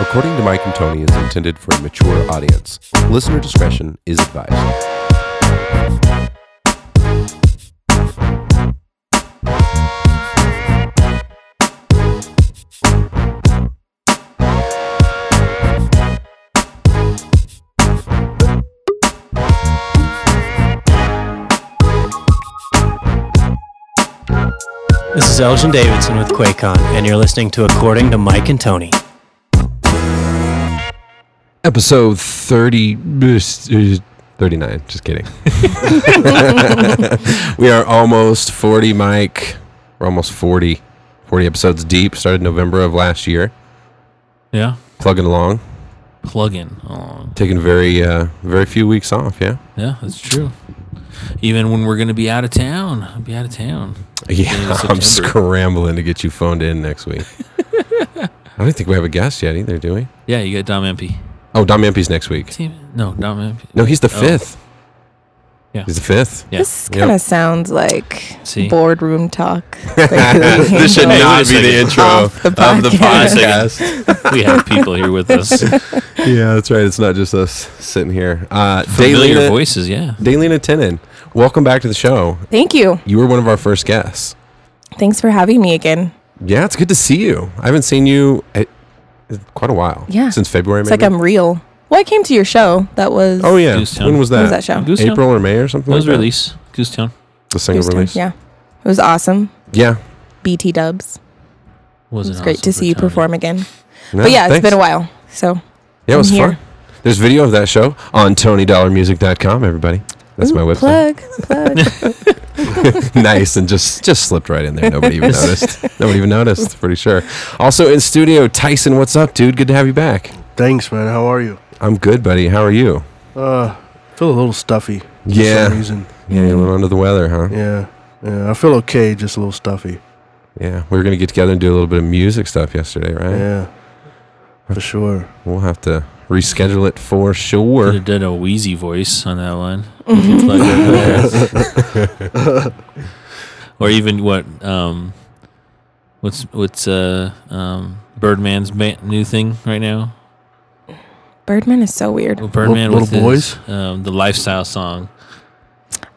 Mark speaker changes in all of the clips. Speaker 1: According to Mike and Tony, is intended for a mature audience. Listener discretion is advised.
Speaker 2: This is Elgin Davidson with QuakeCon, and you're listening to According to Mike and Tony.
Speaker 1: episode 30 39 just kidding we are almost 40 mike we're almost 40 40 episodes deep started november of last year
Speaker 3: Yeah.
Speaker 1: plugging along
Speaker 3: Plug in. Oh,
Speaker 1: taking very uh very few weeks off yeah
Speaker 3: yeah, that's true. Even when we're going to be out of town, I'll be out of town.
Speaker 1: yeah i'm
Speaker 3: September.
Speaker 1: scrambling to get you phoned in next week i don't think we have a guest yet either do we
Speaker 3: Yeah, you got Dom MP.
Speaker 1: oh dom Impey's next week
Speaker 3: Team? No, Dom MP.
Speaker 1: no he's the
Speaker 3: Oh.
Speaker 1: fifth
Speaker 3: Yeah.
Speaker 1: he's the fifth
Speaker 3: Yeah.
Speaker 4: This
Speaker 1: Yep.
Speaker 4: kind of sounds like
Speaker 3: See?
Speaker 4: boardroom talk. Like,
Speaker 1: this should
Speaker 3: Hey,
Speaker 1: not
Speaker 3: wait
Speaker 1: be
Speaker 3: a
Speaker 1: the
Speaker 3: second.
Speaker 1: intro
Speaker 4: Off the
Speaker 1: of the
Speaker 3: podcast.
Speaker 1: podcast
Speaker 3: we have people here with us.
Speaker 1: yeah, that's right. It's not just us sitting here. Uh,
Speaker 3: Familiar
Speaker 1: Daylena,
Speaker 3: voices, yeah.
Speaker 1: Daylena Tenen, welcome back to the show.
Speaker 4: Thank you.
Speaker 1: You were one of our first guests.
Speaker 4: Thanks for having me again.
Speaker 1: Yeah, it's good to see you. I haven't seen you uh, quite a while.
Speaker 4: Yeah.
Speaker 1: since February.
Speaker 4: It's
Speaker 1: maybe?
Speaker 4: like I'm real. Well, I came to your show. That was
Speaker 1: Oh yeah,
Speaker 3: Goose Town.
Speaker 1: when was that?
Speaker 4: When was that show?
Speaker 3: Goose Town?
Speaker 1: April or May or something.
Speaker 3: That was
Speaker 1: like
Speaker 3: release. Goose Town.
Speaker 1: That? The single
Speaker 4: Houston.
Speaker 1: release.
Speaker 4: Yeah, it was awesome.
Speaker 1: yeah.
Speaker 4: BT Dubs.
Speaker 3: Wasn't
Speaker 4: It's great to see you perform again.
Speaker 1: No,
Speaker 4: but yeah, it's
Speaker 1: thanks.
Speaker 4: been a while. So
Speaker 1: Yeah, it was
Speaker 4: I'm here.
Speaker 1: fun. There's video of that show on TonyDollarMusic.com. Everybody, that's
Speaker 4: Ooh,
Speaker 1: my website.
Speaker 4: Plug, plug.
Speaker 1: nice and just just slipped right in there. Nobody even noticed. Nobody even noticed. Pretty sure. Also in studio, Tyson. What's up, dude? Good to have you back.
Speaker 5: Thanks, man. How are you?
Speaker 1: I'm good, buddy. How are you?
Speaker 5: Uh, feel a little stuffy. For
Speaker 1: Yeah.
Speaker 5: Some reason.
Speaker 1: Yeah, you're a little under the weather, huh?
Speaker 5: Yeah. Yeah. I feel okay, just a little stuffy.
Speaker 1: Yeah. We were gonna get together and do a little bit of music stuff yesterday, right?
Speaker 5: Yeah. For sure.
Speaker 1: We'll have to reschedule it for sure.
Speaker 3: Could have done a wheezy voice on that one. Plug it over there. or even what? Um, what's what's uh, um, Birdman's ma- new thing right now?
Speaker 4: Birdman is so weird.
Speaker 3: Well, Birdman
Speaker 5: Little-
Speaker 3: with
Speaker 5: Little
Speaker 3: his, um, the lifestyle song.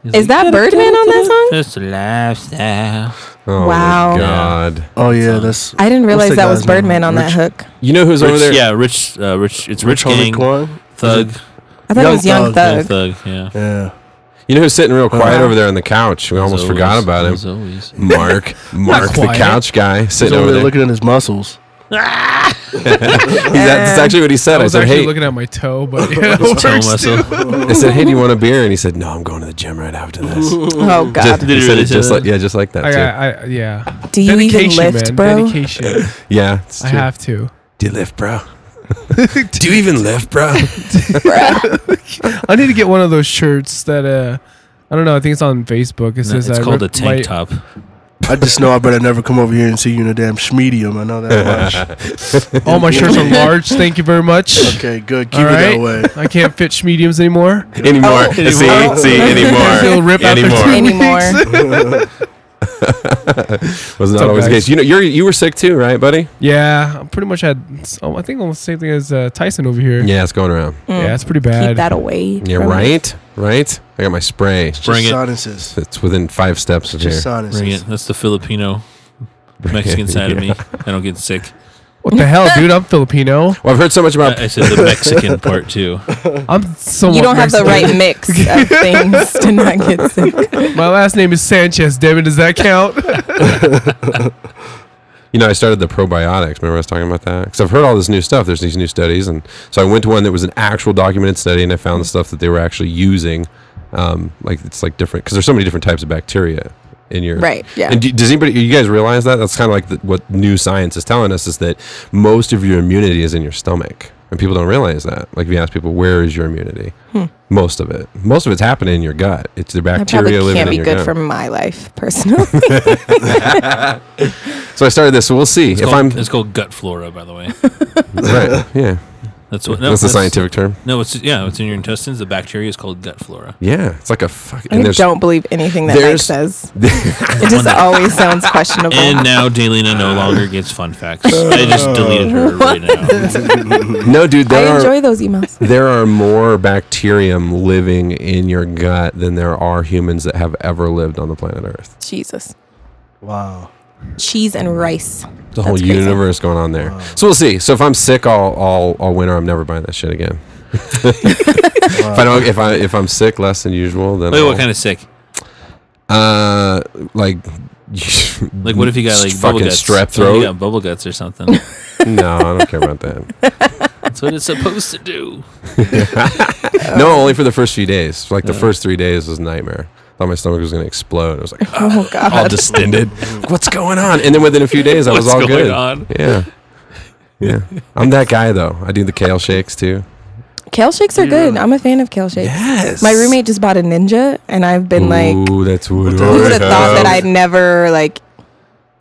Speaker 3: He's
Speaker 4: Is that Birdman on that song?
Speaker 3: Just a lifestyle.
Speaker 1: Oh
Speaker 4: Wow.
Speaker 1: my god.
Speaker 5: Oh yeah,
Speaker 3: song.
Speaker 5: that's
Speaker 4: I didn't realize
Speaker 5: that
Speaker 4: that was
Speaker 5: guy's name?
Speaker 4: Birdman on that hook.
Speaker 1: You know who's over there?
Speaker 3: Rich, yeah, Rich. Uh, Rich. It's Rich,
Speaker 5: Harvey
Speaker 3: Gang.
Speaker 5: Klein.
Speaker 3: Thug.
Speaker 4: I thought it
Speaker 5: Young
Speaker 4: was Young
Speaker 5: Thug,
Speaker 3: Young
Speaker 4: Thug.
Speaker 3: Thug. Yeah.
Speaker 5: Yeah.
Speaker 1: You know who's sitting real quiet
Speaker 5: Uh-huh.
Speaker 4: wow.
Speaker 1: over there on the couch? We
Speaker 3: As
Speaker 1: almost
Speaker 3: always,
Speaker 1: forgot about him.
Speaker 3: as always.
Speaker 1: Mark. Mark the
Speaker 3: quiet.
Speaker 1: couch guy
Speaker 5: He's
Speaker 1: sitting
Speaker 5: over
Speaker 1: over
Speaker 5: there
Speaker 1: there.
Speaker 5: looking at his muscles.
Speaker 1: He's- that's actually what he said.
Speaker 6: I
Speaker 1: I,
Speaker 6: was
Speaker 1: said,
Speaker 6: actually
Speaker 1: Hey
Speaker 6: looking at my toe, but
Speaker 3: His toe muscle.
Speaker 1: I said, Hey, do you want a beer? And he said, No, I'm going to the gym right after this.
Speaker 4: Oh God,
Speaker 1: Just,
Speaker 3: Did he
Speaker 1: he said
Speaker 3: really
Speaker 1: it
Speaker 3: say
Speaker 1: just
Speaker 3: that?
Speaker 1: like yeah, just like that
Speaker 6: I,
Speaker 1: too.
Speaker 6: I, I, yeah.
Speaker 4: do you even lift,
Speaker 6: man.
Speaker 4: bro?
Speaker 6: Dedication.
Speaker 1: yeah, it's
Speaker 6: I
Speaker 1: true.
Speaker 6: have to.
Speaker 1: Do you lift, bro? Do you even lift, bro?
Speaker 6: I need to get one of those shirts that uh, I don't know. I think it's on Facebook. It
Speaker 3: No,
Speaker 6: says
Speaker 3: it's
Speaker 6: I
Speaker 3: called a
Speaker 6: ripped
Speaker 3: tank
Speaker 6: my-
Speaker 3: top.
Speaker 5: I just know I better never come over here and see you in a damn schmedium. I know that
Speaker 6: All my shirts are large. Thank you very much.
Speaker 5: much. okay, good. Keep
Speaker 6: All
Speaker 5: it that
Speaker 6: right.
Speaker 5: way.
Speaker 6: I can't fit mediums anymore.
Speaker 1: anymore.
Speaker 4: Oh.
Speaker 1: See,
Speaker 4: Anymore.
Speaker 1: see,
Speaker 6: They'll
Speaker 1: anymore.
Speaker 6: rip after
Speaker 1: anymore.
Speaker 6: two
Speaker 4: Anymore.
Speaker 6: weeks.
Speaker 1: Was not
Speaker 6: What's up,
Speaker 1: always the
Speaker 6: guys?
Speaker 1: case. You know, you're you were sick too, right, buddy?
Speaker 6: yeah, I pretty much had. Oh, I think almost the same thing as uh, Tyson over here.
Speaker 1: Yeah, it's going around.
Speaker 4: Mm.
Speaker 6: Yeah, it's pretty
Speaker 4: Keep
Speaker 6: bad.
Speaker 4: that away.
Speaker 1: Yeah,
Speaker 4: from me.
Speaker 1: right, right. I got my spray.
Speaker 5: It's
Speaker 3: Bring
Speaker 5: just
Speaker 3: it.
Speaker 5: sinuses.
Speaker 1: It's within five steps of
Speaker 5: It's
Speaker 1: here.
Speaker 5: just sinuses.
Speaker 3: Bring it. That's the Filipino Mexican side of me. I don't get sick.
Speaker 6: What the hell, dude? I'm Filipino.
Speaker 1: Well, I've heard so much about.
Speaker 3: I, I said the Mexican part too.
Speaker 6: I'm somewhat.
Speaker 4: You don't have the
Speaker 6: Mexican.
Speaker 4: right mix of things to not get sick.
Speaker 6: My last name is Sanchez. Devin, does that count?
Speaker 1: you know, I started the probiotics. Remember I was talking about that? Because I've heard all this new stuff. There's these new studies, and so I went to one that was an actual documented study, and I found the stuff that they were actually using. Um, like it's like different because there's so many different types of bacteria in your
Speaker 4: Right. Yeah.
Speaker 1: And do, does anybody, you guys realize that? That's kind of like the, what new science is telling us is that most of your immunity is in your stomach. And people don't realize that. Like if you ask people, where is your immunity? Most of it. Most of it's happening in your gut. It's the
Speaker 4: I
Speaker 1: bacteria
Speaker 4: Hmm. probably
Speaker 1: living
Speaker 4: can't
Speaker 1: in
Speaker 4: be
Speaker 1: your
Speaker 4: good
Speaker 1: gut.
Speaker 4: for my life personally.
Speaker 1: so I started this. So we'll see
Speaker 3: It's
Speaker 1: if
Speaker 3: called,
Speaker 1: I'm
Speaker 3: it's called gut flora, by the way.
Speaker 1: right. Yeah.
Speaker 3: That's what. No,
Speaker 1: that's the scientific term.
Speaker 3: No, it's yeah, it's in your intestines. The bacteria is called gut flora.
Speaker 1: Yeah, it's like a fucking.
Speaker 4: I don't believe anything that Mike
Speaker 1: there's-
Speaker 4: says.
Speaker 1: there's
Speaker 4: It just always sounds questionable.
Speaker 3: And now Delina no longer gets fun facts. I
Speaker 5: Oh.
Speaker 3: just deleted her right now.
Speaker 1: no, dude. There
Speaker 4: I
Speaker 1: are
Speaker 4: enjoy those emails.
Speaker 1: there are more bacterium living in your gut than there are humans that have ever lived on the planet Earth.
Speaker 4: Jesus.
Speaker 5: Wow.
Speaker 4: Cheese and rice.
Speaker 1: It's a whole
Speaker 4: That's crazy.
Speaker 1: universe going on there. So we'll see. So if I'm sick all all all winter, I'm never buying that shit again. if I don't, if I if I'm sick less than usual, then
Speaker 3: Wait,
Speaker 1: I'll,
Speaker 3: what kind of sick?
Speaker 1: Uh, like.
Speaker 3: Like, what if you got like bubble
Speaker 1: fucking
Speaker 3: guts?
Speaker 1: strep
Speaker 3: What if
Speaker 1: throat?
Speaker 3: You got bubble guts or something.
Speaker 1: no, I don't care about that.
Speaker 3: That's what it's supposed to do.
Speaker 1: No, only for the first few days. Like the first three days was a nightmare. Thought my stomach was gonna explode. I was like,
Speaker 4: Oh God.
Speaker 1: all distended. What's going on? And then within a few days, I was
Speaker 3: What's
Speaker 1: all
Speaker 3: going
Speaker 1: good.
Speaker 3: on?
Speaker 1: Yeah, yeah. I'm that guy though. I do the kale shakes too.
Speaker 4: Kale shakes are good. I'm a fan of kale shakes.
Speaker 1: Yes.
Speaker 4: My roommate just bought a ninja, and I've been like,
Speaker 1: Ooh, that's what.
Speaker 5: the
Speaker 1: I
Speaker 5: hell
Speaker 4: who would have thought that
Speaker 1: have.
Speaker 4: I'd never like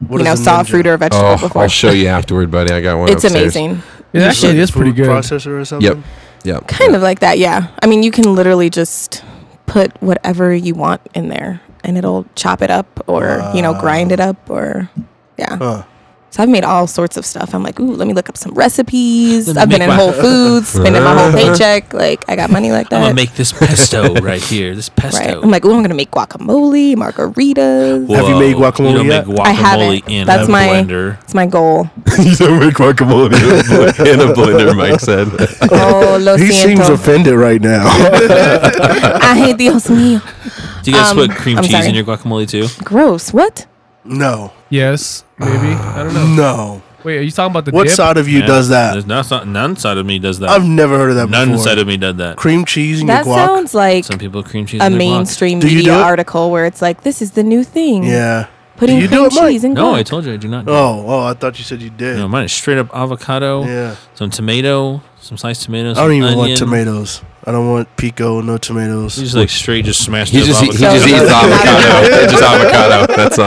Speaker 5: What
Speaker 4: you
Speaker 5: is
Speaker 4: know
Speaker 5: a
Speaker 4: saw a
Speaker 5: ninja?
Speaker 4: fruit or a vegetable
Speaker 1: Oh,
Speaker 4: before?
Speaker 1: I'll show you afterward, buddy. I got one.
Speaker 4: it's
Speaker 1: upstairs.
Speaker 4: amazing.
Speaker 6: It
Speaker 5: Is it
Speaker 6: actually
Speaker 5: like a
Speaker 6: is pretty
Speaker 5: food
Speaker 6: good.
Speaker 5: Processor or something?
Speaker 1: Yep.
Speaker 4: Kind of like that, yeah. I mean, you can literally just put whatever you want in there, and it'll chop it up or you know grind it up or yeah.
Speaker 5: Huh.
Speaker 4: So I've made all sorts of stuff. I'm like, ooh, let me look up some recipes.
Speaker 3: Let me
Speaker 4: I've been
Speaker 3: make
Speaker 4: in
Speaker 3: my-
Speaker 4: Whole Foods, spending my whole paycheck. Like I got money like
Speaker 3: I'm
Speaker 4: that.
Speaker 3: gonna make this pesto right here. This pesto.
Speaker 4: right. I'm like, ooh, I'm gonna make guacamole, margaritas.
Speaker 5: Have you made
Speaker 3: Whoa,
Speaker 5: guacamole
Speaker 3: You don't
Speaker 5: yet?
Speaker 3: make guacamole
Speaker 4: I haven't.
Speaker 3: in
Speaker 4: That's
Speaker 3: a
Speaker 4: my-
Speaker 3: blender.
Speaker 4: It's my goal.
Speaker 1: you don't make guacamole in a blender, Mike said.
Speaker 4: Oh, lo
Speaker 5: He seems
Speaker 4: siento.
Speaker 5: offended right now.
Speaker 4: Ay, Dios mío.
Speaker 3: Do you guys
Speaker 4: Um,
Speaker 3: put cream
Speaker 4: I'm
Speaker 3: cheese
Speaker 4: sorry.
Speaker 3: in your guacamole too?
Speaker 4: Gross. What?
Speaker 5: no.
Speaker 6: Yes, maybe. I don't know.
Speaker 5: No.
Speaker 6: Wait, are you talking about the
Speaker 5: What
Speaker 6: dip?
Speaker 5: side of you
Speaker 3: Yeah.
Speaker 5: does that?
Speaker 3: There's not, not none side of me does that.
Speaker 5: I've never heard of that
Speaker 3: none
Speaker 5: before.
Speaker 3: side of me did that.
Speaker 5: Cream cheese and your
Speaker 4: That
Speaker 5: guac.
Speaker 4: sounds like
Speaker 3: Some people cream cheese.
Speaker 4: a
Speaker 3: in their guac.
Speaker 4: mainstream
Speaker 5: Do you
Speaker 4: media
Speaker 5: do it?
Speaker 4: article where it's like, this is the new thing.
Speaker 5: yeah.
Speaker 4: Putting
Speaker 5: Do you
Speaker 4: cream
Speaker 5: do it, Mike?
Speaker 4: cheese in
Speaker 3: No,
Speaker 4: guac.
Speaker 3: I told you I do not. do that.
Speaker 5: Oh, oh, I thought you said you did.
Speaker 3: No, mine is straight up avocado,
Speaker 5: Yeah.
Speaker 3: some tomato, some sliced tomatoes.
Speaker 5: I don't even
Speaker 3: onion.
Speaker 5: want tomatoes. I don't want pico, no tomatoes.
Speaker 3: He's like straight, just smashed.
Speaker 1: He
Speaker 3: up
Speaker 1: just, he, he just
Speaker 3: avocado.
Speaker 4: So-
Speaker 1: eats avocado. just avocado. That's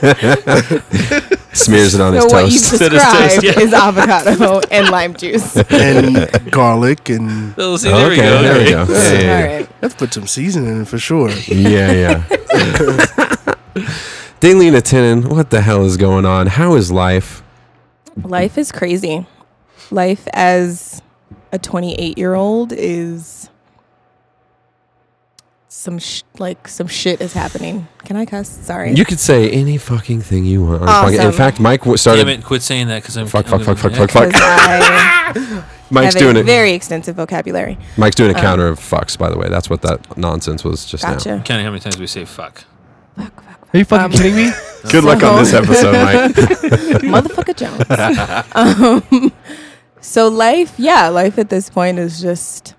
Speaker 1: all. Smears it on his
Speaker 4: so what you
Speaker 1: toast.
Speaker 3: Instead of
Speaker 4: described
Speaker 3: toast, yeah.
Speaker 4: is avocado and lime juice.
Speaker 5: and garlic, and
Speaker 3: Oh, see,
Speaker 1: okay,
Speaker 3: there we go.
Speaker 1: there we
Speaker 3: okay.
Speaker 1: go. Yeah,
Speaker 4: All
Speaker 1: yeah, yeah.
Speaker 4: right.
Speaker 5: let's put some seasoning in it for sure.
Speaker 1: Yeah, yeah. Dingley Tenen, what the hell is going on? How is life?
Speaker 4: Life is crazy. Life as a 28 year old is some sh- like some shit is happening. Can I cuss? Sorry.
Speaker 1: You could say any fucking thing you want. on a podcast. In
Speaker 4: Awesome.
Speaker 1: fact, Mike w-
Speaker 3: Damn
Speaker 1: started.
Speaker 3: it! Quit saying that because I'm.
Speaker 1: Fuck,
Speaker 3: I'm
Speaker 1: fuck, fuck, fuck,
Speaker 3: gonna-
Speaker 1: fuck,
Speaker 3: yeah.
Speaker 1: fuck.
Speaker 4: Because I
Speaker 1: Mike's
Speaker 4: have
Speaker 1: doing
Speaker 4: a
Speaker 1: it.
Speaker 4: very extensive vocabulary.
Speaker 1: Mike's doing a
Speaker 4: um,
Speaker 1: counter of fucks, by the way. That's what that nonsense was just now.
Speaker 4: Gotcha.
Speaker 3: Counting how many times we say fuck.
Speaker 4: Fuck, fuck,
Speaker 6: Are you fucking
Speaker 4: Um,
Speaker 6: kidding me?
Speaker 1: Good luck on this episode, Mike.
Speaker 4: motherfucker Jones. um, so life, yeah, life at this point is just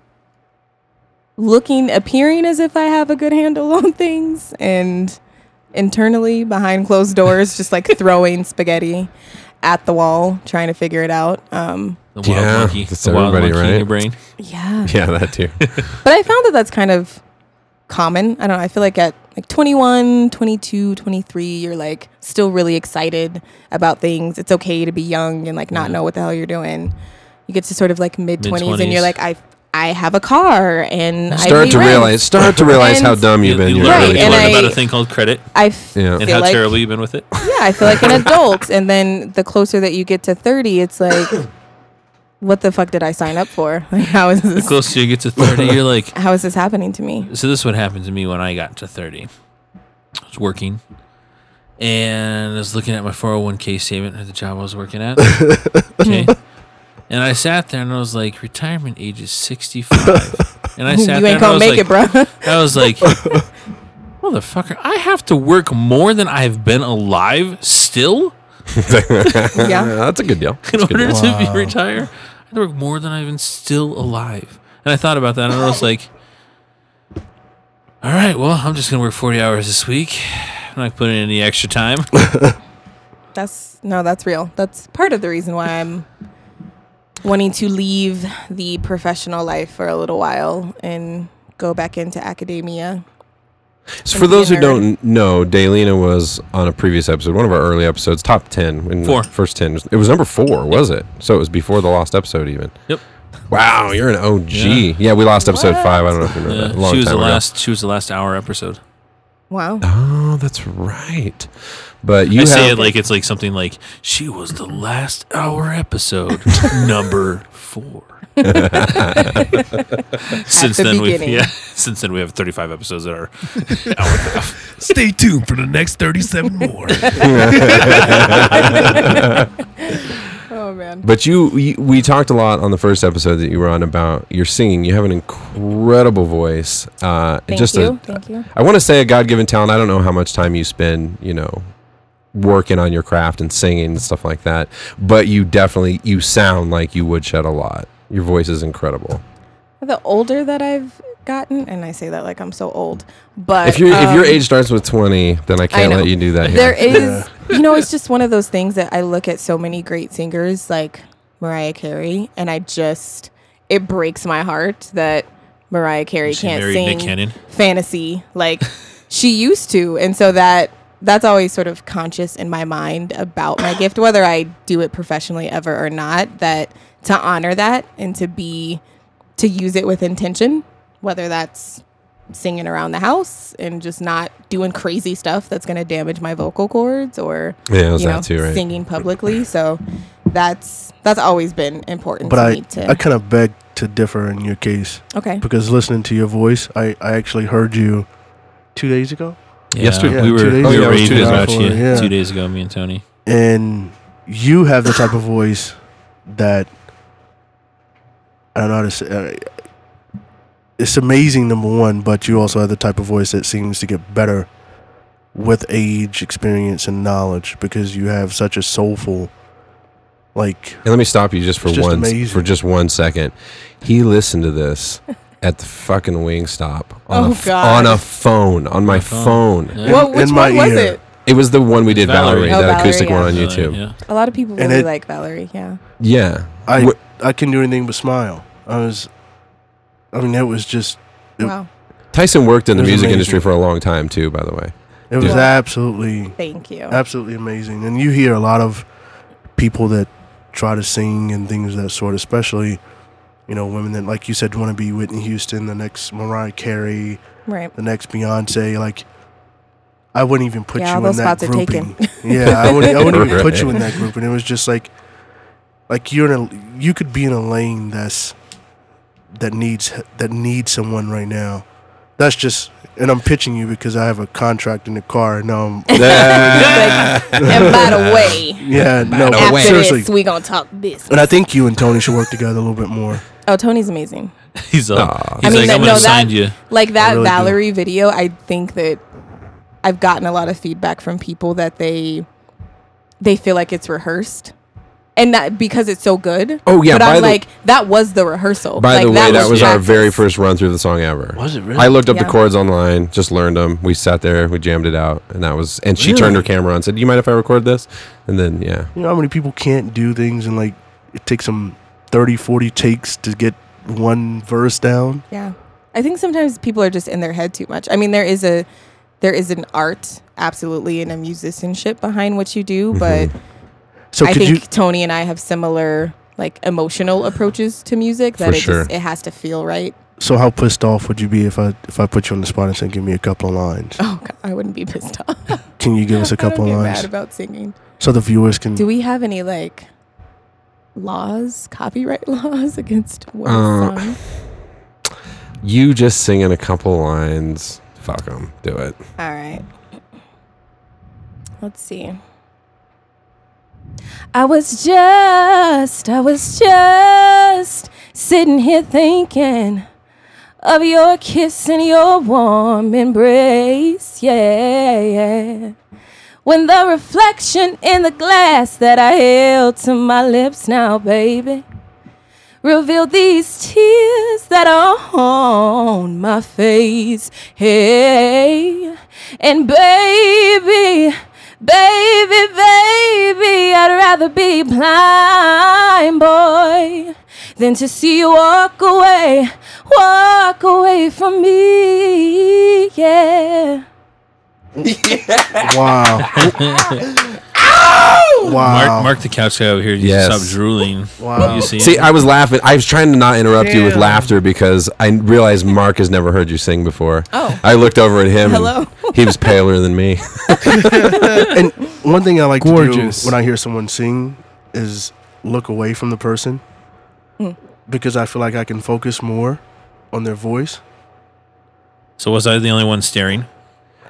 Speaker 4: looking, appearing as if I have a good handle on things, and internally behind closed doors, just like throwing spaghetti at the wall, trying to figure it out. Um,
Speaker 3: The wild
Speaker 1: Yeah,
Speaker 3: monkey.
Speaker 1: that's
Speaker 3: The wild
Speaker 1: everybody,
Speaker 3: monkey in
Speaker 1: right?
Speaker 3: your brain.
Speaker 4: yeah,
Speaker 1: yeah, that too.
Speaker 4: but I found that that's kind of common. I don't know. I feel like at like 21, 22, 23, you're like still really excited about things. It's okay to be young and like
Speaker 3: Mm-hmm.
Speaker 4: not know what the hell you're doing. You get to sort of like mid 20s and you're
Speaker 3: Mid-twenties.
Speaker 4: like, I I have a car and I
Speaker 1: Start
Speaker 4: pay
Speaker 1: to
Speaker 4: rent.
Speaker 1: realize. Start to realize how
Speaker 4: And-
Speaker 1: dumb you've
Speaker 3: You,
Speaker 1: been.
Speaker 3: you
Speaker 1: You're
Speaker 3: learn,
Speaker 4: Right,
Speaker 1: really
Speaker 3: you
Speaker 4: and
Speaker 1: dumb.
Speaker 3: learn
Speaker 4: I-
Speaker 3: about a thing called credit
Speaker 4: I f-
Speaker 1: Yeah.
Speaker 3: and
Speaker 4: feel
Speaker 3: how
Speaker 4: like
Speaker 3: terrible you've been with it.
Speaker 4: yeah, I feel like an adult. And then the closer that you get to 30, it's like, what the fuck did I sign up for? Like, how is
Speaker 3: The
Speaker 4: this?
Speaker 3: closer you get to thirty, you're like,
Speaker 4: How is this happening to me?
Speaker 3: so this is what happened to me when I got to 30. I was working and I was looking at my 401k statement at the job I was working at. Okay. and I sat there and I was like, retirement age is 65. And I
Speaker 4: You
Speaker 3: sat there and
Speaker 4: ain't
Speaker 3: I
Speaker 4: gonna
Speaker 3: was
Speaker 4: make it,
Speaker 3: like,
Speaker 4: bro.
Speaker 3: I was like, motherfucker, I have to work more than I've been alive still
Speaker 4: yeah.
Speaker 1: That's a good deal.
Speaker 3: in
Speaker 1: That's a good
Speaker 3: order
Speaker 1: deal.
Speaker 3: to be retire. I had to work more than I've been still alive. And I thought about that and I was like, all right, well, I'm just going to work 40 hours this week. I'm not putting in any extra time.
Speaker 4: That's no, that's real. That's part of the reason why I'm wanting to leave the professional life for a little while and go back into academia.
Speaker 1: So for
Speaker 4: and be
Speaker 1: those
Speaker 4: a
Speaker 1: who
Speaker 4: nerd.
Speaker 1: don't know, Daylina was on a previous episode, one of our early episodes, top ten, in the
Speaker 3: Four.
Speaker 1: first ten. It was number four, was it? So it was before the lost episode, even.
Speaker 3: Yep.
Speaker 1: Wow, you're an OG. Yeah,
Speaker 3: Yeah.
Speaker 1: we lost episode
Speaker 4: What?
Speaker 1: five. I don't know if you remember.
Speaker 3: Yeah,
Speaker 1: that. A long
Speaker 3: Uh, she was
Speaker 1: time
Speaker 3: the
Speaker 1: ago.
Speaker 3: last. She was the last hour episode.
Speaker 4: Wow.
Speaker 1: Oh, that's right. But you
Speaker 3: I
Speaker 1: have,
Speaker 3: say it like it's like something like she was the last hour episode number four. since
Speaker 4: the
Speaker 3: then
Speaker 4: beginning.
Speaker 3: we've yeah. Since then we have thirty five episodes that are hour and a half.
Speaker 6: Stay tuned for the next 37 more.
Speaker 4: Oh man.
Speaker 1: But you, you, we talked a lot on the first episode that you were on about your singing. You have an incredible voice. Uh, and
Speaker 4: Thank
Speaker 1: just
Speaker 4: you.
Speaker 1: A,
Speaker 4: Thank you.
Speaker 1: I want to say a God given talent. I don't know how much time you spend, you know, working on your craft and singing and stuff like that. But you definitely, you sound like you woodshed a lot. Your voice is incredible.
Speaker 4: The older that I've gotten, and I say that like I'm so old, but
Speaker 1: if your if your
Speaker 4: um,
Speaker 1: age starts with twenty, then I can't
Speaker 4: know.
Speaker 1: let you do that. Here.
Speaker 4: There is, you know, it's just one of those things that I look at so many great singers like Mariah Carey, and I just it breaks my heart that Mariah Carey
Speaker 3: She
Speaker 4: can't
Speaker 3: married
Speaker 4: sing
Speaker 3: Nick Cannon.
Speaker 4: fantasy like she used to, and so that that's always sort of conscious in my mind about my gift, whether I do it professionally ever or not. That to honor that and to be to use it with intention, whether that's singing around the house and just not doing crazy stuff that's going to damage my vocal cords or
Speaker 1: yeah, it was
Speaker 4: you know
Speaker 1: that too, right?
Speaker 4: singing publicly. So that's that's always been important
Speaker 5: But
Speaker 4: to
Speaker 5: I,
Speaker 4: me to
Speaker 5: I kind of beg to differ in your case
Speaker 4: okay.
Speaker 5: because listening to your voice, I, I actually heard you two days ago,
Speaker 1: Yesterday-
Speaker 3: Oh, yeah, we
Speaker 5: Yeah, two
Speaker 3: were
Speaker 5: days
Speaker 3: we
Speaker 1: ago. Yeah, it
Speaker 3: were
Speaker 1: was two
Speaker 3: raving
Speaker 1: days
Speaker 3: about
Speaker 5: before,
Speaker 3: you
Speaker 5: yeah.
Speaker 3: two days ago. Me and Tony.
Speaker 5: and you have the type of voice that I don't know how to say. Uh, it's amazing, number one, but you also have the type of voice that seems to get better with age, experience, and knowledge because you have such a soulful, like,
Speaker 1: And let me stop you just for
Speaker 5: It's just
Speaker 1: one
Speaker 5: amazing.
Speaker 1: for just one second. He listened to this at the fucking Wingstop on,
Speaker 4: Oh,
Speaker 1: a, f-
Speaker 4: God.
Speaker 1: on a phone on my phone.
Speaker 3: Yeah.
Speaker 4: What
Speaker 5: in
Speaker 4: which
Speaker 5: my
Speaker 4: one was
Speaker 5: ear.
Speaker 4: it?
Speaker 1: It was the one we did, Valerie,
Speaker 3: Valerie. Oh,
Speaker 1: that
Speaker 4: Valerie,
Speaker 1: acoustic
Speaker 4: yeah.
Speaker 1: one on
Speaker 3: Uh,
Speaker 1: YouTube.
Speaker 3: yeah.
Speaker 4: A lot of people
Speaker 5: And
Speaker 4: really
Speaker 5: it-
Speaker 4: like Valerie. Yeah.
Speaker 1: yeah.
Speaker 5: I,
Speaker 1: What-
Speaker 5: I can do anything but smile. I was, I mean, that was just, It-
Speaker 4: Wow.
Speaker 1: Tyson worked in the
Speaker 5: It was
Speaker 1: music
Speaker 5: amazing.
Speaker 1: industry for a long time too, by the way.
Speaker 5: it was
Speaker 4: Yeah.
Speaker 5: absolutely
Speaker 4: Thank you.
Speaker 5: absolutely amazing. And you hear a lot of people that try to sing and things of that sort, especially, you know, women that, like you said, want to be Whitney Houston, the next Mariah Carey,
Speaker 4: Right.
Speaker 5: the next Beyonce. Like, I wouldn't even put
Speaker 4: Yeah, all
Speaker 5: you in
Speaker 4: those
Speaker 5: that
Speaker 4: spots are taken.
Speaker 5: grouping. yeah, I wouldn't, I wouldn't even put you in that group. And it was just like, like you're in a, you could be in a lane that's that needs that needs someone right now. That's just, and I'm pitching you because I have a contract in the car, and now I'm
Speaker 4: Like, and by the way,
Speaker 5: yeah, no,
Speaker 1: the
Speaker 5: but
Speaker 1: way.
Speaker 4: after
Speaker 5: seriously.
Speaker 4: this, we gonna talk business.
Speaker 5: And I think you and Tony should work together a little bit more.
Speaker 4: oh, Tony's amazing.
Speaker 3: He's, all,
Speaker 1: Aw.
Speaker 3: he's
Speaker 4: I mean,
Speaker 3: like
Speaker 4: that-
Speaker 3: I'm gonna
Speaker 4: no, that-
Speaker 3: sign you.
Speaker 4: like that
Speaker 5: really do.
Speaker 4: Valerie video, I think that I've gotten a lot of feedback from people that they they feel like it's rehearsed. And that because it's so good.
Speaker 1: Oh, yeah,
Speaker 4: But
Speaker 1: by
Speaker 4: I'm
Speaker 1: the-
Speaker 4: like, that was the rehearsal.
Speaker 1: By
Speaker 4: like,
Speaker 1: the way, that, was, our
Speaker 4: practice.
Speaker 1: very first run through the song ever.
Speaker 5: it
Speaker 1: I looked up the
Speaker 4: Yeah.
Speaker 1: chords online, just learned them. We sat there, we jammed it out, and that was. And she turned her camera on, and said, "Do you mind if I record this?" And then, yeah,
Speaker 5: You know how many people can't do things and like it takes them 30, 40 takes to get one verse down?
Speaker 4: Yeah. I think sometimes people are just in their head too much. I mean, there is a there is an art absolutely and a musicianship behind what you
Speaker 1: Mm-hmm.
Speaker 4: do, but
Speaker 5: So
Speaker 4: I
Speaker 5: could
Speaker 4: think
Speaker 5: you
Speaker 4: Tony and I have similar like emotional approaches to music that
Speaker 1: For
Speaker 4: it
Speaker 1: sure.
Speaker 4: just it has to feel right.
Speaker 5: so how pissed off would you be if I if I put you on the spot and said give me a couple of lines?
Speaker 4: Oh God, I wouldn't be pissed off.
Speaker 5: Can you give us a
Speaker 4: I
Speaker 5: couple
Speaker 4: don't
Speaker 5: of
Speaker 4: Oh, get
Speaker 5: lines
Speaker 4: Mad about singing.
Speaker 5: so the viewers can
Speaker 4: Do we have any like laws, copyright laws against what
Speaker 1: Uh,
Speaker 4: song?
Speaker 1: you just singing a couple lines. Fuck them, do it.
Speaker 4: All right. Let's see. I was just, I was just sitting here thinking of your kiss and your warm embrace. Yeah, yeah. When the reflection in the glass that I held to my lips now, baby, revealed these tears that are on my face. Hey, and baby, baby, baby, I'd rather be blind, boy, than to see you walk away, walk away from me. Yeah.
Speaker 5: Wow. Wow.
Speaker 3: Mark, Mark the couch guy over here. You
Speaker 1: Yes.
Speaker 3: stop drooling.
Speaker 5: Wow.
Speaker 3: You see,
Speaker 1: See, I was laughing. I was trying to not interrupt you with
Speaker 6: Damn.
Speaker 1: laughter because I realized Mark has never heard you sing before.
Speaker 4: Oh.
Speaker 1: I looked over at him. and
Speaker 4: Hello.
Speaker 1: he was paler than me.
Speaker 5: and one thing I like
Speaker 6: Gorgeous.
Speaker 5: to do when I hear someone sing is look away from the person
Speaker 4: Mm.
Speaker 5: because I feel like I can focus more on their voice.
Speaker 3: so was I the only one staring?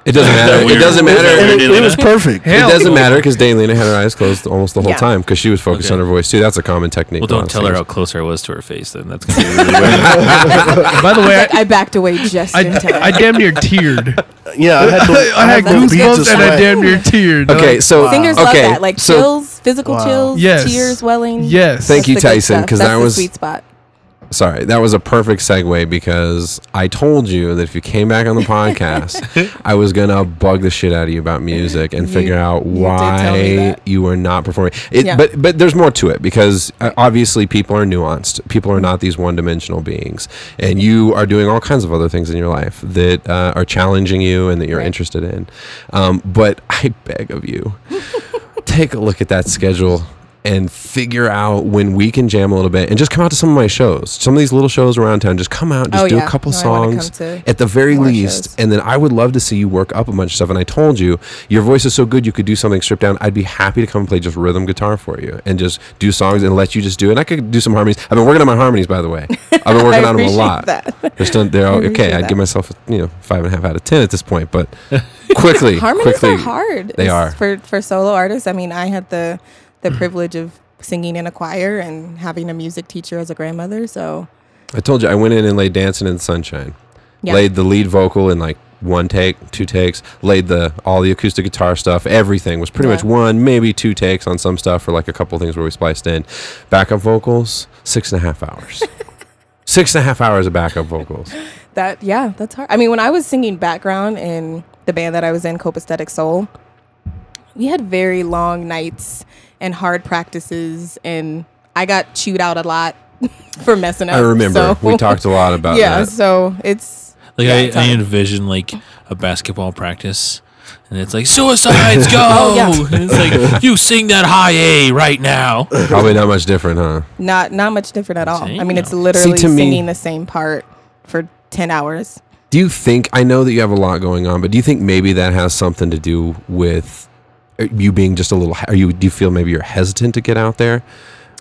Speaker 1: It doesn't matter. It
Speaker 3: weird?
Speaker 1: doesn't
Speaker 3: Is that
Speaker 5: And
Speaker 1: matter.
Speaker 5: it,
Speaker 3: weird?
Speaker 5: it was perfect.
Speaker 1: It
Speaker 6: Hell
Speaker 1: doesn't
Speaker 6: no.
Speaker 1: matter because Daylena had her eyes closed almost the whole
Speaker 4: Yeah.
Speaker 1: time because she was focused
Speaker 3: Okay.
Speaker 1: on her voice too. That's a common technique.
Speaker 3: Well,
Speaker 1: a lot
Speaker 3: don't
Speaker 1: of
Speaker 3: tell her
Speaker 1: singers.
Speaker 3: how close I was to her face. Then that's gonna be really weird.
Speaker 6: By the way,
Speaker 4: Like, I backed away just
Speaker 6: I,
Speaker 4: in time.
Speaker 6: I, I damn near teared.
Speaker 5: Yeah, I had, to,
Speaker 6: I had
Speaker 5: the beads of
Speaker 6: goosebumps and I
Speaker 5: sweat.
Speaker 6: damn near teared.
Speaker 1: Okay, so
Speaker 4: Singers
Speaker 1: okay,
Speaker 4: love that, like
Speaker 1: so
Speaker 4: chills, physical
Speaker 5: Wow.
Speaker 4: chills,
Speaker 6: Yes.
Speaker 4: tears welling.
Speaker 6: Yes.
Speaker 1: Thank
Speaker 4: That's
Speaker 1: you,
Speaker 4: the good
Speaker 1: Tyson,
Speaker 4: stuff.
Speaker 1: 'cause
Speaker 4: That's
Speaker 1: that
Speaker 4: the
Speaker 1: was-
Speaker 4: sweet spot.
Speaker 1: sorry, that was a perfect segue because I told you that if you came back on the podcast, I was gonna bug the shit out of you about music and
Speaker 4: You-
Speaker 1: figure out
Speaker 4: you did tell me
Speaker 1: why
Speaker 4: that.
Speaker 1: you were not performing. It,
Speaker 4: Yeah.
Speaker 1: But but there's more to it because uh, obviously people are nuanced. People are not these one-dimensional beings, and you are doing all kinds of other things in your life that uh, are challenging you and that you're
Speaker 4: Right.
Speaker 1: interested in. Um, but I beg of you take a look at that schedule and figure out when we can jam a little bit and just come out to some of my shows. Some of these little shows around town, just come out, just
Speaker 4: Oh,
Speaker 1: do
Speaker 4: yeah.
Speaker 1: a couple
Speaker 4: No, I wanna
Speaker 1: songs
Speaker 4: come to
Speaker 1: at the very
Speaker 4: more
Speaker 1: least.
Speaker 4: shows.
Speaker 1: And then I would love to see you work up a bunch of stuff. And I told you, your voice is so good, you could do something stripped down. I'd be happy to come and play just rhythm guitar for you and just do songs and let you just do it. And I could do some harmonies. I've been working on my harmonies, by the way. I've been working
Speaker 4: I
Speaker 1: on them a
Speaker 4: appreciate
Speaker 1: lot.
Speaker 4: that.
Speaker 1: They're still, they're all, okay.
Speaker 4: appreciate
Speaker 1: I'd
Speaker 4: that.
Speaker 1: give myself, you know, five and a half out of 10 at this point, but quickly,
Speaker 4: Harmonies
Speaker 1: quickly.
Speaker 4: are hard.
Speaker 1: They
Speaker 4: It's
Speaker 1: are. Mm.
Speaker 4: for for solo artists. I mean, I had the the privilege of singing in a choir and having a music teacher as a grandmother. So
Speaker 1: I told you I went in and laid dancing in the sunshine.
Speaker 4: Yeah.
Speaker 1: Laid the lead vocal in like one take, two takes. Laid the all the acoustic guitar stuff. Everything was pretty
Speaker 4: Yeah.
Speaker 1: much one, maybe two takes on some stuff, or like a couple things where we spliced in. Backup vocals, six and a half hours. six and a half hours of backup vocals.
Speaker 4: that yeah, that's hard. I mean, when I was singing background in the band that I was in, Copacetic Soul, we had very long nights and hard practices, and I got chewed out a lot for messing up.
Speaker 1: I remember
Speaker 4: So-
Speaker 1: we talked a lot about
Speaker 4: yeah,
Speaker 1: that.
Speaker 4: so it's
Speaker 3: Like
Speaker 4: Yeah, it's
Speaker 3: I, I
Speaker 4: hard.
Speaker 3: envision like a basketball practice, and it's like suicides go. and it's like you sing that high A right now.
Speaker 1: Probably not much different, huh?
Speaker 4: not not much different at all. I mean, it's
Speaker 3: Damn.
Speaker 4: literally
Speaker 1: to me-
Speaker 4: singing the same part for ten hours.
Speaker 1: Do you think I know that you have a lot going on, but do you think maybe that has something to do with uh, you being just a little? Are you? Do you feel maybe you're hesitant to get out there?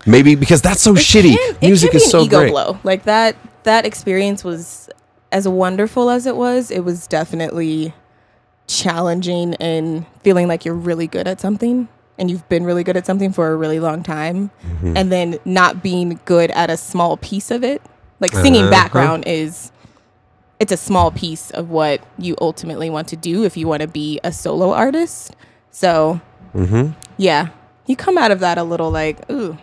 Speaker 1: Maybe because that's so Oh, shitty.
Speaker 4: Can,
Speaker 1: Music
Speaker 4: it can
Speaker 1: is
Speaker 4: be an
Speaker 1: so
Speaker 4: ego
Speaker 1: great.
Speaker 4: blow. Like that that experience was as wonderful as it was. It was definitely challenging and feeling like you're really good at something and you've been really good at something for a really long time
Speaker 1: Mm-hmm.
Speaker 4: and then not being good at a small piece of it. Like singing
Speaker 1: Uh-huh.
Speaker 4: background is it's a small piece of what you ultimately want to do if you want to be a solo artist. So,
Speaker 1: Mm-hmm.
Speaker 4: yeah, you come out of that a little like, ooh,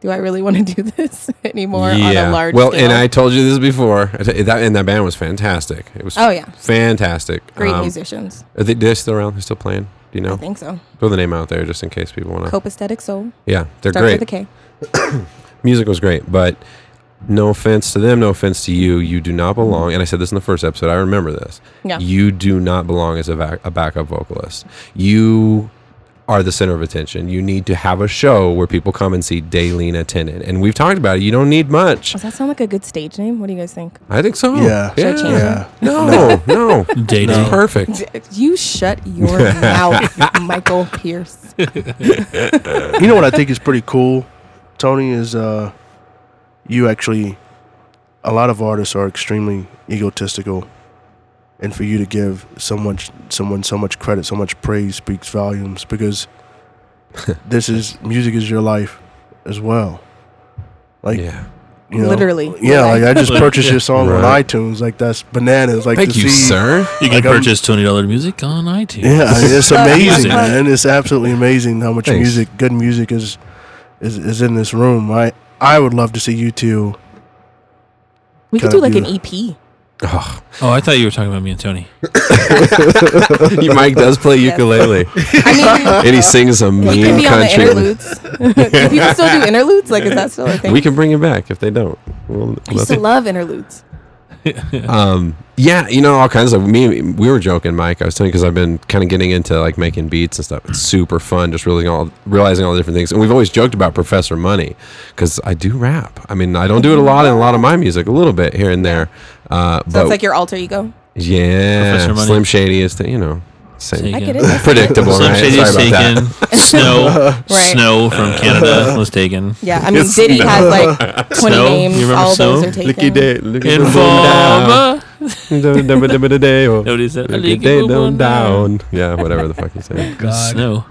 Speaker 4: do I really want to do this anymore on a large
Speaker 1: well,
Speaker 4: scale?
Speaker 1: and I told you this before. I t- That and that band was fantastic. It was
Speaker 4: Oh, yeah.
Speaker 1: fantastic.
Speaker 4: Great
Speaker 1: Um,
Speaker 4: musicians.
Speaker 1: Are they, they're still around? They're still playing? Do you
Speaker 4: I
Speaker 1: know?
Speaker 4: think so.
Speaker 1: Throw the name out there just in case people want to.
Speaker 4: Copacetic soul.
Speaker 1: Yeah, they're
Speaker 4: Start
Speaker 1: great.
Speaker 4: with a K.
Speaker 1: music was great, but no offense to them, no offense to you. You do not belong. And I said this in the first episode. I remember this.
Speaker 4: Yeah.
Speaker 1: You do not belong as a, vac- a backup vocalist. You are the center of attention. You need to have a show where people come and see Daylena Tennant. And we've talked about it. You don't need much.
Speaker 4: Does that sound like a good stage name? What do you guys think?
Speaker 1: I think so.
Speaker 5: Yeah.
Speaker 4: Should I change
Speaker 1: Yeah.
Speaker 4: it?
Speaker 5: Yeah.
Speaker 1: No, no.
Speaker 3: Dating.
Speaker 1: It's perfect.
Speaker 4: You shut your mouth, Michael Pierce.
Speaker 5: you know what I think is pretty cool, Tony, is uh, you actually, a lot of artists are extremely egotistical, and for you to give so much, someone so much credit, so much praise speaks volumes because this is music is your life as well. Like
Speaker 1: Yeah.
Speaker 5: you know,
Speaker 4: Literally.
Speaker 5: yeah. Like I just
Speaker 3: Like,
Speaker 5: purchased your song on
Speaker 1: Right.
Speaker 5: iTunes. Like that's bananas. Like
Speaker 1: Thank
Speaker 5: to
Speaker 1: you,
Speaker 5: see,
Speaker 1: sir.
Speaker 3: You can
Speaker 5: Like, I'm-
Speaker 3: purchase twenty dollar music on iTunes.
Speaker 5: Yeah, I mean, it's
Speaker 3: Amazing.
Speaker 5: amazing, man. It's absolutely amazing how much
Speaker 1: Thanks.
Speaker 5: music, good music, is, is is in this room. I I would love to see you two.
Speaker 4: We could
Speaker 5: Gotta
Speaker 4: do like
Speaker 5: do
Speaker 4: an E
Speaker 5: that.
Speaker 4: EP.
Speaker 1: Oh,
Speaker 3: Oh, I thought you were talking about me and Tony.
Speaker 1: Mike does play
Speaker 4: Yes.
Speaker 1: ukulele,
Speaker 4: I
Speaker 1: and he sings a
Speaker 4: mean, we could
Speaker 1: mean
Speaker 4: be on the
Speaker 1: country.
Speaker 4: interludes. do people still do interludes? Like, is that still a thing?
Speaker 1: We can bring him back if they don't. We'll,
Speaker 4: I used to love interludes.
Speaker 1: um, yeah, you know, all kinds of me. We were joking, Mike. I was telling you because I've been kind of getting into like making beats and stuff. It's super fun, just really all realizing all the different things. And we've always joked about Professor Money because I do rap. I mean, I don't do it a lot in a lot of my music, a little bit here and there. Uh,
Speaker 4: So
Speaker 1: but
Speaker 4: it's like your alter ego.
Speaker 1: yeah,
Speaker 3: Professor Money.
Speaker 1: Slim Shady is the you know same.
Speaker 3: Taken.
Speaker 4: I get it. that's-
Speaker 1: predictable.
Speaker 3: Slim
Speaker 1: right?
Speaker 3: Shady's
Speaker 1: Sorry about that.
Speaker 3: taken. Snow,
Speaker 4: Right.
Speaker 3: Snow from Canada was taken.
Speaker 4: Yeah, I mean Diddy has like 20
Speaker 3: Snow? You
Speaker 4: names.
Speaker 3: remember
Speaker 4: All
Speaker 3: Snow?
Speaker 4: those are taken.
Speaker 3: Informer.
Speaker 1: Informer.
Speaker 3: Nobody's that.
Speaker 1: down, down. Yeah, whatever the fuck you say.
Speaker 6: God.
Speaker 3: Snow.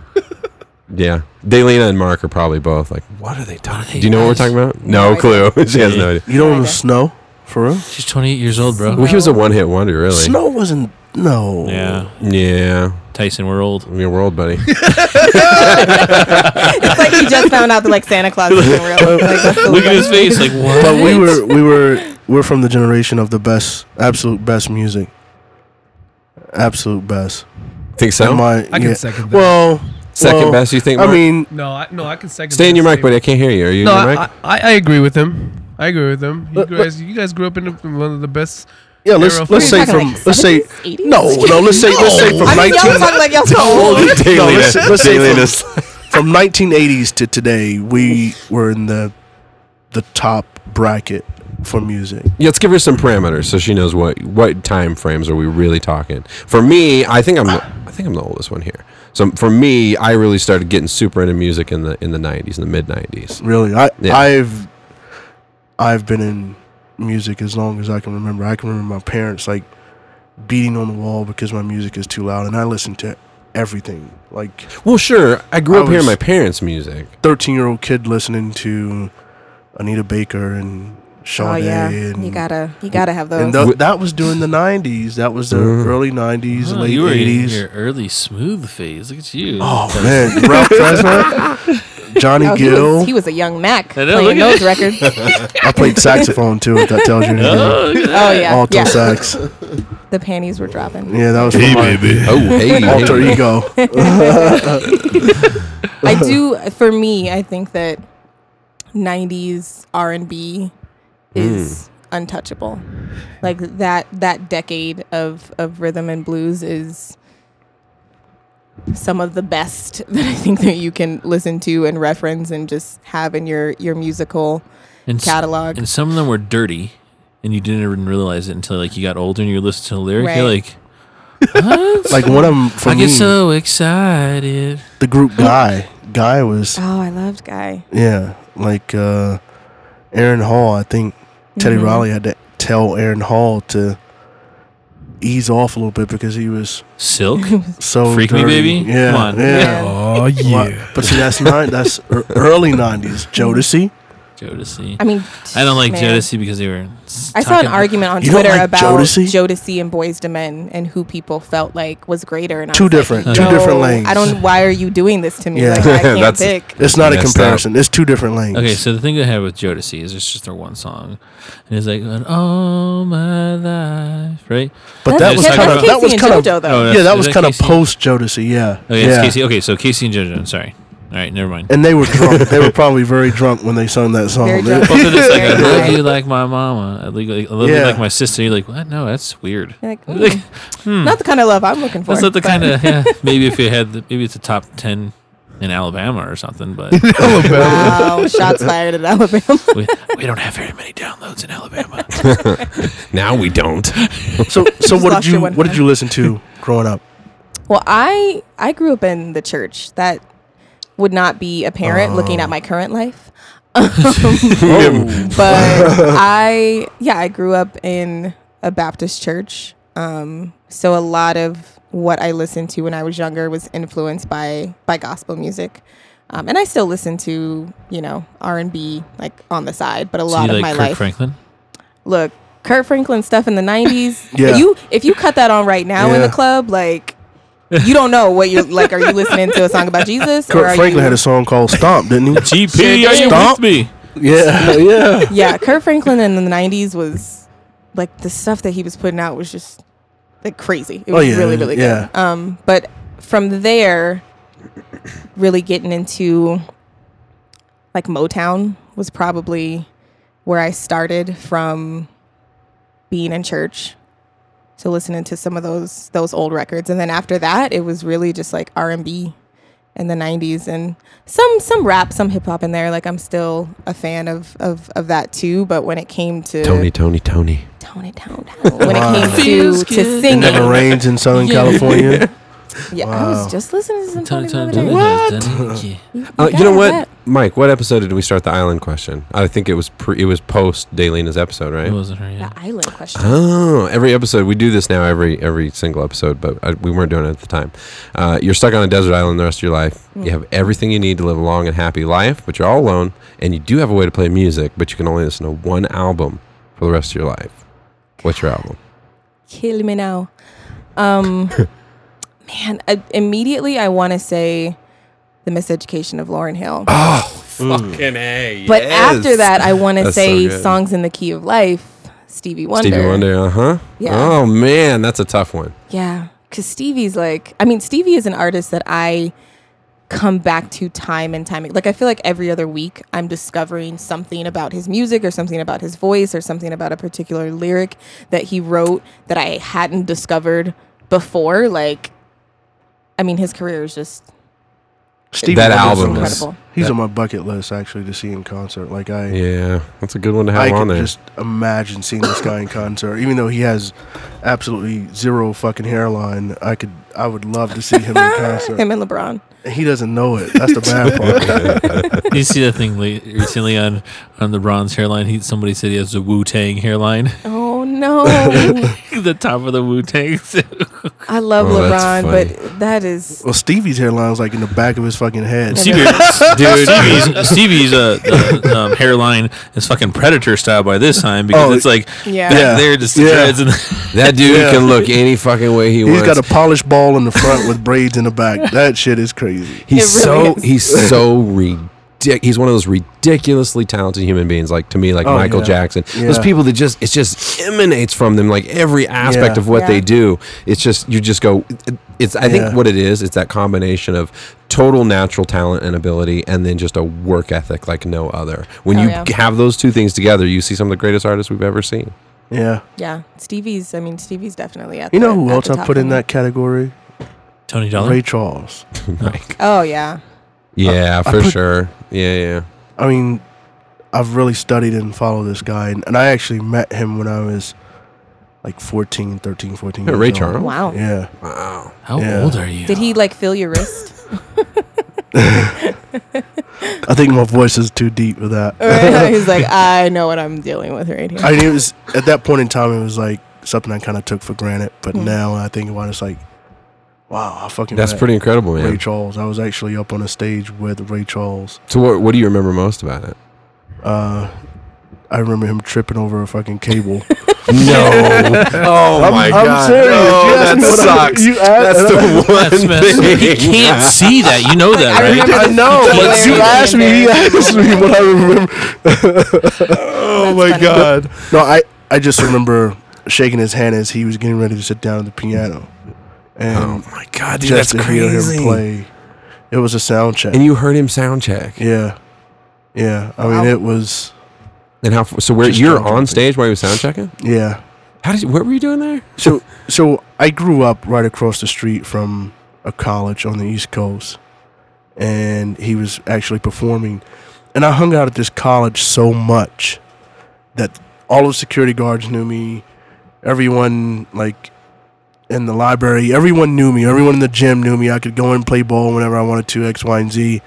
Speaker 1: Yeah, Daylena and Mark are probably both like, what are they talking?
Speaker 3: they
Speaker 1: Do you know what we're
Speaker 3: guys?
Speaker 1: talking about? No,
Speaker 4: No
Speaker 1: clue. she has no idea.
Speaker 5: You don't
Speaker 4: Kinda.
Speaker 5: know Snow? For real?
Speaker 3: She's 28 years old, bro.
Speaker 5: Oh.
Speaker 1: Well, he was a one-hit wonder, really.
Speaker 5: Snow wasn't. No.
Speaker 3: Yeah,
Speaker 1: Yeah,
Speaker 3: Tyson, we're old.
Speaker 1: your world, buddy.
Speaker 4: It's like you just found out that like Santa Claus is real. Like, that's the
Speaker 3: Look at his
Speaker 4: latest.
Speaker 3: face, like what?
Speaker 5: But we were we were we're from the generation of the best, absolute best music. Absolute best.
Speaker 1: Think
Speaker 5: And
Speaker 1: so?
Speaker 5: my-
Speaker 6: I can
Speaker 5: yeah.
Speaker 6: second that.
Speaker 5: Well,
Speaker 1: Second
Speaker 5: well,
Speaker 1: best, you think?
Speaker 5: I
Speaker 1: Mark?
Speaker 5: mean,
Speaker 6: no, I, no, I can second.
Speaker 1: stay in
Speaker 6: that
Speaker 1: your mic,
Speaker 6: statement.
Speaker 1: buddy. I can't hear you. Are you
Speaker 6: No,
Speaker 1: in your mic?
Speaker 6: I, I, I agree with him. I agree with him. You
Speaker 5: But- but-
Speaker 6: guys, you guys grew up in one of the best.
Speaker 5: yeah. Let's
Speaker 6: Arrow
Speaker 5: let's
Speaker 6: We're
Speaker 5: say
Speaker 4: talking,
Speaker 5: from
Speaker 4: like,
Speaker 5: let's say
Speaker 4: 70s, 80s?
Speaker 5: no no let's say let's say from
Speaker 4: I mean, y'all
Speaker 5: nineteen Oh,
Speaker 4: talk like y'all so old.
Speaker 5: No,
Speaker 1: Daylena.
Speaker 5: let's- let's say
Speaker 1: Daylena
Speaker 5: from-
Speaker 1: is-
Speaker 5: from nineteen eighties to today we were in the the top bracket for music.
Speaker 1: Yeah, let's give her some parameters so she knows what what time frames are we really talking. For me, I think I'm the, I think I'm the oldest one here. So for me, I really started getting super into music in the in the 90s, in the mid 90s.
Speaker 5: Really, I
Speaker 1: Yeah.
Speaker 5: I've I've been in music as long as I can remember. I can remember my parents like beating on the wall because my music is too loud, and I listened to everything. Like
Speaker 1: Well, sure, I grew
Speaker 5: I
Speaker 1: up hearing my
Speaker 5: was-
Speaker 1: parents' music.
Speaker 5: thirteen year old kid listening to Anita Baker and
Speaker 4: Oh
Speaker 5: Sade
Speaker 4: yeah,
Speaker 5: and
Speaker 4: you gotta you gotta have those.
Speaker 5: and tho- that was during the '90s. That was the
Speaker 1: Mm.
Speaker 5: early '90s,
Speaker 3: Oh,
Speaker 5: late
Speaker 3: you were in
Speaker 5: '80s.
Speaker 3: your early smooth phase. Look at you.
Speaker 5: Oh man, Ralph Tresvant, Johnny
Speaker 4: Oh, he,
Speaker 5: Gill.
Speaker 4: was, he was a young Mac
Speaker 3: I know,
Speaker 4: playing
Speaker 3: look at
Speaker 4: those records.
Speaker 5: I played saxophone too. If that tells you anything.
Speaker 3: Oh, look at that.
Speaker 4: Oh yeah,
Speaker 5: Alto
Speaker 4: yeah.
Speaker 5: sax.
Speaker 4: The panties were dropping.
Speaker 5: Yeah, that was from my
Speaker 1: Oh, hey,
Speaker 5: alter
Speaker 1: hey.
Speaker 5: ego.
Speaker 4: I do. For me, I think that '90s R&B is
Speaker 5: Mm.
Speaker 4: untouchable. Like that that decade of of rhythm and blues is some of the best that I think that you can listen to and reference and just have in your your musical
Speaker 3: And s-
Speaker 4: catalog.
Speaker 3: And some of them were dirty, and you didn't even realize it until like you got older and you listened to the lyric. You're
Speaker 4: Right.
Speaker 3: like, what?
Speaker 5: Like one of them for
Speaker 3: I uh,
Speaker 5: me,
Speaker 3: get so excited.
Speaker 5: the group Guy. Guy was
Speaker 4: Oh, I loved Guy.
Speaker 5: yeah, like uh, Aaron Hall. I think Teddy Riley had to tell Aaron Hall to ease off a little bit because he was
Speaker 3: Silk.
Speaker 5: so
Speaker 3: Freak me,
Speaker 5: dirty.
Speaker 3: baby?
Speaker 5: Yeah,
Speaker 3: Come on.
Speaker 5: yeah.
Speaker 6: Oh
Speaker 5: Why-
Speaker 6: yeah.
Speaker 5: But see, that's nine. That's ear- early '90s. Jodeci.
Speaker 3: Jodeci.
Speaker 4: I mean,
Speaker 3: I don't like
Speaker 4: man.
Speaker 3: Jodeci because they were. s-
Speaker 4: I saw an
Speaker 3: talking-
Speaker 4: argument on
Speaker 5: You don't
Speaker 4: Twitter
Speaker 5: like
Speaker 4: about
Speaker 5: Jodeci?
Speaker 4: Jodeci? and Boys to Men and who people felt like was greater. And I
Speaker 5: Two
Speaker 4: was like,
Speaker 5: different, two
Speaker 4: "No,
Speaker 5: different lanes.
Speaker 4: I don't. Why are you doing this to me?
Speaker 5: Yeah.
Speaker 4: Like I can't
Speaker 1: That's-
Speaker 4: pick.
Speaker 5: It's not a
Speaker 1: Messed up.
Speaker 5: comparison. It's two different lanes.
Speaker 3: Okay, so the thing I had with Jodeci is it's just their one song, and it's like "And all my life, right?
Speaker 5: but that
Speaker 4: That's-
Speaker 5: was
Speaker 4: yeah,
Speaker 5: kind of
Speaker 4: that's
Speaker 5: that
Speaker 4: Casey
Speaker 5: was
Speaker 4: and
Speaker 5: kind of
Speaker 4: JoJo, though.
Speaker 3: Oh,
Speaker 5: yeah that
Speaker 3: Is
Speaker 5: was
Speaker 3: that
Speaker 5: kind of
Speaker 3: Casey?
Speaker 5: post Jodeci. Yeah.
Speaker 3: Okay,
Speaker 5: yeah.
Speaker 3: it's Casey. Okay, so Casey and JoJo. Sorry. All right, never mind.
Speaker 5: And they were drunk. they were probably very drunk when they sung that song.
Speaker 4: Very
Speaker 5: They-
Speaker 4: drunk.
Speaker 3: Both of this, like, I
Speaker 4: Very
Speaker 3: love
Speaker 4: high.
Speaker 3: you like my mama. I love you like, I love you
Speaker 5: Yeah.
Speaker 3: like my sister. You're like, what? No, that's weird.
Speaker 4: You're like,
Speaker 3: Like, hmm.
Speaker 4: "Mm, Not the kind of love I'm looking for.
Speaker 3: That's not the
Speaker 4: but-
Speaker 3: kind of yeah, maybe if you had the, maybe it's a top ten in Alabama or something, but
Speaker 4: Wow, shots fired at Alabama.
Speaker 3: we, we don't have very many downloads in Alabama.
Speaker 1: Now we don't.
Speaker 5: So so
Speaker 4: Just
Speaker 5: what did
Speaker 4: lost your
Speaker 5: you
Speaker 4: one
Speaker 5: what did
Speaker 4: friend.
Speaker 5: you listen to growing up?
Speaker 4: Well, I I grew up in the church. That would not be apparent looking at my current life. Um,
Speaker 1: Oh,
Speaker 4: but I yeah, I grew up in a Baptist church. Um, so a lot of what I listened to when I was younger was influenced by by gospel music. Um, and I still listen to, you know, R and B like on the side, but a
Speaker 3: So
Speaker 4: lot
Speaker 3: you like
Speaker 4: of my
Speaker 3: Kirk
Speaker 4: life.
Speaker 3: Franklin?
Speaker 4: Look, Kurt Franklin stuff in the nineties.
Speaker 5: Yeah.
Speaker 4: You if you cut that on right now in
Speaker 5: Yeah.
Speaker 4: the club, like you don't know what you're like. Are you listening to a song about Jesus? or
Speaker 5: Kurt
Speaker 4: are
Speaker 5: Franklin
Speaker 4: you,
Speaker 5: had a song called Stomp, didn't he?
Speaker 3: GP, are you
Speaker 5: Stomp.
Speaker 3: with me?
Speaker 5: yeah, yeah.
Speaker 4: yeah, Kurt Franklin in the '90s was like the stuff that he was putting out was just like crazy. It
Speaker 5: Oh,
Speaker 4: was
Speaker 5: yeah,
Speaker 4: really, really
Speaker 5: yeah.
Speaker 4: good. Um, but from there, really getting into like Motown was probably where I started from being in church. So listening to some of those those old records, and then after that, it was really just like R and B in the '90s, and some some rap, some hip hop in there. Like I'm still a fan of of of that too. But when it came to
Speaker 1: Tony, Tony, Tony.
Speaker 4: tone it down, down. when
Speaker 5: Wow.
Speaker 4: it came to, to
Speaker 5: It
Speaker 4: singing.
Speaker 5: never rains in Southern California.
Speaker 4: Yeah, I
Speaker 5: Wow.
Speaker 4: was just listening to some
Speaker 3: Tony,
Speaker 4: Tony
Speaker 3: Tony,
Speaker 4: the other day.
Speaker 3: Tony, Tony, yeah.
Speaker 4: You,
Speaker 1: Uh,
Speaker 4: gotta
Speaker 1: you know
Speaker 4: have
Speaker 1: what,
Speaker 4: that.
Speaker 1: Mike? What episode did we start the island question? I think it was pre, it was post Dalena's episode,
Speaker 3: It
Speaker 1: right?
Speaker 3: wasn't her
Speaker 4: The
Speaker 3: yet.
Speaker 4: island question.
Speaker 1: Oh, every episode we do this now. Every every single episode, but I, we weren't doing it at the time. Uh, you're stuck on a desert island the rest of your life. You have everything you need to live a long and happy life, but you're all alone, and you do have a way to play music, but you can only listen to one album for the rest of your life. What's your album?
Speaker 4: Kill me now. Um, man, I, immediately I want to say the miseducation of Lauren Hill.
Speaker 1: Oh, fucking a!
Speaker 4: But after that, I want to
Speaker 1: That's so
Speaker 4: say
Speaker 1: good.
Speaker 4: songs in the key of life. Stevie Wonder.
Speaker 1: Stevie Wonder, uh huh.
Speaker 4: Yeah.
Speaker 1: Oh man, that's a tough one.
Speaker 4: Yeah, because Stevie's like, I mean, Stevie is an artist that I come back to time and time. Like, I feel like every other week I'm discovering something about his music or something about his voice or something about a particular lyric that he wrote that I hadn't discovered before. Like, I mean, his career is just
Speaker 5: Stevie
Speaker 1: That
Speaker 5: Wonder's
Speaker 1: album
Speaker 5: on my-
Speaker 1: is-
Speaker 4: incredible.
Speaker 5: He's
Speaker 1: that-
Speaker 5: on my bucket list actually to see in concert. Like I,
Speaker 1: Yeah, that's a good one to have
Speaker 5: I
Speaker 1: on
Speaker 5: can
Speaker 1: there.
Speaker 5: just imagine seeing this guy in concert. Even though he has absolutely zero fucking hairline, I could, I would love to see him in concert.
Speaker 4: Him and LeBron.
Speaker 5: And he doesn't know it. That's the bad part.
Speaker 3: Did you see that thing late, recently on on the bronze hairline? He, somebody said he has a Wu Tang hairline.
Speaker 4: Oh, no.
Speaker 3: the top of the Wu Tang.
Speaker 4: I love
Speaker 1: Oh, that's
Speaker 4: LeBron,
Speaker 1: funny.
Speaker 4: but that is.
Speaker 5: Well, Stevie's hairline is like in the back of his fucking head.
Speaker 3: Stevie, dude, Stevie's, Stevie's uh, uh, um, hairline is fucking predator style by this time because
Speaker 5: Oh,
Speaker 3: it's like
Speaker 4: Yeah.
Speaker 3: back
Speaker 5: Yeah.
Speaker 3: there just
Speaker 5: Yeah.
Speaker 3: dreads and
Speaker 1: That dude
Speaker 5: Yeah.
Speaker 1: can look any fucking way he
Speaker 5: He's
Speaker 1: wants.
Speaker 5: got a polished ball in the front with braids in the back. That shit is crazy.
Speaker 1: he's
Speaker 4: It really
Speaker 1: so
Speaker 4: is.
Speaker 1: he's so ridiculous. He's one of those ridiculously talented human beings, like to me, like
Speaker 5: Oh,
Speaker 1: Michael
Speaker 5: yeah.
Speaker 1: Jackson. Those
Speaker 5: Yeah.
Speaker 1: people that just it just emanates from them, like every aspect
Speaker 5: Yeah.
Speaker 1: of what
Speaker 4: Yeah.
Speaker 1: they do. It's just you just go. It's I think
Speaker 5: Yeah.
Speaker 1: what it is. It's that combination of total natural talent and ability, and then just a work ethic like no other. When
Speaker 4: Oh,
Speaker 1: you
Speaker 4: yeah.
Speaker 1: have those two things together, you see some of the greatest artists we've ever seen.
Speaker 5: Uh, Yeah.
Speaker 4: Yeah, Stevie's. I mean, Stevie's definitely at
Speaker 5: You know
Speaker 4: the-
Speaker 5: who
Speaker 4: at
Speaker 5: else
Speaker 4: the
Speaker 5: I
Speaker 4: top
Speaker 5: put
Speaker 4: for
Speaker 5: in
Speaker 4: me.
Speaker 5: that category?
Speaker 3: Tony Dollar.
Speaker 5: Ray Charles.
Speaker 1: Like,
Speaker 4: Oh, yeah.
Speaker 1: yeah,
Speaker 5: I
Speaker 1: for
Speaker 5: put-
Speaker 1: sure. Yeah, yeah.
Speaker 5: I mean, I've really studied and followed this guy, and, and I actually met him when I was like 14, 13, 14
Speaker 1: Yeah,
Speaker 5: years
Speaker 1: Ray
Speaker 5: old.
Speaker 1: Charles?
Speaker 4: Wow.
Speaker 5: Oh, Yeah.
Speaker 1: Wow.
Speaker 3: How
Speaker 5: Yeah.
Speaker 3: old are you?
Speaker 4: Did he like feel your wrist?
Speaker 5: I think my voice is too deep for that.
Speaker 4: He's like, I know what I'm dealing with right here.
Speaker 5: I mean, it was at that point in time, it was like something I kind of took for granted, but
Speaker 4: Hmm.
Speaker 5: now I think about it, it's like, wow, I fucking
Speaker 1: That's
Speaker 5: met
Speaker 1: pretty incredible, man.
Speaker 5: Ray Charles. I was actually up on a stage with Ray Charles.
Speaker 1: So what what do you remember most about it?
Speaker 5: uh, I remember him tripping over a fucking cable.
Speaker 1: No. oh my
Speaker 5: I'm serious. You asked me what I- you asked-
Speaker 1: That's the one
Speaker 3: That's messed up. You can't see that. You know that,
Speaker 4: I
Speaker 3: right?
Speaker 4: remember the
Speaker 5: know,
Speaker 4: Taylor
Speaker 5: but
Speaker 4: being
Speaker 5: you asked me. He
Speaker 4: there.
Speaker 5: asked me what I remember. oh
Speaker 4: my funny.
Speaker 5: god! No, I I just remember shaking his hand as he was getting ready to sit down at the piano, and
Speaker 1: Oh my god, dude,
Speaker 5: just
Speaker 1: that's
Speaker 5: to hear
Speaker 1: crazy.
Speaker 5: him play, it was a sound check.
Speaker 1: And you heard him sound check.
Speaker 5: yeah, yeah. I
Speaker 4: Wow.
Speaker 5: mean, it was
Speaker 1: And how? So where
Speaker 5: Just
Speaker 1: you're
Speaker 5: sound
Speaker 1: on
Speaker 5: check.
Speaker 1: stage while he was sound checking?
Speaker 5: yeah.
Speaker 1: How did? You, what were you doing there?
Speaker 5: So so I grew up right across the street from a college on the East Coast, and he was actually performing, and I hung out at this college so much that all the security guards knew me, everyone like in the library, everyone knew me, everyone in the gym knew me. I could go and play ball whenever I wanted to, X, Y, and Z,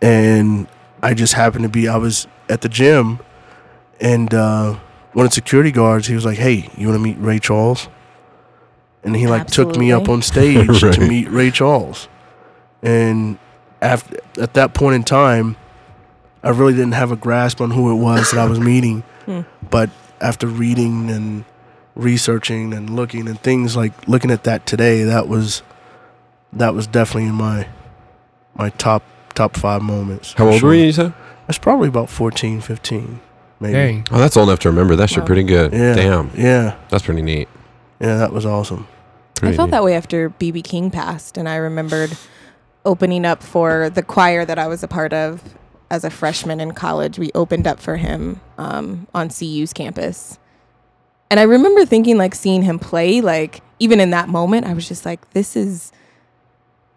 Speaker 5: and I just happened to be I was at the gym, and. uh one of the security guards, he was like, "Hey, you want to meet Ray Charles?" And he like took me up
Speaker 4: Absolutely.
Speaker 5: on stage
Speaker 1: Right.
Speaker 5: to meet Ray Charles. And after at that point in time, I really didn't have a grasp on who it was that I was meeting.
Speaker 4: Hmm.
Speaker 5: But after reading and researching and looking and things like looking at that today, that was that was definitely in my my top top five moments.
Speaker 1: How
Speaker 5: for
Speaker 1: old
Speaker 5: sure.
Speaker 1: were you? You said?
Speaker 5: I was probably about 14, 15, maybe.
Speaker 6: Dang.
Speaker 1: Oh, that's old enough to remember. That shit
Speaker 4: Wow.
Speaker 1: pretty good.
Speaker 5: Yeah.
Speaker 1: Damn,
Speaker 5: Yeah.
Speaker 1: that's pretty neat.
Speaker 5: Yeah, that was awesome.
Speaker 4: I
Speaker 1: Pretty
Speaker 4: felt
Speaker 1: neat.
Speaker 4: that way after BB King passed, and I remembered opening up for the choir that I was a part of as a freshman in college. We opened up for him um, on CU's campus, And I remember thinking, like, seeing him play, like, even in that moment, I was just like, this is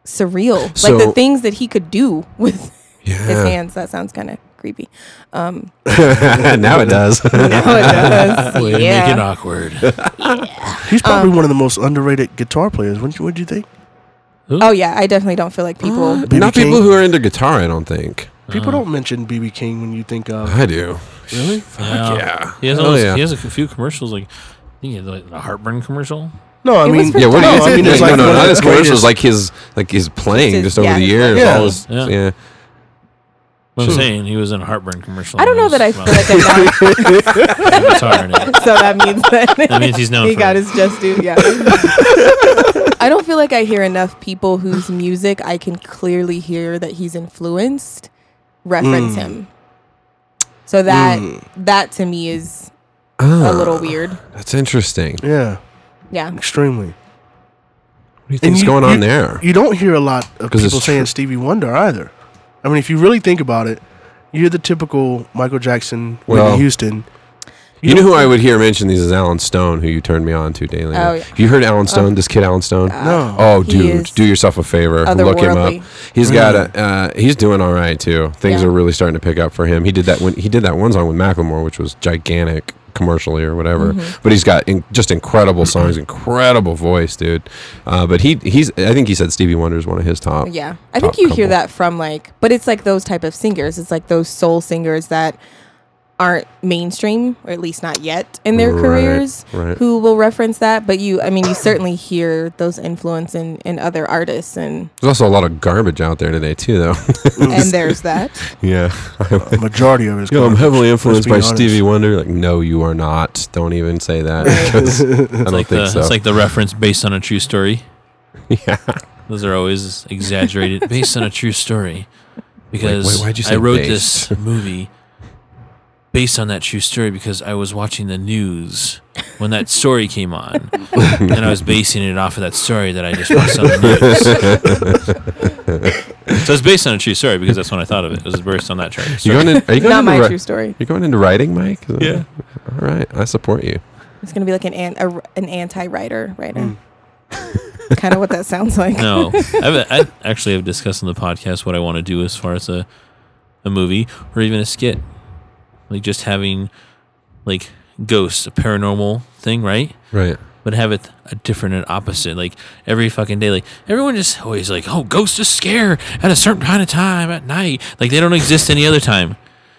Speaker 4: surreal.
Speaker 1: So-
Speaker 4: like, the things that he could do with his
Speaker 1: Yeah.
Speaker 4: hands. That sounds kind of creepy. Um,
Speaker 1: now it does.
Speaker 4: now it does.
Speaker 3: Way to make it
Speaker 4: yeah.
Speaker 3: awkward.
Speaker 5: He's probably one of the most underrated guitar players. Wouldn't you? Would you think?
Speaker 4: Oh, yeah. I definitely don't feel like people.
Speaker 5: B.B.
Speaker 1: Not people
Speaker 5: King?
Speaker 1: who are into guitar, I don't think.
Speaker 5: People don't mention BB King when you think of.
Speaker 1: I do.
Speaker 5: Really?
Speaker 1: Fuck yeah.
Speaker 3: He has,
Speaker 1: Hell
Speaker 3: all those-
Speaker 1: yeah.
Speaker 3: he has a few commercials. Like, I think he had like a heartburn commercial.
Speaker 5: No, I
Speaker 4: It was
Speaker 5: mean,
Speaker 4: for-
Speaker 1: Yeah, what do
Speaker 5: No,
Speaker 1: you
Speaker 5: I
Speaker 1: think?
Speaker 5: mean, it's
Speaker 1: no,
Speaker 5: like
Speaker 1: no,
Speaker 5: one of
Speaker 1: not
Speaker 5: the
Speaker 1: his commercials.
Speaker 5: greatest-
Speaker 1: Like his, like his playing
Speaker 4: His-
Speaker 1: just over
Speaker 4: yeah,
Speaker 1: the
Speaker 4: his
Speaker 1: years.
Speaker 5: playing.
Speaker 1: All his,
Speaker 3: Yeah.
Speaker 1: yeah.
Speaker 3: What I'm saying, he was in a heartburn commercial.
Speaker 4: I don't know that I feel like I'm not.
Speaker 3: guitar in it.
Speaker 4: so that means that,
Speaker 3: That means he's known
Speaker 4: he
Speaker 3: for
Speaker 4: got
Speaker 3: it.
Speaker 4: his just due. Yeah. I don't feel like I hear enough people whose music I can clearly hear that he's influenced reference
Speaker 5: Mm.
Speaker 4: him. So that
Speaker 5: Mm.
Speaker 4: that to me is
Speaker 1: Ah,
Speaker 4: a little weird.
Speaker 1: That's interesting.
Speaker 5: Yeah,
Speaker 4: Yeah.
Speaker 5: extremely.
Speaker 1: What do you
Speaker 5: And
Speaker 1: think's
Speaker 5: you-
Speaker 1: going on
Speaker 5: you-
Speaker 1: there?
Speaker 5: You don't hear a lot of
Speaker 1: 'Cause it's
Speaker 5: people saying
Speaker 1: true.
Speaker 5: Stevie Wonder either. I mean, if you really think about it, you're the typical Michael Jackson,
Speaker 1: Well,
Speaker 5: Whitney Houston.
Speaker 1: You, know who I would hear mention these is Alan Stone, who you turned me on to daily.
Speaker 4: Oh, yeah.
Speaker 1: Have you heard Alan Stone? This kid Alan Stone.
Speaker 5: No.
Speaker 1: Oh,
Speaker 4: He
Speaker 1: dude,
Speaker 4: is
Speaker 1: do yourself a favor. Look him
Speaker 4: otherworldly.
Speaker 1: up. He's got a. Uh, he's doing all right too. Things
Speaker 4: Yeah.
Speaker 1: are really starting to pick up for him. He did that when he did that one song with Macklemore, which was gigantic commercially or whatever. But he's got in, just incredible songs, incredible voice, dude. Uh, but he he's. I think he said Stevie Wonder is one of his top.
Speaker 4: Yeah. I
Speaker 1: Top
Speaker 4: think you hear
Speaker 1: couple.
Speaker 4: that from like but it's like those type of singers. It's like those soul singers that aren't mainstream or at least not yet in their
Speaker 1: Right,
Speaker 4: careers
Speaker 1: right.
Speaker 4: who will reference that but you i mean you certainly hear those influence in, in other artists and
Speaker 1: There's also a lot of garbage out there today too, though.
Speaker 4: and there's that
Speaker 1: yeah.
Speaker 5: The majority of it is.
Speaker 1: You know, Oh. I'm
Speaker 5: garbage,
Speaker 1: heavily
Speaker 5: let's
Speaker 1: influenced
Speaker 5: be
Speaker 1: by
Speaker 5: honest.
Speaker 1: Stevie Wonder. Like, no, you are not. Don't even say that. because I don't think
Speaker 3: Like the,
Speaker 1: so.
Speaker 3: It's like the reference based on a true story.
Speaker 1: yeah.
Speaker 3: Those are always exaggerated, based on a true story. Because
Speaker 1: why'd you
Speaker 3: I
Speaker 1: say
Speaker 3: wrote
Speaker 1: based?
Speaker 3: this movie based on that true story because I was watching the news when that story came on, and I was basing it off of that story that I just watched on the news. so it's based on a true story because that's when I thought of it. It was based on that true
Speaker 1: You
Speaker 3: story.
Speaker 1: going in, are you going
Speaker 4: not
Speaker 1: into
Speaker 4: my
Speaker 1: ri-
Speaker 4: true story
Speaker 1: You're going into writing, Mike? Is that-
Speaker 3: Yeah.
Speaker 1: All right. I support you.
Speaker 4: it's going to be like an an, a, an anti-writer right now kind of what that sounds like
Speaker 3: Mm. No, I've, I actually have discussed on the podcast what I want to do as far as a a movie or even a skit, like just having like ghosts, a paranormal thing, right?
Speaker 1: Right.
Speaker 3: But have it a different and opposite. Like every fucking day, like everyone just always like, oh, ghosts just scare at a certain kind of time at night. Like they don't exist any other time.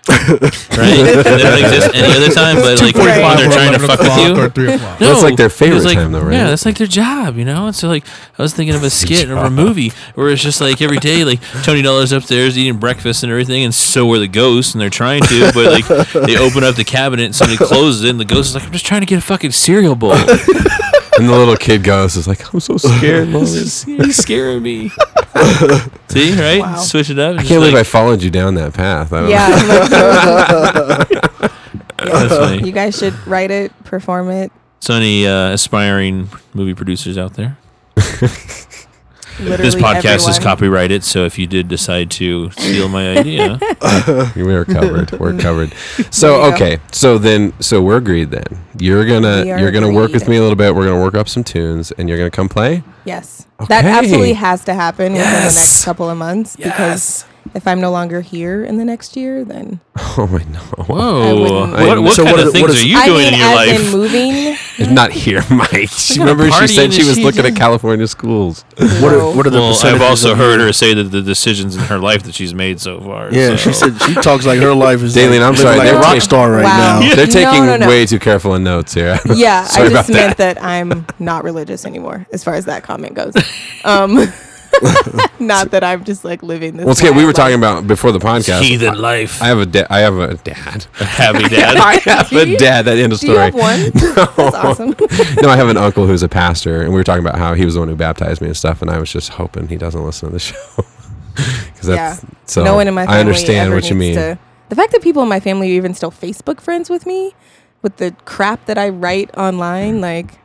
Speaker 3: right? They don't exist any other time, but like when they're trying to fuck with you.
Speaker 6: Or three o'clock.
Speaker 1: That's like their
Speaker 3: it was
Speaker 1: favorite time though, right?
Speaker 3: Yeah, that's like their job, you know? And so, like, I was thinking of a skit or a movie where it's just like every day, like, Tony Dollar's upstairs eating breakfast and everything, and so are the ghosts, and they're trying to, but like, they open up the cabinet and somebody closes it, and the ghost is like, I'm just trying to get a fucking cereal bowl.
Speaker 1: And the little kid goes, "Is like, I'm so scared, Mom.
Speaker 3: This is- He's scaring me. See, right?
Speaker 4: Wow.
Speaker 3: Switch it up.
Speaker 1: I can't believe I followed you down that path. I don't
Speaker 4: yeah,
Speaker 1: know.
Speaker 4: I'm like- "Oh."
Speaker 3: That's
Speaker 4: Yeah.
Speaker 3: funny.
Speaker 4: you guys should write it perform it
Speaker 3: So, any uh, aspiring movie producers out there?
Speaker 4: literally
Speaker 3: this podcast is
Speaker 4: everyone.
Speaker 3: copyrighted, so if you did decide to steal my idea,
Speaker 1: We are covered. We're covered. So
Speaker 4: There you go.
Speaker 1: okay. So then, so we're agreed. Then you're gonna
Speaker 4: We are
Speaker 1: you're gonna work with
Speaker 4: agreed.
Speaker 1: me a little bit. We're gonna work up some tunes, and you're gonna come play.
Speaker 4: Yes. That
Speaker 1: Okay.
Speaker 4: absolutely has to happen within the next
Speaker 1: Yes.
Speaker 4: couple of months because if I'm no longer here in the next year, then
Speaker 1: Oh my no!
Speaker 3: Whoa!
Speaker 4: wouldn't-
Speaker 3: What, what
Speaker 5: So
Speaker 3: kind
Speaker 5: what
Speaker 3: of
Speaker 5: is-
Speaker 3: things
Speaker 5: what is-
Speaker 3: are you
Speaker 4: I
Speaker 3: doing
Speaker 4: mean,
Speaker 3: in your
Speaker 4: as
Speaker 3: life?
Speaker 4: in moving.
Speaker 1: Not here, Mike. She remember she
Speaker 3: party in
Speaker 1: said
Speaker 3: the
Speaker 1: she was looking at
Speaker 3: season.
Speaker 1: California schools.
Speaker 5: What
Speaker 4: No.
Speaker 5: are, what are the
Speaker 3: well, I've
Speaker 5: percentages
Speaker 3: also
Speaker 5: of-
Speaker 3: heard her say that the decisions in her life that she's made so far.
Speaker 5: Yeah,
Speaker 3: so.
Speaker 5: she said she talks like her life is
Speaker 1: Daylene,
Speaker 5: like,
Speaker 1: I'm
Speaker 5: living
Speaker 1: sorry,
Speaker 5: like
Speaker 1: they're
Speaker 5: a rock
Speaker 1: taking-
Speaker 5: star right
Speaker 4: Wow.
Speaker 5: now.
Speaker 4: Yeah.
Speaker 1: They're
Speaker 4: No,
Speaker 1: taking
Speaker 4: no, no.
Speaker 1: way too careful in notes here.
Speaker 4: Yeah,
Speaker 1: Sorry
Speaker 4: I just
Speaker 1: about
Speaker 4: meant that. I'm not religious anymore as far as that comment goes. Um, not that I'm just like living this.
Speaker 1: Well, it's okay. We
Speaker 4: wild
Speaker 1: were talking
Speaker 4: life.
Speaker 1: about before the podcast.
Speaker 3: heathen life.
Speaker 1: I have a da- I have a dad.
Speaker 3: Happy dad.
Speaker 1: I have
Speaker 4: Do
Speaker 1: a
Speaker 4: you-
Speaker 1: dad. That end of
Speaker 4: Do you
Speaker 1: story.
Speaker 4: have one? That's awesome.
Speaker 1: no, I have an uncle who's a pastor, and we were talking about how he was the one who baptized me and stuff, and I was just hoping he doesn't listen to the show. 'Cause that's-
Speaker 4: Yeah.
Speaker 1: so
Speaker 4: no one in my family
Speaker 1: I understand
Speaker 4: ever
Speaker 1: what you mean.
Speaker 4: needs to- the fact that people in my family are even still Facebook friends with me, with the crap that I write online, like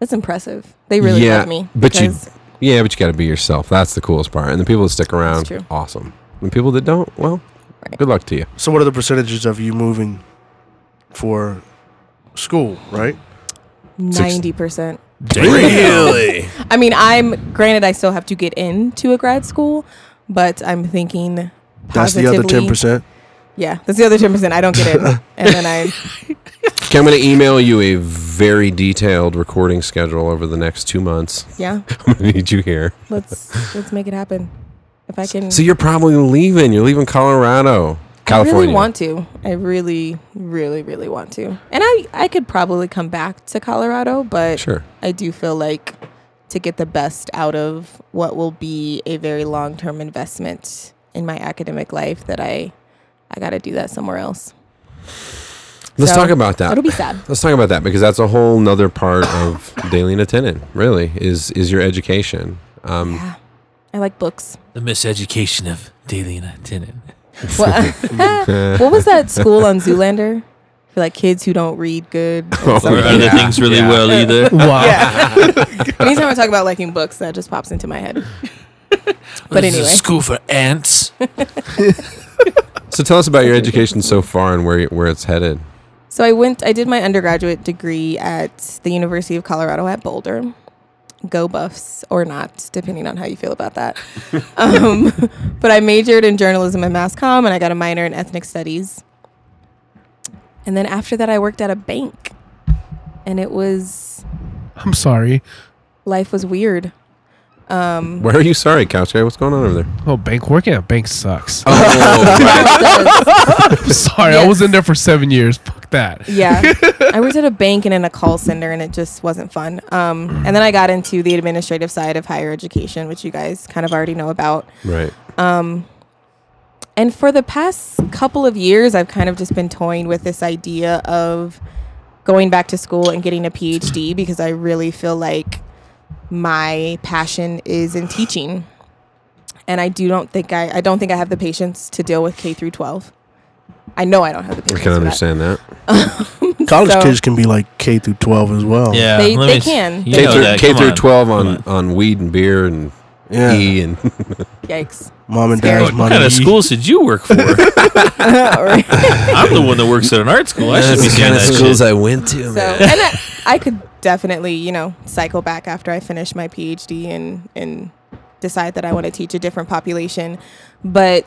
Speaker 4: that's impressive. They really
Speaker 1: Yeah,
Speaker 4: love me.
Speaker 1: but you-
Speaker 4: because-
Speaker 1: Yeah, but you got to be yourself. That's the coolest part. And the people that stick around,
Speaker 4: true.
Speaker 1: awesome. And people that don't, well,
Speaker 4: Right.
Speaker 1: good luck to you.
Speaker 5: So what are the percentages of you moving for school? Right?
Speaker 4: ninety percent.
Speaker 3: Really?
Speaker 4: I mean, I'm granted I still have to get into a grad school, but I'm thinking
Speaker 5: That's the other
Speaker 4: positively-
Speaker 5: ten percent.
Speaker 4: Yeah, that's the other ten percent. I don't get in, and then I
Speaker 1: Okay, I'm going to email you a very detailed recording schedule over the next two months.
Speaker 4: yeah.
Speaker 1: I'm going to need you here.
Speaker 4: Let's let's make it happen. If I can,
Speaker 1: So you're probably leaving. You're leaving Colorado, California.
Speaker 4: I really want to. I really, really, really want to. And I I could probably come back to Colorado, but
Speaker 1: Sure.
Speaker 4: I do feel like to get the best out of what will be a very long term investment in my academic life that I I got to do that somewhere else.
Speaker 1: Let's
Speaker 4: So,
Speaker 1: talk about that.
Speaker 4: It'll be sad.
Speaker 1: Let's talk about that because that's a whole nother part of daily and attendant. Really, is is your education. Um,
Speaker 4: yeah. I like books.
Speaker 3: the miseducation of daily and attendant.
Speaker 4: What, what was that school on Zoolander for like kids who don't read good? and
Speaker 1: Oh,
Speaker 3: Or
Speaker 4: something?
Speaker 3: other
Speaker 1: Yeah.
Speaker 3: things really well either.
Speaker 6: Wow.
Speaker 4: Yeah. Anytime I talk about liking books, that just pops into my head. But
Speaker 3: This is a
Speaker 4: anyway.
Speaker 3: school for ants.
Speaker 1: So tell us about your education so far and where you- where it's headed.
Speaker 4: So I went, I did my undergraduate degree at the University of Colorado at Boulder. Go Buffs or not, depending on how you feel about that. um, but I majored in journalism and mass comm, and I got a minor in ethnic studies. And then after that, I worked at a bank, and it was
Speaker 6: I'm sorry.
Speaker 4: life was weird. Um,
Speaker 1: Where are you? Sorry, couch guy. What's going on over there?
Speaker 6: Oh, bank working at bank sucks.
Speaker 3: Oh,
Speaker 4: it does-
Speaker 6: I'm sorry. I was in there for seven years. Fuck that.
Speaker 4: Yeah. I worked at a bank and in a call center, and it just wasn't fun. Um, and then I got into the administrative side of higher education, which you guys kind of already know about.
Speaker 1: Right.
Speaker 4: Um, and for the past couple of years, I've kind of just been toying with this idea of going back to school and getting a PhD because I really feel like my passion is in teaching. And I do don't think I, I don't think I have the patience to deal with K through 12. I know I don't have the
Speaker 1: I
Speaker 4: patience.
Speaker 1: can
Speaker 4: for that.
Speaker 1: understand that.
Speaker 5: College
Speaker 4: So-
Speaker 5: kids can be like K through twelve as well.
Speaker 3: Yeah,
Speaker 4: They-
Speaker 3: let
Speaker 4: they
Speaker 3: me s-
Speaker 4: can.
Speaker 3: you
Speaker 1: K
Speaker 3: know
Speaker 1: through,
Speaker 3: that,
Speaker 1: K
Speaker 3: come
Speaker 1: through
Speaker 3: on.
Speaker 1: twelve on,
Speaker 3: Come
Speaker 1: on weed and beer and
Speaker 5: Yeah.
Speaker 1: e and
Speaker 4: Yikes.
Speaker 5: Mom and
Speaker 4: Scary.
Speaker 5: dad's
Speaker 3: What
Speaker 5: money.
Speaker 3: kind of schools did you work for? I'm
Speaker 4: Right.
Speaker 3: the one that works at an art school. I should be
Speaker 1: That's the
Speaker 3: saying
Speaker 1: kind of
Speaker 3: that
Speaker 1: schools
Speaker 3: shit.
Speaker 1: I went to.
Speaker 4: So,
Speaker 1: man.
Speaker 4: and I, I could definitely, you know, cycle back after I finish my PhD and and decide that I want to teach a different population. But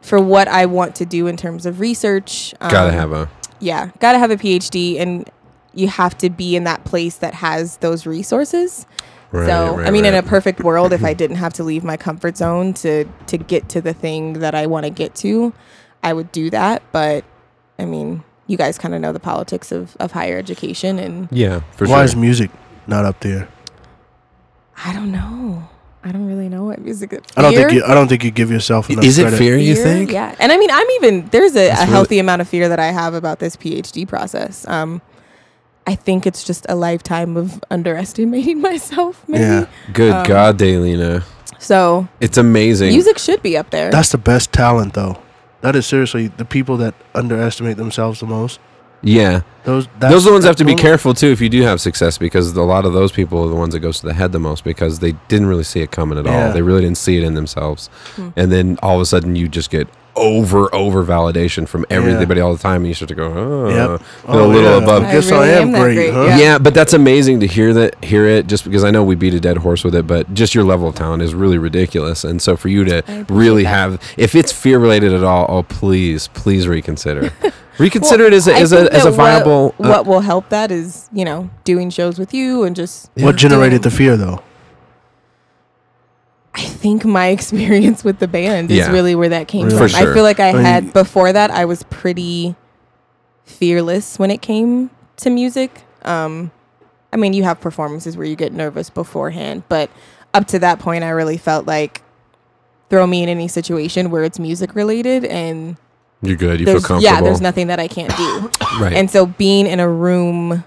Speaker 4: for what I want to do in terms of research, um,
Speaker 1: Gotta have a
Speaker 4: yeah, gotta have a PhD, and you have to be in that place that has those resources.
Speaker 1: right,
Speaker 4: so,
Speaker 1: right,
Speaker 4: I mean, in a
Speaker 1: right.
Speaker 4: perfect world, if I didn't have to leave my comfort zone to to get to the thing that I want to get to, I would do that. But I mean, you guys kind of know the politics of of higher education, and
Speaker 1: yeah for
Speaker 5: Why is
Speaker 1: sure.
Speaker 5: music not up there?
Speaker 4: I don't know. I don't really know what music. Fear?
Speaker 5: I don't think you. I don't think you give yourself enough
Speaker 1: Is it
Speaker 5: credit.
Speaker 1: fear? You think?
Speaker 4: Yeah, and I mean, I'm even there's a, a
Speaker 1: That's really-
Speaker 4: healthy amount of fear that I have about this PhD process. Um, I think it's just a lifetime of underestimating myself, maybe.
Speaker 5: Yeah,
Speaker 1: Good
Speaker 4: Um,
Speaker 1: God, Daylina,
Speaker 4: So
Speaker 1: it's amazing.
Speaker 4: music should be up there.
Speaker 5: that's the best talent though. That is seriously the people that underestimate themselves the most.
Speaker 1: yeah,
Speaker 5: Those that's,
Speaker 1: those are the ones that have to be
Speaker 5: those-
Speaker 1: careful too if you do have success because a lot of those people are the ones that goes to the head the most because they didn't really see it coming at
Speaker 5: Yeah.
Speaker 1: all. They really didn't see it in themselves,
Speaker 4: Hmm.
Speaker 1: and then all of a sudden you just get over over validation from everybody all the time, and you start to go, oh,
Speaker 5: Yep.
Speaker 1: feel a little above.
Speaker 5: I guess
Speaker 4: I
Speaker 5: I,
Speaker 4: really
Speaker 5: am
Speaker 4: am that
Speaker 5: great,
Speaker 4: great,
Speaker 5: huh?
Speaker 4: yeah.
Speaker 1: yeah. but that's amazing to hear that hear it just because I know we beat a dead horse with it, but just your level of talent is really ridiculous. And so for you to
Speaker 4: appreciate
Speaker 1: really
Speaker 4: that.
Speaker 1: have if it's fear related at all, oh please, please reconsider. reconsider it as a
Speaker 4: I
Speaker 1: as a
Speaker 4: think
Speaker 1: as a
Speaker 4: that what-
Speaker 1: viable uh,
Speaker 4: What, will help that is you know doing shows with you and just.
Speaker 5: What generated the fear though?
Speaker 4: I think my experience with the band is
Speaker 1: Yeah.
Speaker 4: really where that came
Speaker 5: Really?
Speaker 4: from.
Speaker 1: For
Speaker 4: I
Speaker 1: sure.
Speaker 4: feel like I,
Speaker 5: I mean-
Speaker 4: had before that I was pretty fearless when it came to music. Um, I mean, you have performances where you get nervous beforehand, but up to that point, I really felt like throw me in any situation where it's music related and
Speaker 1: You're good, you feel
Speaker 4: there's
Speaker 1: comfortable.
Speaker 4: yeah, there's nothing that I can't do.
Speaker 1: right.
Speaker 4: And so being in a room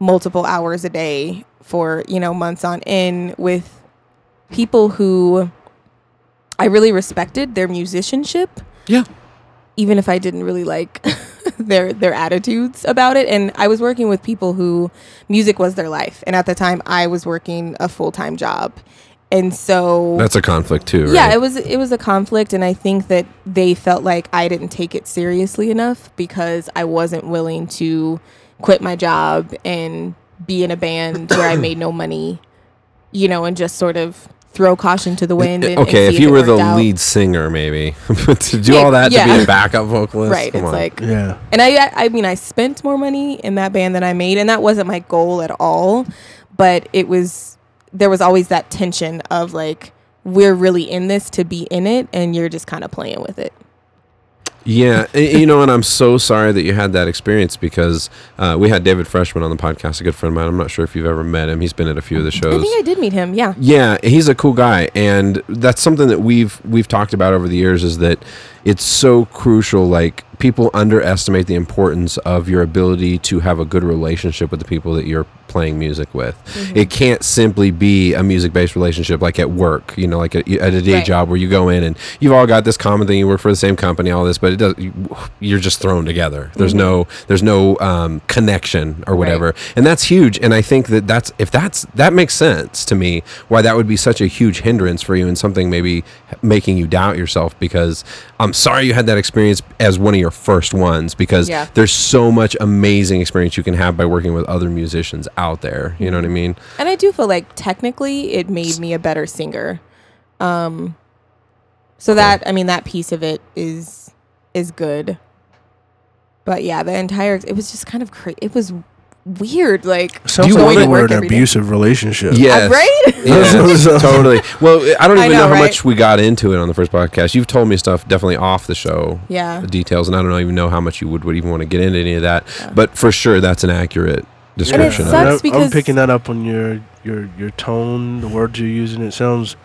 Speaker 4: multiple hours a day for, you know, months on end with people who I really respected their musicianship.
Speaker 1: Yeah.
Speaker 4: Even if I didn't really like their their attitudes about it and I was working with people who music was their life and at the time I was working a full-time job. And so
Speaker 1: that's a conflict too, right?
Speaker 4: yeah, it was it was a conflict, and I think that they felt like I didn't take it seriously enough because I wasn't willing to quit my job and be in a band where I made no money, you know, and just sort of throw caution to the wind. And, and
Speaker 1: okay,
Speaker 4: see
Speaker 1: if you
Speaker 4: it
Speaker 1: were the
Speaker 4: worked out.
Speaker 1: lead singer, maybe but to do all that to be
Speaker 4: Yeah.
Speaker 1: a backup vocalist,
Speaker 4: right?
Speaker 1: Come
Speaker 4: it's
Speaker 1: on.
Speaker 4: like
Speaker 5: Yeah.
Speaker 4: and I, I I mean I spent more money in that band than I made and that wasn't my goal at all but it was there was always that tension of like we're really in this to be in it and you're just kind of playing with it
Speaker 1: Yeah, and- you know, and I'm so sorry that you had that experience because uh, we had David Freshman on the podcast, a good friend of mine. I'm not sure if you've ever met him. He's been at a few of the shows.
Speaker 4: I think I did meet him yeah
Speaker 1: Yeah, he's a cool guy, and that's something that we've we've talked about over the years. Is that it's so crucial. Like people underestimate the importance of your ability to have a good relationship with the people that you're playing music with.
Speaker 4: Mm-hmm.
Speaker 1: It can't simply be a music based relationship, like at work. You know, like at, at a day
Speaker 4: Right.
Speaker 1: job where you go in and you've all got this common thing. You work for the same company, all this, but it does. You, you're just thrown together. There's
Speaker 4: Mm-hmm.
Speaker 1: no there's no um, connection or whatever, and that's huge. And I think that that's if that's that makes sense to me why that would be such a huge hindrance for you and something maybe making you doubt yourself because I'm sorry you had that experience as one of your first ones because
Speaker 4: Yeah.
Speaker 1: there's so much amazing experience you can have by working with other musicians out there. You know
Speaker 4: Mm-hmm.
Speaker 1: what I mean?
Speaker 4: and I do feel like technically it made me a better singer um so that I mean that piece of it is is good but yeah the entire it was just kind of crazy it was weird like
Speaker 5: Sounds
Speaker 1: you
Speaker 5: like
Speaker 1: wanna-
Speaker 5: we were in an
Speaker 4: Every day.
Speaker 5: abusive relationship.
Speaker 1: Yes.
Speaker 4: right
Speaker 1: Yes, totally. Well, I don't
Speaker 4: I
Speaker 1: even know,
Speaker 4: know,
Speaker 1: how
Speaker 4: right?
Speaker 1: much we got into it on the first podcast. You've told me stuff definitely off the show.
Speaker 4: Yeah.
Speaker 1: the Details, and I don't even know how much you would, would even want to get into any of that. But for sure, that's an accurate description.
Speaker 4: sucks
Speaker 1: of
Speaker 5: And
Speaker 1: it.
Speaker 5: I-
Speaker 4: because-
Speaker 5: I'm picking that up on your your your tone, the words you're using. It sounds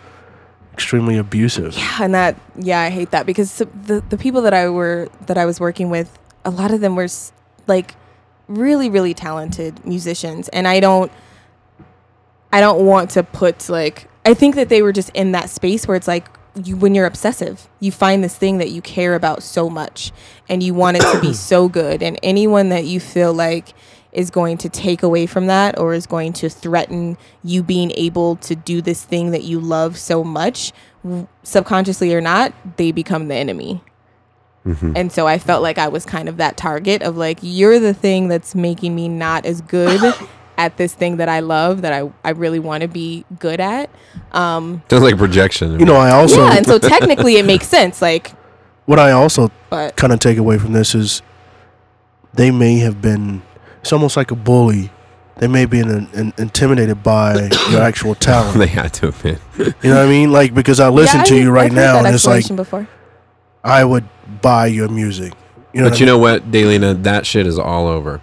Speaker 5: extremely abusive.
Speaker 4: Yeah, and that yeah, I hate that because so- the the people that I were that I was working with, a lot of them were s- like really really talented musicians, and I don't I don't want to put like I think that they were just in that space where it's like you when you're obsessive, you find this thing that you care about so much and you want it to be so good and anyone that you feel like is going to take away from that or is going to threaten you being able to do this thing that you love so much w- subconsciously or not, they become the enemy.
Speaker 1: Mm-hmm.
Speaker 4: And so I felt like I was kind of that target of like, you're the thing that's making me not as good at this thing that I love that I, I really want to be good at. Um,
Speaker 1: Sounds like projection.
Speaker 5: You know, I also
Speaker 4: yeah. And so technically it makes sense. Like,
Speaker 5: what I also
Speaker 4: but
Speaker 5: kind of take away from this is they may have been. It's almost like a bully. They may be an, an, intimidated by your actual
Speaker 1: they
Speaker 5: talent.
Speaker 1: had to have been.
Speaker 5: You know what I mean? Like because I listen
Speaker 4: Yeah, I
Speaker 5: to
Speaker 4: heard-
Speaker 5: you right
Speaker 4: I've heard
Speaker 5: now,
Speaker 4: that
Speaker 5: and it's like
Speaker 4: explanation before.
Speaker 5: I would buy your music. You know,
Speaker 1: But you know what, Daylena, that shit is all over.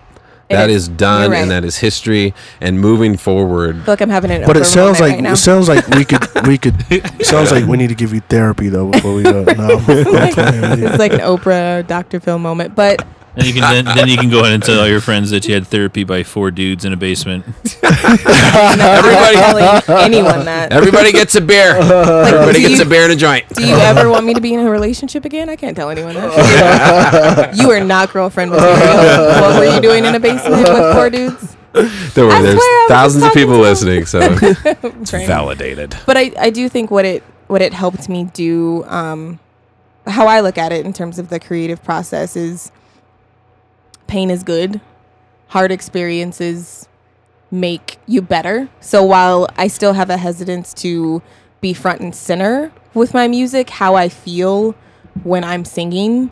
Speaker 4: It
Speaker 1: That
Speaker 4: is.
Speaker 1: is done,
Speaker 4: You're right.
Speaker 1: and that is history. And moving forward,
Speaker 4: I feel like I'm having an,
Speaker 5: But it
Speaker 4: Oprah moment
Speaker 5: sounds like
Speaker 4: right now.
Speaker 5: it sounds like we could we could it sounds like we need to give you therapy though before we go. No, I'm playing with you.
Speaker 4: it's like an Oprah Dr. Phil moment, but
Speaker 3: And you can then, then you can go ahead and tell all your friends that you had therapy by four dudes in a basement.
Speaker 4: I'm not telling anyone that.
Speaker 1: everybody gets a beer.
Speaker 4: Like,
Speaker 1: Everybody
Speaker 4: do
Speaker 1: gets
Speaker 4: you-
Speaker 1: a beer and a joint.
Speaker 4: Do you ever want me to be in a relationship again? I can't tell anyone that. you are not girlfriend material. what were you doing in a basement with four dudes?
Speaker 1: Don't
Speaker 4: I
Speaker 1: worry, there's
Speaker 4: swear I was just
Speaker 1: thousands of
Speaker 4: talking
Speaker 1: people
Speaker 4: to him.
Speaker 1: listening, so
Speaker 4: Right.
Speaker 1: validated.
Speaker 4: But I, I do think what it what it helped me do, um, how I look at it in terms of the creative process is pain is good. Hard experiences make you better. So while I still have a hesitance to be front and center with my music, how I feel when I'm singing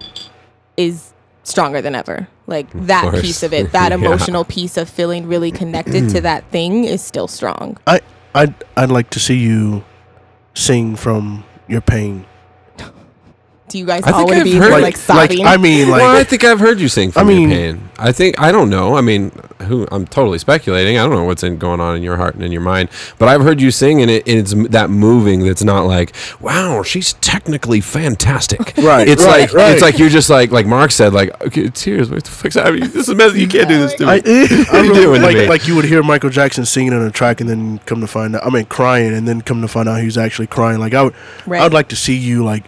Speaker 4: is stronger than ever. Like that
Speaker 1: course.
Speaker 4: piece of it, that
Speaker 1: Yeah.
Speaker 4: emotional piece of feeling really connected to that thing is still strong.
Speaker 5: I I'd I'd like to see you sing from your pain.
Speaker 4: Do you guys
Speaker 1: I
Speaker 4: all
Speaker 1: think
Speaker 4: want to
Speaker 1: I've
Speaker 4: be
Speaker 1: heard-
Speaker 4: like,
Speaker 1: like-
Speaker 4: sobbing?
Speaker 5: I mean like
Speaker 1: well, I think I've heard you sing from
Speaker 5: I
Speaker 1: your
Speaker 5: mean-
Speaker 1: pain. I think I don't know. I mean, who I'm totally speculating. I don't know what's in, going on in your heart and in your mind, but I've heard you sing, and, it, and it's m- that moving. That's not like, wow, she's technically fantastic.
Speaker 5: Right,
Speaker 1: It's
Speaker 5: right,
Speaker 1: like
Speaker 5: right.
Speaker 1: it's like you're just like like Mark said, like okay, tears. What the fuck's happening? This is messy. You can't do this to me.
Speaker 5: I, I
Speaker 1: you
Speaker 5: really-
Speaker 1: doing to
Speaker 5: like,
Speaker 1: me?
Speaker 5: like you would hear Michael Jackson singing on a track and then come to find out I mean crying and then come to find out he was actually crying. Like I would
Speaker 4: Right.
Speaker 5: I'd like to see you like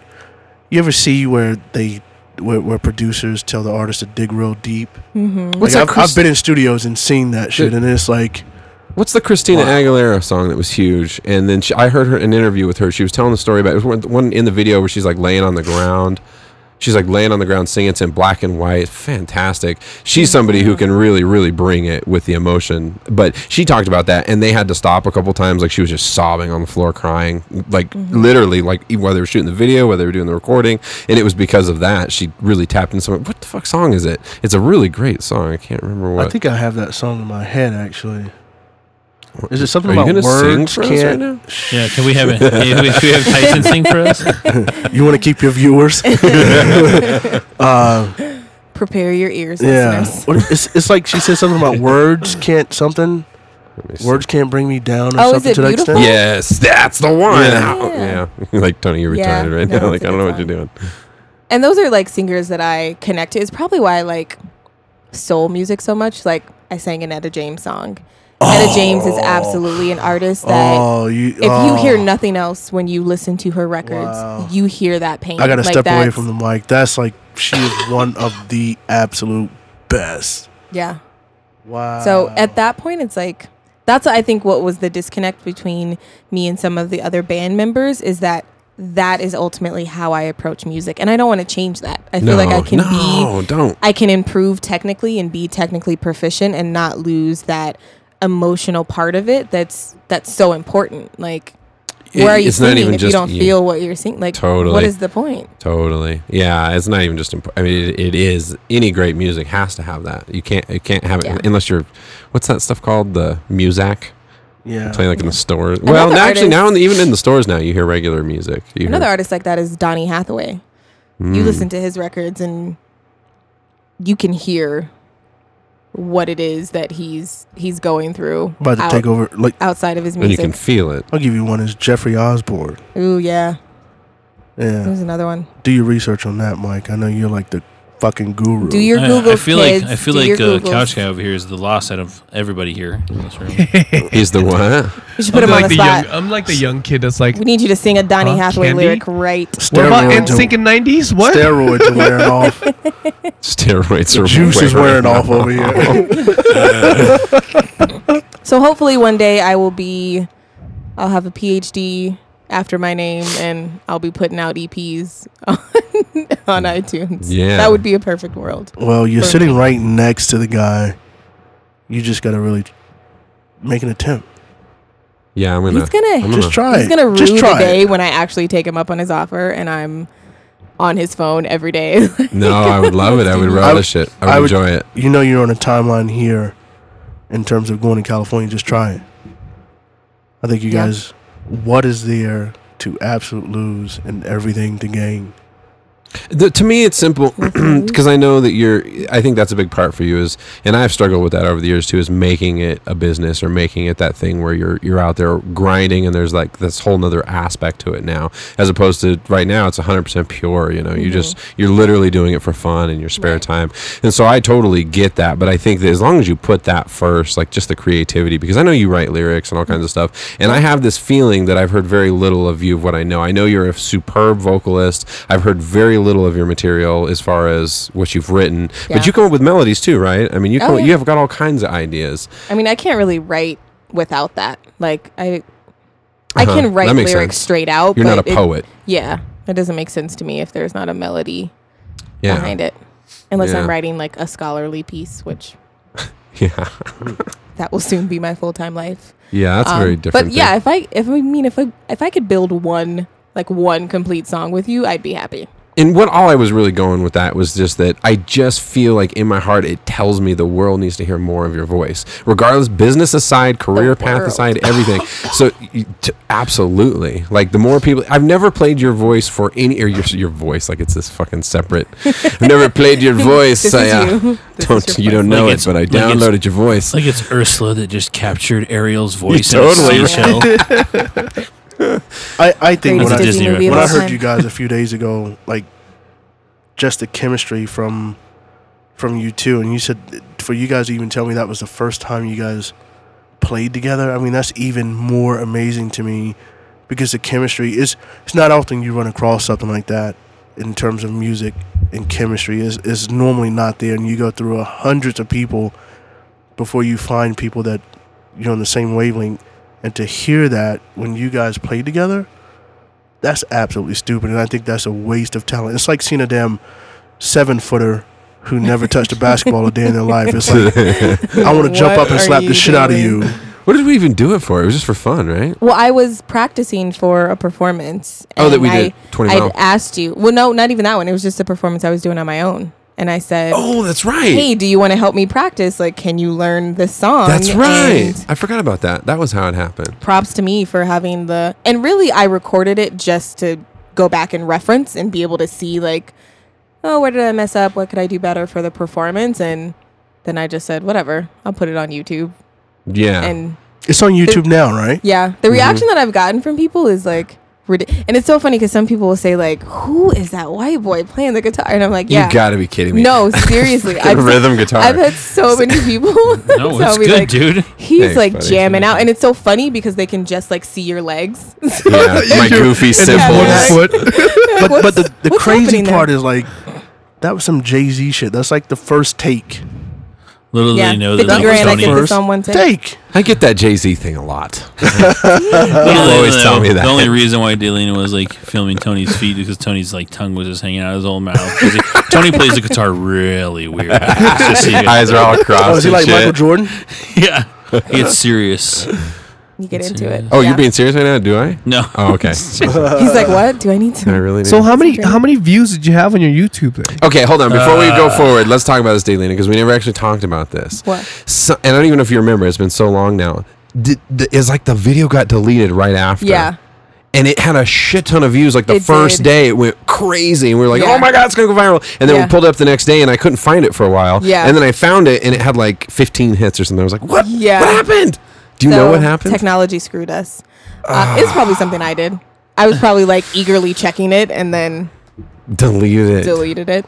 Speaker 5: you ever see where they where, where producers tell the artist to dig real deep.
Speaker 4: Mm-hmm.
Speaker 1: what's
Speaker 5: Like,
Speaker 1: that?
Speaker 5: I've, I've
Speaker 1: Chris-
Speaker 5: been in studios and seen that shit, and it's like
Speaker 1: What's the Christina Aguilera song that was huge? And then she, I heard her an interview with her. She was telling the story about it was one- one in the video where she's like laying on the ground. She's like laying on the ground singing. It's in black and white. Fantastic. She's somebody who can really, really bring it with the emotion. But she talked about that, and they had to stop a couple times. Like she was just sobbing on the floor, crying, like
Speaker 5: Mm-hmm.
Speaker 1: literally, like e, whether they were shooting the video, whether they were doing the recording, and it was because of that. She really tapped into something. What the fuck song is it? It's a really great song. I can't remember what.
Speaker 5: I think I have that song in my head actually. Is it something
Speaker 1: Are you
Speaker 5: about
Speaker 1: gonna sing
Speaker 5: words?
Speaker 1: for us right
Speaker 5: can't
Speaker 1: now?
Speaker 3: Yeah, can we have it? Can we, can we have Tyson sing for us?
Speaker 5: you want to keep your viewers? uh,
Speaker 4: Prepare your ears,
Speaker 5: yeah,
Speaker 4: listeners.
Speaker 5: What- it's, it's like she said something about words can't something.
Speaker 1: Let me see.
Speaker 5: Words can't bring me down or
Speaker 4: Oh, is
Speaker 5: something
Speaker 4: it
Speaker 5: to that
Speaker 4: beautiful?
Speaker 5: extent.
Speaker 1: Yes, that's the one.
Speaker 5: Yeah.
Speaker 1: Ow.
Speaker 4: Yeah.
Speaker 1: Yeah. like Tony, you're
Speaker 4: Yeah,
Speaker 1: retarded right
Speaker 4: no,
Speaker 1: now.
Speaker 4: it's
Speaker 1: Like
Speaker 4: a
Speaker 1: I don't
Speaker 4: good
Speaker 1: know what
Speaker 4: song.
Speaker 1: you're doing.
Speaker 4: And those are like singers that I connect to. It's probably why I like soul music so much. Like I sang an Etta James song. Etta James is absolutely an artist that
Speaker 5: Oh, you.
Speaker 4: if
Speaker 5: oh.
Speaker 4: you hear nothing else when you listen to her records,
Speaker 5: Wow.
Speaker 4: you hear that pain.
Speaker 5: I gotta
Speaker 4: Like,
Speaker 5: step away
Speaker 4: that's-
Speaker 5: from the mic. That's like she is one of the absolute best.
Speaker 4: Yeah.
Speaker 5: Wow.
Speaker 4: So at that point, it's like that's I think what was the disconnect between me and some of the other band members is that that is ultimately how I approach music, and I don't want to change that. I
Speaker 1: no,
Speaker 4: feel like I can be
Speaker 1: no, don't.
Speaker 4: I can improve technically and be technically proficient and not lose that emotional part of it that's that's so important. Like where are you
Speaker 1: it's not
Speaker 4: singing
Speaker 1: even
Speaker 4: if
Speaker 1: just
Speaker 4: you don't
Speaker 1: you.
Speaker 4: feel what you're singing? Like what
Speaker 1: Totally.
Speaker 4: is the point?
Speaker 1: Totally. Yeah, it's not even just. Imp- I mean, it, it is. Any great music has to have that. You can't. You can't have it
Speaker 4: Yeah.
Speaker 1: unless you're. What's that stuff called? The Muzak
Speaker 5: yeah.
Speaker 1: playing like in the stores. Well,
Speaker 4: Another
Speaker 1: now, actually,
Speaker 4: artist-
Speaker 1: now in the, even in the stores now you hear regular music. You
Speaker 4: Another
Speaker 1: hear,
Speaker 4: artist like that is Donny Hathaway. You
Speaker 1: Mm.
Speaker 4: listen to his records and you can hear what it is that he's he's going through
Speaker 5: about to
Speaker 4: out-
Speaker 5: take over. Like
Speaker 4: outside of his
Speaker 1: and you
Speaker 4: music.
Speaker 1: can feel it.
Speaker 5: I'll give you one. Is Jeffrey Osborne?
Speaker 4: Ooh yeah.
Speaker 5: Yeah.
Speaker 4: There's another one.
Speaker 5: Do your research on that, Mike. I know you're like the fucking guru.
Speaker 4: Do your
Speaker 3: I-
Speaker 4: Google
Speaker 3: I feel
Speaker 4: kids.
Speaker 3: like I feel
Speaker 4: Do
Speaker 3: like
Speaker 4: your
Speaker 3: uh,
Speaker 4: Googles.
Speaker 3: couch guy over here is the lost out of everybody here in this room.
Speaker 1: He's the what?
Speaker 4: You should put
Speaker 6: I'm
Speaker 4: him on
Speaker 6: like
Speaker 4: the
Speaker 6: the
Speaker 4: spot.
Speaker 6: young, I'm like the young kid that's
Speaker 1: uh,
Speaker 6: like,
Speaker 4: We need you to sing a Donny
Speaker 6: Huh?
Speaker 4: Hathaway
Speaker 6: Candy?
Speaker 4: lyric right.
Speaker 6: what about
Speaker 5: Steroids are-
Speaker 6: NSYNC in '90s? What?
Speaker 5: Steroids are wearing off.
Speaker 1: Steroids are
Speaker 5: Juice is
Speaker 1: way-
Speaker 5: wearing off over here.
Speaker 4: So hopefully one day I will be, I'll have a PhD after my name and I'll be putting out EPs on, on iTunes.
Speaker 1: Yeah.
Speaker 4: That would be a perfect world.
Speaker 5: well, you're
Speaker 4: For-
Speaker 5: sitting right next to the guy. You just gotta really make an attempt.
Speaker 1: Yeah, I'm gonna.
Speaker 4: He's going to,
Speaker 1: I'm
Speaker 5: Just try.
Speaker 4: he's
Speaker 5: it.
Speaker 4: going to
Speaker 5: just
Speaker 4: rue the
Speaker 5: try. it.
Speaker 4: day when I actually take him up on his offer and I'm on his phone every day.
Speaker 1: No, I would love it. I would relish it. I would,
Speaker 5: I would-
Speaker 1: enjoy it.
Speaker 5: You know you're on a timeline here, in terms of going to California. Just try it. I think you
Speaker 4: Yeah.
Speaker 5: guys. What is there to absolute lose and everything to gain?
Speaker 1: The, to me, it's simple because I know that you're. I think that's a big part for you is, and I've struggled with that over the years too. Is making it a business or making it that thing where you're you're out there grinding and there's like this whole nother aspect to it now, as opposed to right now it's 100 percent pure. You know, you just you're literally doing it for fun in your spare time, and so I totally get that. But I think that as long as you put that first, like just the creativity, because I know you write lyrics and all kinds of stuff, and I have this feeling that I've heard very little of you of what I know. I know you're a superb vocalist. I've heard very little of your material as far as what you've written,
Speaker 4: Yeah.
Speaker 1: but you come up with melodies too, right? I mean, you
Speaker 4: Oh,
Speaker 1: come,
Speaker 4: yeah.
Speaker 1: you have got all kinds of ideas.
Speaker 4: I mean, I can't really write without that. Like I, I
Speaker 1: Uh-huh.
Speaker 4: can
Speaker 1: That
Speaker 4: write
Speaker 1: makes
Speaker 4: lyrics
Speaker 1: sense.
Speaker 4: straight out.
Speaker 1: You're not
Speaker 4: but
Speaker 1: a
Speaker 4: it-
Speaker 1: poet.
Speaker 4: yeah. It doesn't make sense to me if there's not a melody
Speaker 1: Yeah,
Speaker 4: behind it. Unless
Speaker 1: Yeah.
Speaker 4: I'm writing like a scholarly piece, which
Speaker 1: yeah,
Speaker 4: that will soon be my full time life.
Speaker 1: yeah. That's a
Speaker 4: Um,
Speaker 1: very different.
Speaker 4: But yeah,
Speaker 1: thing.
Speaker 4: if I if I mean if I if I could build one like one complete song with you, I'd be happy.
Speaker 1: and what all I was really going with that was just that I just feel like in my heart it tells me the world needs to hear more of your voice, regardless business aside, career path
Speaker 4: world.
Speaker 1: aside, everything. so you- t- absolutely, like the more people, I've never played your voice for any or your your voice like it's this fucking separate. I've never played your voice.
Speaker 4: This
Speaker 1: I, uh,
Speaker 4: is you. This is
Speaker 1: Don't
Speaker 4: your
Speaker 1: you don't
Speaker 3: Like
Speaker 1: know it,
Speaker 3: it's-
Speaker 1: but I
Speaker 3: like it's-
Speaker 1: downloaded your voice.
Speaker 3: It's like it's Ursula that just captured Ariel's voice. in
Speaker 1: totally
Speaker 3: a
Speaker 1: right.
Speaker 3: seashell.
Speaker 5: I, I
Speaker 4: greatest
Speaker 5: think when
Speaker 3: That's
Speaker 5: I,
Speaker 3: a
Speaker 4: Disney
Speaker 3: Disney
Speaker 4: movie of
Speaker 5: when I
Speaker 4: all
Speaker 5: heard
Speaker 4: time.
Speaker 5: you guys a few days ago, like just the chemistry from from you two, and you said for you guys to even tell me that was the first time you guys played together. I mean, that's even more amazing to me because the chemistry is. It's not often you run across something like that in terms of music and chemistry is is normally not there, and you go through hundreds of people before you find people that you're on the same wavelength. And to hear that when you guys played together, that's absolutely stupid, and I think that's a waste of talent. It's like seeing a damn seven footer who never touched a basketball a day in their life. It's like I want to jump
Speaker 4: What
Speaker 5: up and
Speaker 4: are
Speaker 5: slap the
Speaker 4: you
Speaker 5: shit out of you.
Speaker 4: doing?
Speaker 1: What did we even do it for? It was just for fun, right?
Speaker 4: Well, I was practicing for a performance.
Speaker 1: Oh, that
Speaker 4: and
Speaker 1: we
Speaker 4: I-
Speaker 1: did. 20
Speaker 4: I'd
Speaker 1: mile.
Speaker 4: asked you. Well, no, not even that one. It was just a performance I was doing on my own, and I said,
Speaker 1: Oh, that's right.
Speaker 4: "Hey, do you want to help me practice? Like, can you learn this song?"
Speaker 1: that's right.
Speaker 4: And
Speaker 1: I forgot about that. That was how it happened.
Speaker 4: props to me for having the. And really, I recorded it just to go back and reference and be able to see like, oh, where did I mess up? What could I do better for the performance? And then I just said, whatever, I'll put it on YouTube.
Speaker 1: Yeah. Mm-hmm.
Speaker 4: And
Speaker 5: It's on YouTube now, right?
Speaker 4: Yeah, the reaction that I've gotten from people is like, ridic- and it's so funny because some people will say like, "Who is that white boy playing the guitar?" And I'm like, "Yeah,
Speaker 1: You gotta be kidding me.
Speaker 4: no, seriously,
Speaker 1: Freaking rhythm guitar.
Speaker 4: I've had so many people
Speaker 3: No,
Speaker 4: tell
Speaker 3: it's
Speaker 4: me
Speaker 3: good,
Speaker 4: like,
Speaker 3: dude.
Speaker 4: he's
Speaker 1: Thanks,
Speaker 4: like
Speaker 1: buddy.
Speaker 4: jamming out, and it's so funny because they can just like see your legs.
Speaker 1: Yeah, my goofy
Speaker 4: simple.
Speaker 1: symbols.
Speaker 4: Yeah.
Speaker 6: One foot.
Speaker 5: But but the, the
Speaker 4: what's
Speaker 5: crazy
Speaker 4: happening there?
Speaker 5: part is like that was some Jay Z shit. That's like the first take.
Speaker 3: Little
Speaker 4: yeah,
Speaker 3: do they know that
Speaker 4: fifty
Speaker 3: that was
Speaker 4: grand. I
Speaker 5: Donnie.
Speaker 4: get
Speaker 3: Tony.
Speaker 5: First
Speaker 4: this on one take.
Speaker 5: Take.
Speaker 1: I get that Jay Z thing a lot.
Speaker 3: Little
Speaker 1: People
Speaker 3: do they
Speaker 1: always
Speaker 3: know
Speaker 1: tell me that.
Speaker 3: The only reason why Delina was like filming Tony's feet is because Tony's like tongue was just hanging out of his old mouth. 'Cause he- Tony plays the guitar really weird. Just so you guys-
Speaker 1: Eyes are all crossed.
Speaker 5: Oh, is he
Speaker 1: and
Speaker 5: like
Speaker 1: shit.
Speaker 5: Michael Jordan?
Speaker 3: yeah, it's serious.
Speaker 4: You get into it.
Speaker 1: Oh,
Speaker 4: Yeah.
Speaker 1: you're being serious right now? Do I?
Speaker 3: No,
Speaker 1: Oh, okay.
Speaker 4: He's like, "What do I need
Speaker 1: I
Speaker 4: to?"
Speaker 1: really
Speaker 6: so
Speaker 1: do.
Speaker 6: how many how many views did you have on your YouTube thing?
Speaker 1: Okay, hold on. Before we go forward, let's talk about this, Daylena, because we never actually talked about this.
Speaker 4: What?
Speaker 1: So, and I don't even know if you remember. It's been so long now. Did, d- is like the video got deleted right after.
Speaker 4: Yeah.
Speaker 1: And it had a shit ton of views. Like the
Speaker 4: It
Speaker 1: first
Speaker 4: did.
Speaker 1: day, it went crazy, and we were like,
Speaker 4: Yeah.
Speaker 1: "Oh my god, it's gonna go viral!" And then
Speaker 4: Yeah.
Speaker 1: we pulled it up the next day, and I couldn't find it for a while.
Speaker 4: Yeah.
Speaker 1: And then I found it, and it had like 15 hits or something. I was like, "What?
Speaker 4: Yeah.
Speaker 1: What happened? Do you know
Speaker 4: So,
Speaker 1: what happened?"
Speaker 4: Technology screwed us. Uh, it's probably something I did. I was probably like eagerly checking it and then
Speaker 1: deleted it.
Speaker 4: deleted it.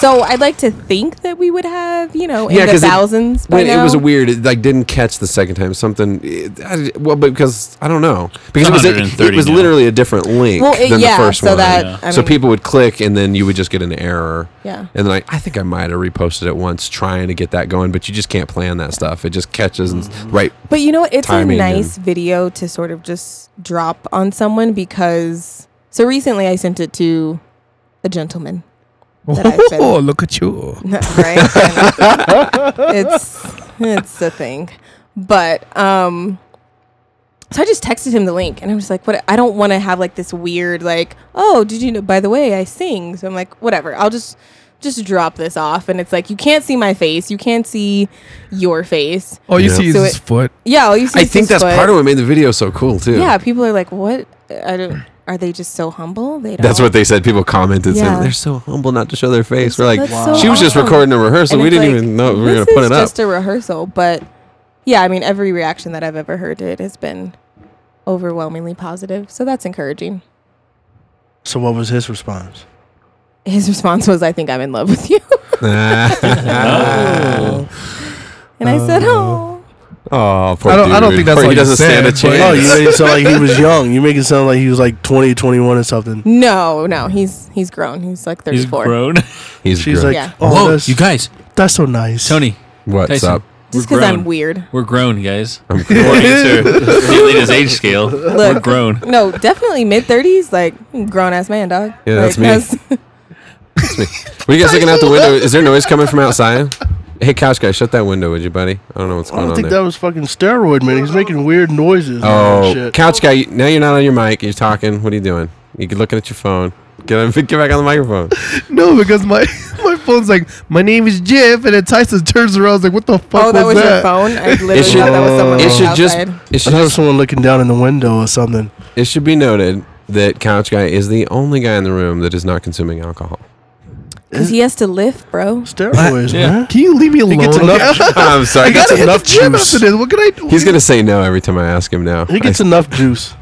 Speaker 4: so I'd like to think that we would have, you know, in
Speaker 1: Yeah,
Speaker 4: the
Speaker 1: 'cause it-
Speaker 4: thousands by
Speaker 1: When
Speaker 4: now.
Speaker 1: it was a weird, it like didn't catch the second time. Something, it, I, well, but because I don't know because it was it,
Speaker 3: 130
Speaker 1: was
Speaker 3: now.
Speaker 1: literally a different link
Speaker 4: well, it,
Speaker 1: than
Speaker 4: yeah,
Speaker 1: the first
Speaker 4: so
Speaker 1: one.
Speaker 4: that
Speaker 3: Yeah.
Speaker 4: I
Speaker 1: so
Speaker 4: mean,
Speaker 1: people would click, and then you would just get an error.
Speaker 4: yeah.
Speaker 1: And then I, I think I might have reposted it once, trying to get that going, but you just can't plan that stuff. It just catches and
Speaker 4: Mm.
Speaker 1: right.
Speaker 4: But you know, what? it's a
Speaker 1: timing
Speaker 4: nice video to sort of just drop on someone because. So recently, I sent it to a gentleman. That I've been-
Speaker 6: Oh, look at you.
Speaker 4: right? it's it's a thing. But um so I just texted him the link and I'm just like, what I don't want to have like this weird like, oh, did you know by the way I sing. So I'm like, whatever. I'll just just drop this off and it's like you can't see my face, you can't see your face.
Speaker 6: All you
Speaker 1: Yeah.
Speaker 6: see is
Speaker 4: So
Speaker 6: his
Speaker 4: it-
Speaker 6: foot.
Speaker 4: Yeah, all you see
Speaker 1: I
Speaker 4: is
Speaker 1: think
Speaker 4: his
Speaker 1: that's
Speaker 4: foot.
Speaker 1: part of what made the video so cool too.
Speaker 4: Yeah, people are like, what? I don't are they just so humble? They don't
Speaker 1: That's what they said. People commented
Speaker 4: Yeah.
Speaker 1: saying they're so humble not to show their face. We're like,
Speaker 4: That's so
Speaker 1: she was just
Speaker 4: awesome.
Speaker 1: recording a rehearsal.
Speaker 4: And
Speaker 1: we
Speaker 4: it's
Speaker 1: didn't
Speaker 4: like,
Speaker 1: even know we were going
Speaker 4: this
Speaker 1: to put
Speaker 4: is
Speaker 1: it up.
Speaker 4: just a rehearsal, but yeah, I mean, every reaction that I've ever heard to it has been overwhelmingly positive, so that's encouraging.
Speaker 5: So what was his response?
Speaker 4: His response was, "I think I'm in love with you," and I
Speaker 1: Uh-huh.
Speaker 4: said, "Oh,
Speaker 1: Oh, poor
Speaker 6: I don't- I don't
Speaker 1: dude.
Speaker 6: think that's
Speaker 1: Poor-
Speaker 6: all
Speaker 1: he
Speaker 6: you
Speaker 1: doesn't stand a
Speaker 6: said, but-
Speaker 1: chance.
Speaker 5: Oh, you made it sound like he was young. You make it sound like he was like 20, 21 or something.
Speaker 4: no, no, he's he's grown. He's like
Speaker 3: he's
Speaker 4: 34.
Speaker 3: grown.
Speaker 1: He's
Speaker 5: She's
Speaker 1: grown.
Speaker 5: like,
Speaker 4: Yeah.
Speaker 5: oh,
Speaker 3: Whoa,
Speaker 5: that's,
Speaker 3: you guys,
Speaker 5: that's so nice.
Speaker 3: Tony,
Speaker 1: what's
Speaker 3: Tyson,
Speaker 1: up?
Speaker 4: Just
Speaker 3: we're
Speaker 4: because I'm
Speaker 3: grown.
Speaker 4: weird.
Speaker 3: we're grown, guys.
Speaker 1: I'm
Speaker 3: According
Speaker 1: cool.
Speaker 3: to Delina's age scale, we're
Speaker 4: Look.
Speaker 3: grown.
Speaker 4: No, definitely mid 30s, like grown ass man, dog.
Speaker 1: Yeah,
Speaker 4: Like,
Speaker 1: that's me. what are you guys looking out the window? Is there noise coming from outside? Hey, couch guy, shut that window, would you, buddy? I don't know what's
Speaker 5: I
Speaker 1: going
Speaker 5: don't
Speaker 1: on
Speaker 5: think
Speaker 1: there.
Speaker 5: that was fucking steroid, man. He's making weird noises.
Speaker 1: oh,
Speaker 5: and shit.
Speaker 1: couch guy, you- now you're not on your mic. You're talking. What are you doing? You're looking at your phone. Get, on, get back on the microphone.
Speaker 6: No, because my my phone's like, my name is Jeff, and then Tyson turns around, like, what the fuck
Speaker 4: oh, that was your
Speaker 6: that?
Speaker 4: phone. I literally
Speaker 1: It should,
Speaker 4: thought that was someone
Speaker 1: it
Speaker 4: walking
Speaker 1: should just
Speaker 4: Oh. outside.
Speaker 1: it
Speaker 5: I
Speaker 1: should,
Speaker 5: thought it was
Speaker 1: just-
Speaker 5: someone looking down in the window or something.
Speaker 1: it should be noted that couch guy is the only guy in the room that is not consuming alcohol.
Speaker 4: because he has to lift, bro.
Speaker 5: Steroids,
Speaker 3: Yeah.
Speaker 5: man.
Speaker 6: Can you leave me
Speaker 5: He
Speaker 6: alone?
Speaker 5: gets enough.
Speaker 1: I'm sorry.
Speaker 6: I
Speaker 5: gets
Speaker 6: gotta hit
Speaker 5: enough
Speaker 6: the gym
Speaker 5: juice.
Speaker 6: after this. What can I do?
Speaker 1: He's gonna say no every time I ask him now.
Speaker 5: He gets
Speaker 1: I-
Speaker 5: enough juice.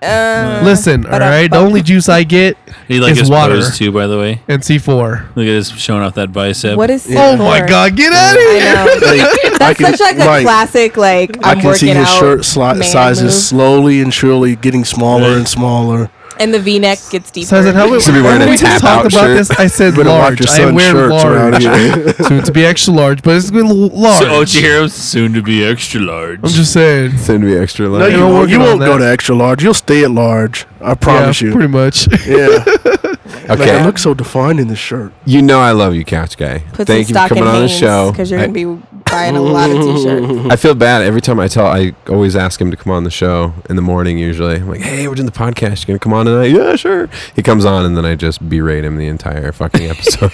Speaker 4: Uh,
Speaker 6: Listen, all right. The only juice I get
Speaker 3: He like
Speaker 6: It's
Speaker 3: his
Speaker 6: water.
Speaker 3: pose too, by the way.
Speaker 6: and C4.
Speaker 3: Look at this showing off that bicep.
Speaker 4: what is
Speaker 6: Oh
Speaker 4: C4?
Speaker 6: my god, get out of
Speaker 4: I
Speaker 6: here!
Speaker 4: know.
Speaker 5: I
Speaker 4: That's
Speaker 5: can-
Speaker 4: such like a
Speaker 5: Mike,
Speaker 4: classic like
Speaker 5: I
Speaker 4: I'm
Speaker 5: can
Speaker 4: working
Speaker 5: see his
Speaker 4: out
Speaker 5: shirt sli-
Speaker 4: man
Speaker 5: sizes
Speaker 4: move.
Speaker 5: slowly and surely getting smaller
Speaker 3: Right.
Speaker 5: and smaller.
Speaker 4: and the V-neck gets deeper.
Speaker 6: Tyson, how we,
Speaker 1: Should be
Speaker 6: how
Speaker 1: wearing a
Speaker 6: we just
Speaker 1: tap-out
Speaker 6: talked about
Speaker 1: shirt.
Speaker 6: this? I said large. I wear large.
Speaker 5: here.
Speaker 6: so to be extra large, but it's gonna be large.
Speaker 3: So Ochihiro's soon to be extra large.
Speaker 6: I'm just saying.
Speaker 1: soon to be extra
Speaker 5: no,
Speaker 1: large.
Speaker 5: you
Speaker 6: You're
Speaker 5: won't,
Speaker 6: working
Speaker 5: you
Speaker 6: on
Speaker 5: won't go
Speaker 6: that.
Speaker 5: to extra large. You'll stay at large. I promise
Speaker 6: yeah,
Speaker 5: you.
Speaker 6: Pretty much.
Speaker 5: Yeah. Like,
Speaker 1: Okay.
Speaker 5: I look so defined in this shirt.
Speaker 1: You know I love you, Couch Guy.
Speaker 4: Put
Speaker 1: Thank
Speaker 4: some
Speaker 1: you for
Speaker 4: stock
Speaker 1: coming
Speaker 4: in
Speaker 1: on the show.
Speaker 4: because you're
Speaker 1: I-
Speaker 4: gonna be buying a lot of t-shirts.
Speaker 1: I feel bad every time I tell. I always ask him to come on the show in the morning. Usually, I'm like, "Hey, we're doing the podcast. You gonna come on tonight?" Yeah, sure. He comes on, and then I just berate him the entire fucking episode.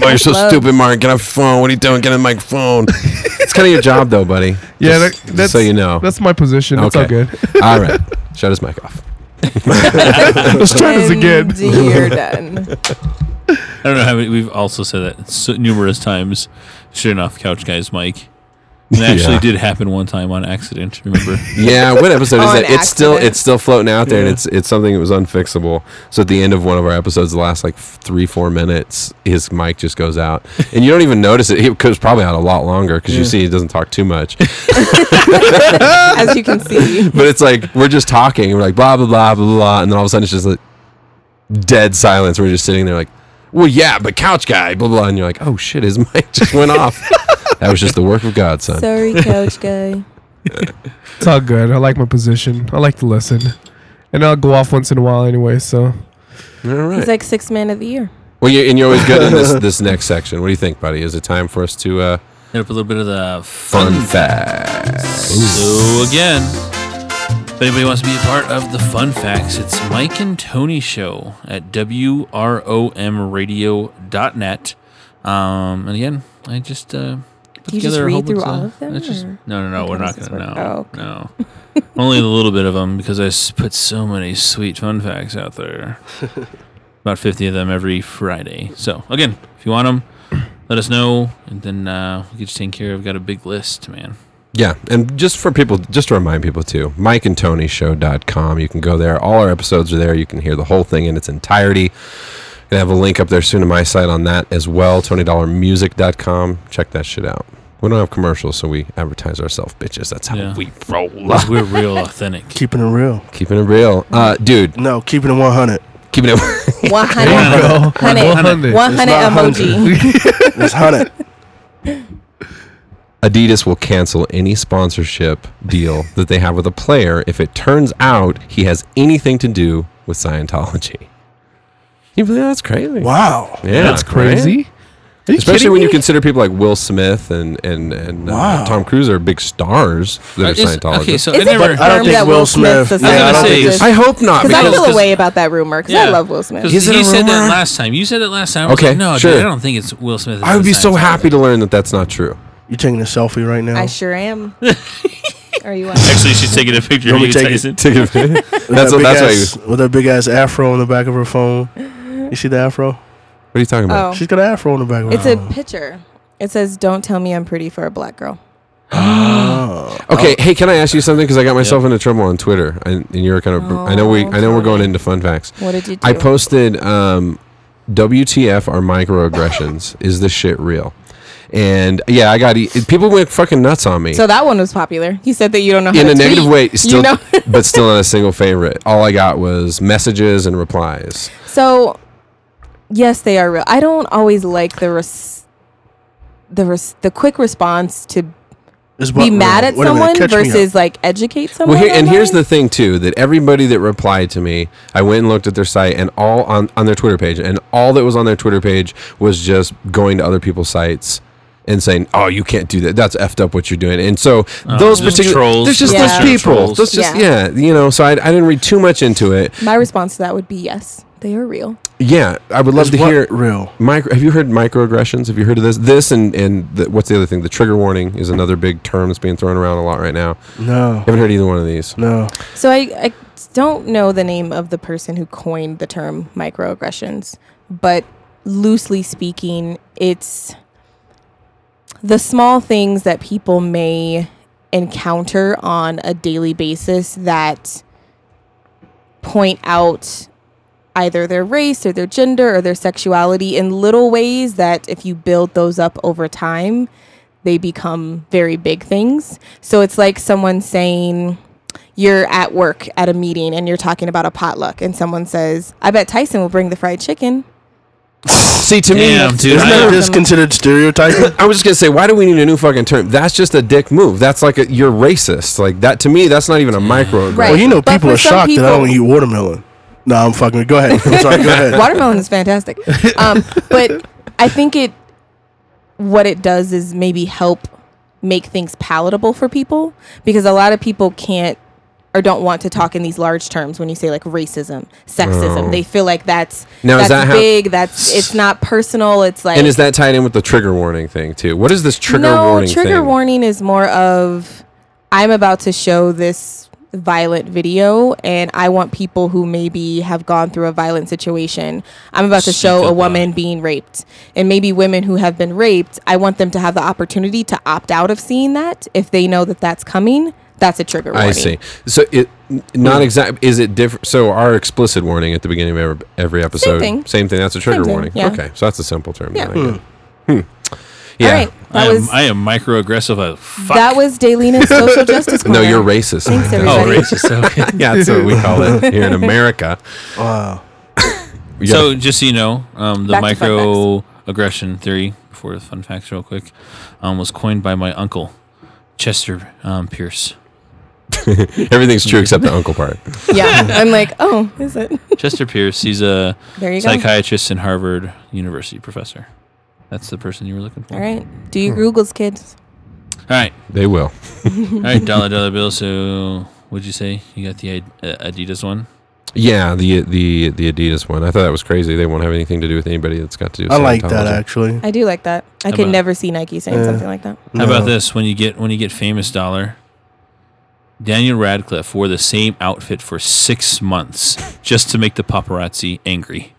Speaker 1: Why you're so
Speaker 4: Love.
Speaker 1: stupid, Mark? Get off your phone. What are you doing? Get on the microphone. it's kind of your job, though, buddy.
Speaker 6: Yeah, that-
Speaker 1: just, just
Speaker 6: that's-
Speaker 1: so you know.
Speaker 6: That's my position. That's all
Speaker 1: Oh. Okay.
Speaker 6: good.
Speaker 1: All right, shut his mic off.
Speaker 6: Let's try this again.
Speaker 4: And You're done.
Speaker 3: I don't know how many, we've also said that so numerous times. Sure enough, couch guys, Mike. And that actually
Speaker 1: Yeah.
Speaker 3: did happen one time on accident. Remember?
Speaker 1: Yeah, what episode is
Speaker 4: On
Speaker 1: that? It's still
Speaker 4: accident.
Speaker 1: it's still floating out there, and it's it's something that was unfixable. So at the end of one of our episodes, the last like f- three four minutes, his mic just goes out, and you don't even notice it. He was probably out a lot longer because you see he doesn't talk too much.
Speaker 4: As you can see.
Speaker 1: but it's like we're just talking, we're like blah blah blah blah blah, and then all of a sudden it's just like dead silence. We're just sitting there like, well yeah, but couch guy blah blah, and you're like, oh shit, his mic just went off. That was just the work of God, son.
Speaker 4: Sorry, coach guy.
Speaker 6: It's all good. I like my position. I like to listen. And I'll go off once in a while anyway, so
Speaker 1: All right.
Speaker 4: He's like six man of the year.
Speaker 1: Well, you and you're always good in this this next section. What do you think, buddy? Is it time for us to uh,
Speaker 3: Hit up a little bit of the fun.
Speaker 1: fun facts?
Speaker 3: So again, if anybody wants to be a part of the fun facts, it's Mike and Tony show at WROMradio.net. Um, and again, I just uh, put
Speaker 4: Do you just
Speaker 3: together a whole
Speaker 4: read through
Speaker 3: bunch
Speaker 4: all of them,
Speaker 3: that's just-
Speaker 4: or-
Speaker 3: no, no, no,
Speaker 4: Okay,
Speaker 3: we're not
Speaker 4: this is
Speaker 3: gonna.
Speaker 4: what- oh,
Speaker 3: No, no, only a little bit of them because I s- put so many sweet fun facts out there. About fifty of them every Friday. So again, if you want them, let us know, and then uh, we'll get you taken care of. Got a big list, man.
Speaker 1: Yeah, and just for people, just to remind people too, Mike and Tony Show.com. You can go there. All our episodes are there. You can hear the whole thing in its entirety. Gonna have a link up there soon to my site on that as well. TonyDollarMusic.com. Check that shit out. We don't have commercials, so we advertise ourselves, bitches. That's how
Speaker 3: Yeah.
Speaker 1: we roll.
Speaker 3: We're real authentic.
Speaker 5: Keeping it real.
Speaker 1: Keeping it real, uh, dude.
Speaker 5: No, keeping it 100.
Speaker 1: Keeping it.
Speaker 4: 100,
Speaker 6: go.
Speaker 4: Honey.
Speaker 6: 100.
Speaker 4: 100
Speaker 5: It's not
Speaker 4: emoji.
Speaker 5: It's 100.
Speaker 1: Adidas will cancel any sponsorship deal that they have with a player if it turns out he has anything to do with Scientology. Can You believe that? that's crazy?
Speaker 5: Wow.
Speaker 1: Yeah,
Speaker 6: That's crazy. Are you
Speaker 1: Especially
Speaker 6: kidding
Speaker 1: when
Speaker 6: me?
Speaker 1: you consider people like Will Smith and and and uh,
Speaker 5: Wow.
Speaker 1: Tom Cruise are big stars that are
Speaker 3: It's-
Speaker 1: Scientologists.
Speaker 3: Okay, so I
Speaker 4: Is it
Speaker 3: never.
Speaker 5: I don't
Speaker 4: confirmed
Speaker 5: think
Speaker 4: that
Speaker 5: Will
Speaker 4: Will Smith's
Speaker 5: Smith-
Speaker 4: a
Speaker 3: yeah, I don't think
Speaker 4: Scientologist?
Speaker 3: it's-
Speaker 1: I hope not.
Speaker 4: Because I
Speaker 1: because-
Speaker 4: feel
Speaker 3: Because-
Speaker 4: a way about that rumor because I
Speaker 3: Yeah.
Speaker 4: love Will Smith.
Speaker 1: Is
Speaker 3: Is
Speaker 1: it
Speaker 3: he
Speaker 1: a
Speaker 3: said
Speaker 1: rumor?
Speaker 3: that last time. You said it last time. I was
Speaker 1: Okay,
Speaker 3: like, no,
Speaker 1: sure.
Speaker 3: dude, I don't think it's Will Smith.
Speaker 1: I would be so happy to learn that that's not true.
Speaker 5: You taking a selfie right now?
Speaker 4: I sure am. Are you on?
Speaker 3: Actually, she's taking a picture
Speaker 5: of
Speaker 3: of you,
Speaker 5: me you, take
Speaker 3: Tyson.
Speaker 5: it?
Speaker 1: Take it- that's
Speaker 5: That
Speaker 1: what,
Speaker 5: big
Speaker 1: that's why.
Speaker 5: ass-
Speaker 1: you-
Speaker 5: With that big ass afro on the back of her phone. You see the afro?
Speaker 1: What are you talking about?
Speaker 4: Oh,
Speaker 5: She's got an afro on the back of her
Speaker 4: it's a
Speaker 5: phone.
Speaker 4: picture. It says, "Don't tell me I'm pretty for a black girl."
Speaker 5: Oh.
Speaker 1: Okay, hey, can I ask you something? Because I got myself into trouble on Twitter, and, and you're kind of. I know we. I know we're going into fun facts.
Speaker 4: What did you do?
Speaker 1: I posted um, WTF are microaggressions. Is this shit real? And yeah, I got e- people went fucking nuts on me
Speaker 4: So that one was popular. He said that you don't know how
Speaker 1: in
Speaker 4: to
Speaker 1: a negative
Speaker 4: tweet,
Speaker 1: way, still,
Speaker 4: you know.
Speaker 1: but still not a single favorite. All I got was messages and replies.
Speaker 4: So yes, they are real. I don't always like the res- the res- the quick response to
Speaker 5: It's
Speaker 4: be
Speaker 5: butt
Speaker 4: mad
Speaker 5: real.
Speaker 4: at
Speaker 5: Wait a minute,
Speaker 4: someone
Speaker 5: catch me up.
Speaker 4: versus like educate someone.
Speaker 1: Well, here, and here's
Speaker 4: online.
Speaker 1: the thing too that everybody that replied to me, I went and looked at their site and all on, on their Twitter page, and all that was on their Twitter page was just going to other people's sites and saying, "Oh, you can't do that. That's effed up what you're doing." And so those
Speaker 3: just
Speaker 1: particular
Speaker 3: trolls,
Speaker 1: there's just
Speaker 4: Yeah.
Speaker 1: those people.
Speaker 3: trolls.
Speaker 1: Those just yeah.
Speaker 4: Yeah.
Speaker 1: you know. So I, I didn't read too much into it.
Speaker 4: my response to that would be yes, they are real.
Speaker 1: Yeah, I would love
Speaker 5: It's
Speaker 1: to
Speaker 5: butt
Speaker 1: hear.
Speaker 5: real.
Speaker 1: Micro, have you heard microaggressions? Have you heard of this? This and and the, what's the other thing? The trigger warning is another big term that's being thrown around a lot right now.
Speaker 5: No.
Speaker 1: Haven't heard either one of these.
Speaker 5: No.
Speaker 4: So I, I don't know the name of the person who coined the term microaggressions, but loosely speaking, it's the small things that people may encounter on a daily basis that point out either their race or their gender or their sexuality in little ways that if you build those up over time, they become very big things. So it's like someone saying, you're at work at a meeting and you're talking about a potluck and someone says, I bet Tyson will bring the fried chicken.
Speaker 1: See, to
Speaker 3: Damn,
Speaker 1: me,
Speaker 3: dude.
Speaker 5: Isn't
Speaker 3: I-
Speaker 5: that just considered stereotyping?
Speaker 1: I was just gonna say, why do we need a new fucking term? That's just a dick move. That's like a, you're racist. Like that to me, that's not even a microaggression.
Speaker 4: Right.
Speaker 5: Well, you know,
Speaker 4: But
Speaker 5: people
Speaker 4: for
Speaker 5: are
Speaker 4: some
Speaker 5: shocked that I
Speaker 4: people-
Speaker 5: don't eat watermelon. No, I'm fucking. Go ahead. I'm sorry. Go ahead.
Speaker 4: Watermelon is fantastic. Um, but I think it, what it does is maybe help make things palatable for people because a lot of people can't or don't want to talk in these large terms when you say like racism, sexism.
Speaker 1: Oh.
Speaker 4: They feel like that's
Speaker 1: Now, is that
Speaker 4: that's
Speaker 1: how-
Speaker 4: big. that's it's not personal. It's like
Speaker 1: And is that tied in with the trigger warning thing too? What is this trigger
Speaker 4: no,
Speaker 1: warning?
Speaker 4: trigger
Speaker 1: thing?
Speaker 4: warning is more of I'm about to show this violent video and I want people who maybe have gone through a violent situation. I'm about to show a
Speaker 3: Psychopath.
Speaker 4: woman being raped and maybe women who have been raped, I want them to have the opportunity to opt out of seeing that if they know that that's coming. That's a trigger warning.
Speaker 1: I see. So it n- not exact. Is it different? So our explicit warning at the beginning of every, every episode.
Speaker 4: thing.
Speaker 1: That's a trigger
Speaker 4: thing,
Speaker 1: warning.
Speaker 4: yeah.
Speaker 1: Okay. So that's a simple term.
Speaker 4: Yeah.
Speaker 1: then I get. Hmm. Yeah.
Speaker 4: All right.
Speaker 3: I
Speaker 4: That
Speaker 3: am,
Speaker 4: was
Speaker 3: I am microaggressive as fuck.
Speaker 4: that was Dalena's social justice corner.
Speaker 1: No, you're racist.
Speaker 4: Thanks,
Speaker 1: Oh,
Speaker 3: oh,
Speaker 4: everybody.
Speaker 3: racist. Okay.
Speaker 1: yeah, that's what we call it here in America.
Speaker 5: Wow.
Speaker 1: You
Speaker 3: So just so you know, um, the
Speaker 4: Back to fun
Speaker 3: microaggression theory, before the fun facts real quick, um, was coined by my uncle, Chester um, Pierce.
Speaker 1: gotta- everything's true except the uncle part.
Speaker 4: yeah. I'm like, oh, is it?
Speaker 3: Chester Pierce, he's a
Speaker 4: There you go.
Speaker 3: psychiatrist and Harvard University professor. That's the person you were looking for.
Speaker 4: All right. Do
Speaker 1: Hmm.
Speaker 4: your Googles, kids.
Speaker 3: All right.
Speaker 1: They will.
Speaker 3: All right. Dollar dollar bill. So what'd you say? You got the Ad- uh, Adidas one?
Speaker 1: Yeah, the the the Adidas one. I thought that was crazy. They won't have anything to do with anybody that's got to do. with
Speaker 5: I like that
Speaker 1: Scientology.
Speaker 5: actually.
Speaker 4: I do like that. I
Speaker 3: How
Speaker 4: could
Speaker 3: about-
Speaker 4: never see Nike saying
Speaker 5: Yeah.
Speaker 4: something like that.
Speaker 3: How about
Speaker 5: No.
Speaker 3: this? When you get when you get famous dollar, Daniel Radcliffe wore the same outfit for six months just to make the paparazzi angry.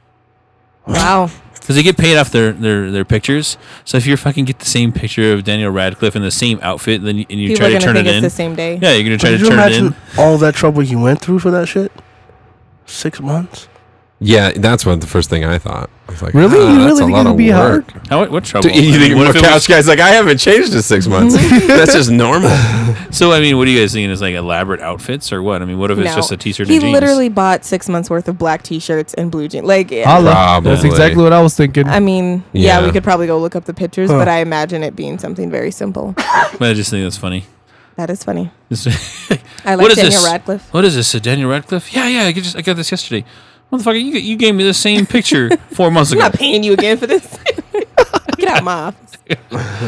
Speaker 4: Wow.
Speaker 3: Because they get paid off their, their, their pictures. So if you fucking get the same picture of Daniel Radcliffe in the same outfit, then you, and you
Speaker 4: People
Speaker 3: try
Speaker 4: are
Speaker 3: to
Speaker 4: going to
Speaker 3: turn
Speaker 4: think
Speaker 3: it
Speaker 4: it's
Speaker 3: in.
Speaker 4: the same day.
Speaker 3: Yeah, you're gonna try
Speaker 5: Could
Speaker 3: to
Speaker 5: you
Speaker 3: turn it
Speaker 5: imagine
Speaker 3: in.
Speaker 5: all that trouble he went through for that shit? Six months.
Speaker 1: Yeah, that's what the first thing I thought. I was like,
Speaker 6: Really?
Speaker 1: ah,
Speaker 6: You
Speaker 1: that's
Speaker 6: really
Speaker 1: a
Speaker 6: think
Speaker 1: lot
Speaker 6: it'll
Speaker 1: of
Speaker 6: be
Speaker 1: work.
Speaker 3: How, what, what trouble?
Speaker 1: Do you
Speaker 3: Oh, I mean,
Speaker 1: think
Speaker 3: what
Speaker 1: more
Speaker 3: if it
Speaker 1: couch guys like I haven't changed in six months? That's just normal.
Speaker 3: was- so I mean, what are you guys thinking? Is like elaborate outfits or what? I mean, what if it's
Speaker 4: No.
Speaker 3: just a t-shirt
Speaker 4: He
Speaker 3: and jeans?
Speaker 4: literally bought six months worth of black T-shirts and blue jeans. Like,
Speaker 6: Holla. That's
Speaker 1: Probably.
Speaker 6: exactly what I was thinking.
Speaker 4: I mean, yeah.
Speaker 1: Yeah.
Speaker 4: we could probably go look up the pictures,
Speaker 5: Huh.
Speaker 4: but I imagine it being something very simple.
Speaker 3: But I just think that's funny.
Speaker 4: that is funny.
Speaker 3: This-
Speaker 4: I
Speaker 3: What
Speaker 4: like
Speaker 3: is
Speaker 4: Daniel
Speaker 3: this?
Speaker 4: Radcliffe.
Speaker 3: what is this? A Daniel Radcliffe? Yeah, yeah. I could just I got this yesterday. Motherfucker, you you gave me the same picture four months
Speaker 4: I'm
Speaker 3: ago.
Speaker 4: not paying you again for this. Get out of my office.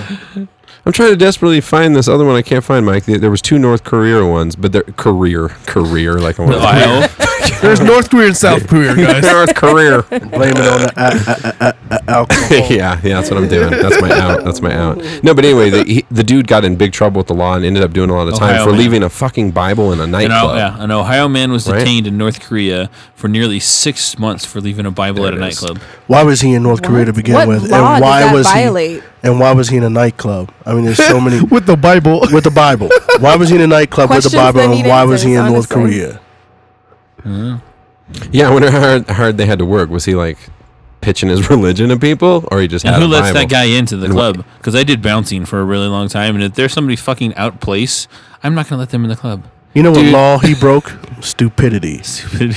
Speaker 1: I'm trying to desperately find this other one. I can't find Mike. There there was two North Korea ones, but they're career, career, like I want
Speaker 3: The IO.
Speaker 6: There's North Korea and South Korea, guys.
Speaker 1: North Korea.
Speaker 5: Blame it on the a- a- a- a- a- alcohol.
Speaker 1: yeah, yeah, that's what I'm doing. That's my out. That's my out. No, but anyway, the, he, the dude got in big trouble with the law and ended up doing a lot of time
Speaker 3: Ohio
Speaker 1: for
Speaker 3: man.
Speaker 1: leaving a fucking Bible in a
Speaker 3: An, O-
Speaker 1: nightclub.
Speaker 3: yeah, an Ohio man was
Speaker 1: Right?
Speaker 3: detained in North Korea for nearly six months for leaving a Bible
Speaker 1: There
Speaker 3: at a
Speaker 1: it is.
Speaker 3: nightclub.
Speaker 5: Why was he in North Korea to begin
Speaker 4: what
Speaker 5: with,
Speaker 4: law
Speaker 5: and why
Speaker 4: does that
Speaker 5: was
Speaker 4: violate?
Speaker 5: he? And why was he in a nightclub? I mean, there's so many
Speaker 6: With the Bible.
Speaker 5: with the Bible. Why was he in a nightclub with the
Speaker 4: Questions
Speaker 5: Bible,
Speaker 4: that
Speaker 5: and
Speaker 4: need
Speaker 5: why was he in
Speaker 4: answers,
Speaker 5: North
Speaker 4: honestly.
Speaker 5: Korea?
Speaker 1: Yeah, I wonder how hard, hard they had to work. Was he like pitching his religion to people, or he just
Speaker 3: And
Speaker 1: had a
Speaker 3: who lets
Speaker 1: Bible?
Speaker 3: that guy into the
Speaker 1: And wh-
Speaker 3: club? Because I did bouncing for a really long time, and if there's somebody fucking out place, I'm not gonna let them in the club.
Speaker 5: You know what
Speaker 1: Dude.
Speaker 5: law he broke? Stupidity.
Speaker 3: Stupid.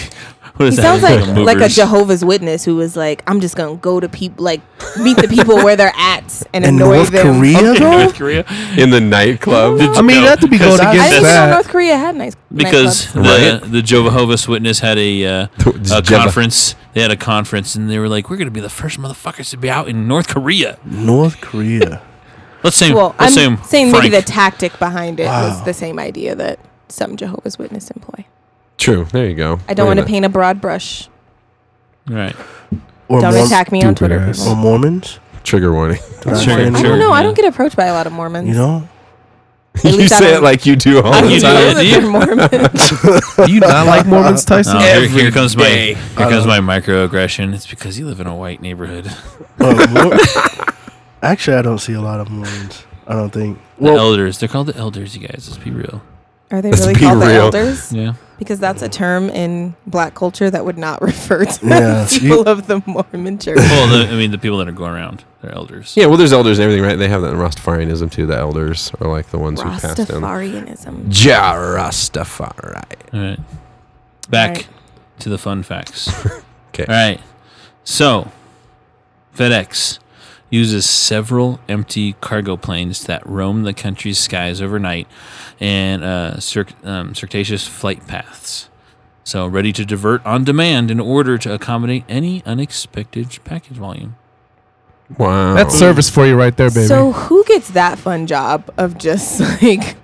Speaker 3: What is
Speaker 4: He
Speaker 3: that?
Speaker 4: sounds like like a
Speaker 3: movers.
Speaker 4: Jehovah's Witness who was like, "I'm just gonna go to people, like meet the people where they're at and
Speaker 5: In
Speaker 4: annoy
Speaker 5: North
Speaker 4: them."
Speaker 5: Korea, though,
Speaker 3: North Korea.
Speaker 1: in the nightclub.
Speaker 3: Did
Speaker 6: I mean,
Speaker 3: No,
Speaker 6: not to be
Speaker 3: because
Speaker 6: going
Speaker 5: I- I
Speaker 4: I
Speaker 6: against
Speaker 4: didn't know
Speaker 6: that.
Speaker 4: North Korea had nice
Speaker 3: because
Speaker 4: nightclubs.
Speaker 3: the the Jehovah's Witness had a uh, a
Speaker 1: Jehovah-
Speaker 3: conference. They had a conference, and they were like, "We're gonna be the first motherfuckers to be out in North Korea."
Speaker 5: North Korea.
Speaker 3: Let's say,
Speaker 4: Well, I'm
Speaker 3: let's say,
Speaker 4: saying
Speaker 3: Frank.
Speaker 4: maybe the tactic behind it was
Speaker 5: Wow.
Speaker 4: the same idea that some Jehovah's Witness employ.
Speaker 1: True. There you go.
Speaker 4: I don't
Speaker 1: Look
Speaker 4: want
Speaker 1: at
Speaker 4: to paint a broad brush.
Speaker 3: right.
Speaker 5: Or,
Speaker 4: don't
Speaker 5: Morm-
Speaker 4: attack me on
Speaker 6: stupid
Speaker 4: Twitter.
Speaker 6: ass.
Speaker 4: people.
Speaker 5: or Mormons.
Speaker 1: that. Trigger warning.
Speaker 5: Did I
Speaker 3: Sure,
Speaker 5: say any-
Speaker 4: I don't know. I
Speaker 3: yeah.
Speaker 4: don't get approached by a lot of Mormons.
Speaker 5: You know,
Speaker 4: At
Speaker 1: you
Speaker 4: least I
Speaker 1: say it
Speaker 4: don't-
Speaker 1: like you do all the
Speaker 4: I don't
Speaker 3: You
Speaker 1: time.
Speaker 4: know
Speaker 3: do,
Speaker 4: that
Speaker 3: do you?
Speaker 4: they're Mormon.
Speaker 6: Do you not like Mormons,
Speaker 5: Uh,
Speaker 6: Tyson?
Speaker 3: Oh, here, here comes my
Speaker 1: day.
Speaker 3: here comes my microaggression. It's because you live in a white neighborhood.
Speaker 5: Uh, Mor- actually, I don't see a lot of Mormons. I don't think.
Speaker 3: The elders, they're called the elders. You guys, let's be real.
Speaker 4: Are they
Speaker 1: Let's
Speaker 4: really
Speaker 1: be
Speaker 4: called the
Speaker 1: real.
Speaker 4: elders?
Speaker 3: Yeah.
Speaker 4: Because that's a term in black culture that would not refer to
Speaker 5: Yeah.
Speaker 4: people of the Mormon church.
Speaker 3: Well, the, I mean, the people that are going around, they're elders.
Speaker 1: Yeah, well, there's elders and everything, right? They have that in Rastafarianism too. The elders are like the ones who passed down.
Speaker 4: Rastafarianism.
Speaker 1: Ja Rastafari.
Speaker 3: All right. Back
Speaker 4: All right.
Speaker 3: to the fun facts.
Speaker 1: 'Kay.
Speaker 3: All right. So, FedEx uses several empty cargo planes that roam the country's skies overnight and uh, circ- um, circuitous flight paths. So ready to divert on demand in order to accommodate any unexpected package volume.
Speaker 1: Wow.
Speaker 6: That's service for you right there, baby.
Speaker 4: So who gets that fun job of just like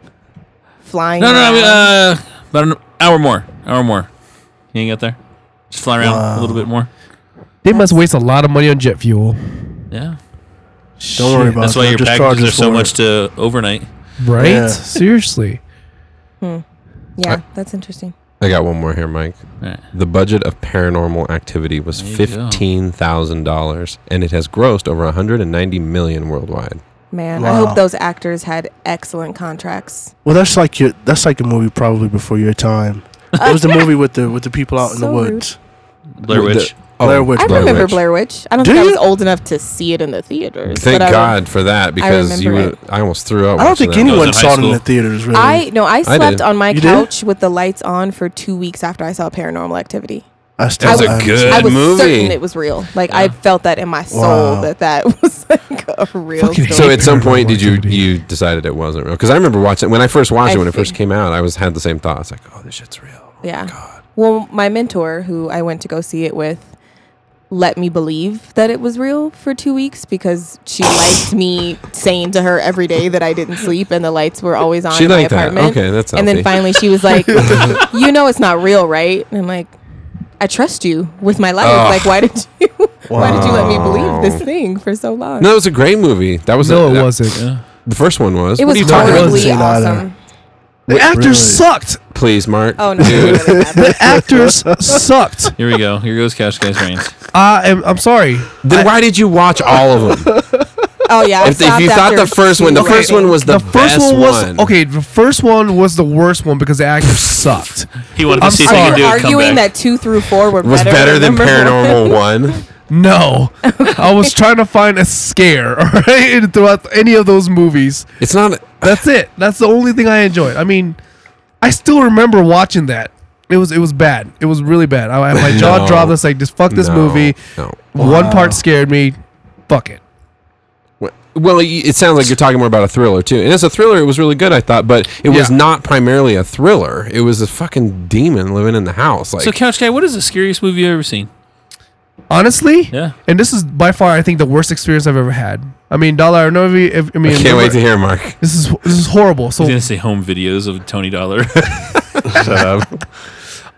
Speaker 4: flying?
Speaker 3: No, no, I mean,
Speaker 4: around?
Speaker 3: uh, about an hour more. Hour more. You ain't got there. Just fly around a little bit more.
Speaker 6: they must waste a lot of money on jet fuel.
Speaker 3: Yeah,
Speaker 5: Don't worry about
Speaker 3: that's
Speaker 5: it.
Speaker 3: why
Speaker 5: I'm
Speaker 3: your
Speaker 5: just
Speaker 3: packages
Speaker 5: charging
Speaker 3: are so
Speaker 5: for
Speaker 3: much
Speaker 5: it.
Speaker 3: to overnight.
Speaker 6: Right?
Speaker 5: Yeah.
Speaker 6: Seriously.
Speaker 5: Uh,
Speaker 4: yeah, that's interesting.
Speaker 1: I got one more here, Mike.
Speaker 3: All right.
Speaker 1: The budget of Paranormal Activity was
Speaker 3: There you go.
Speaker 1: fifteen thousand dollars, and it has grossed over 190 million worldwide.
Speaker 4: Man, I
Speaker 5: Wow.
Speaker 4: hope those actors had excellent contracts.
Speaker 5: Well, that's like your that's like a movie probably before your time. It was the movie with the with the people out in the
Speaker 4: Uh, So rude.
Speaker 5: woods.
Speaker 3: Blair
Speaker 1: The-
Speaker 3: Witch.
Speaker 5: Blair Witch.
Speaker 4: I
Speaker 1: Blair
Speaker 4: remember
Speaker 1: Witch.
Speaker 4: Blair Witch. I don't
Speaker 5: Do
Speaker 4: think I
Speaker 5: you?
Speaker 4: was old enough to see it in the theaters.
Speaker 1: Thank
Speaker 4: but I-
Speaker 1: God for that because you
Speaker 4: remember
Speaker 1: would, I almost threw up.
Speaker 5: I don't
Speaker 1: watching
Speaker 5: think
Speaker 1: that.
Speaker 3: That was
Speaker 5: anyone
Speaker 3: in high
Speaker 5: saw it in the
Speaker 3: school.
Speaker 5: theaters really.
Speaker 4: I no, I slept
Speaker 1: did.
Speaker 4: on my
Speaker 5: You did?
Speaker 4: couch with the lights on for two weeks after I saw Paranormal Activity.
Speaker 5: I still
Speaker 4: was a
Speaker 5: haven't-
Speaker 1: good-
Speaker 4: I was
Speaker 1: movie.
Speaker 4: certain it was real. Like I felt that in my soul
Speaker 5: Wow.
Speaker 4: that that was like a real
Speaker 6: Fucking hate
Speaker 1: So
Speaker 4: story.
Speaker 1: at some point,
Speaker 6: Paranormal
Speaker 1: did you
Speaker 6: Activity.
Speaker 1: you decided it wasn't real? Because I remember watching when I first watched
Speaker 4: I
Speaker 1: it when it
Speaker 4: see.
Speaker 1: first came out. I was had the same thoughts like, oh, this shit's real.
Speaker 4: Yeah.
Speaker 1: God.
Speaker 4: Well, my mentor, who I went to go see it with, let me believe that it was real for two weeks because she liked me saying to her every day that I didn't sleep and the lights were always on
Speaker 1: She
Speaker 4: in my
Speaker 1: liked that.
Speaker 4: apartment.
Speaker 1: Okay, that's
Speaker 4: and then
Speaker 1: healthy.
Speaker 4: finally she was like, "You know it's not real, right?" And I'm like, "I trust you with my life.
Speaker 1: Ugh.
Speaker 4: Like, why did you? Why did you let me
Speaker 1: Wow.
Speaker 4: believe this thing for so long?"
Speaker 1: No, it was a great movie. That was
Speaker 6: no,
Speaker 1: a,
Speaker 6: it
Speaker 1: that-
Speaker 6: wasn't.
Speaker 3: Yeah.
Speaker 1: The first one was.
Speaker 4: it
Speaker 1: What
Speaker 4: was
Speaker 1: are you talking about?
Speaker 4: horribly
Speaker 5: about?
Speaker 4: awesome.
Speaker 6: The actors
Speaker 5: Really?
Speaker 6: sucked.
Speaker 1: Please, Mark.
Speaker 4: Oh no, it really mattered.
Speaker 6: Actors sucked.
Speaker 3: Here we go. Here goes Cash Guy's brains.
Speaker 6: I am, I'm sorry.
Speaker 1: Then why did you watch all of them?
Speaker 4: Oh yeah, I
Speaker 1: if, if you
Speaker 4: stopped
Speaker 1: thought the
Speaker 4: after
Speaker 1: first one, the
Speaker 4: two
Speaker 1: first one was the,
Speaker 6: The first
Speaker 1: best
Speaker 6: one
Speaker 1: one.
Speaker 6: was okay. The first one was the worst one because the actors sucked.
Speaker 3: He wanted
Speaker 6: I'm
Speaker 3: to see if he
Speaker 6: sorry.
Speaker 3: could do a
Speaker 4: arguing
Speaker 3: comeback.
Speaker 4: that two through four were
Speaker 1: Was better
Speaker 4: better,
Speaker 1: than
Speaker 4: number
Speaker 1: Paranormal One.
Speaker 6: No, I was trying to find a scare all right, throughout any of those movies.
Speaker 1: It's not.
Speaker 6: That's it. That's the only thing I enjoyed. I mean, I still remember watching that. It was it was bad. It was really bad. I, I- my jaw
Speaker 1: No.
Speaker 6: dropped. It's like just fuck this
Speaker 1: no,
Speaker 6: movie.
Speaker 1: No.
Speaker 6: One part scared me. Fuck it.
Speaker 1: Well, y- it sounds like you're talking more about a thriller too, and as a thriller, it was really good, I thought. But it was
Speaker 6: Yeah.
Speaker 1: not primarily a thriller; it was a fucking demon living in the house. Like,
Speaker 3: So, Couch Guy, what is the scariest movie you've ever seen?
Speaker 6: Honestly,
Speaker 3: Yeah.
Speaker 6: And this is by far, I think, the worst experience I've ever had. I mean, Dollar, I don't know if, you- if I
Speaker 1: I
Speaker 6: mean,
Speaker 1: can't wait to hear Mark.
Speaker 6: This is this is horrible.
Speaker 3: I was
Speaker 6: So
Speaker 3: gonna say home videos of Tony Dollar.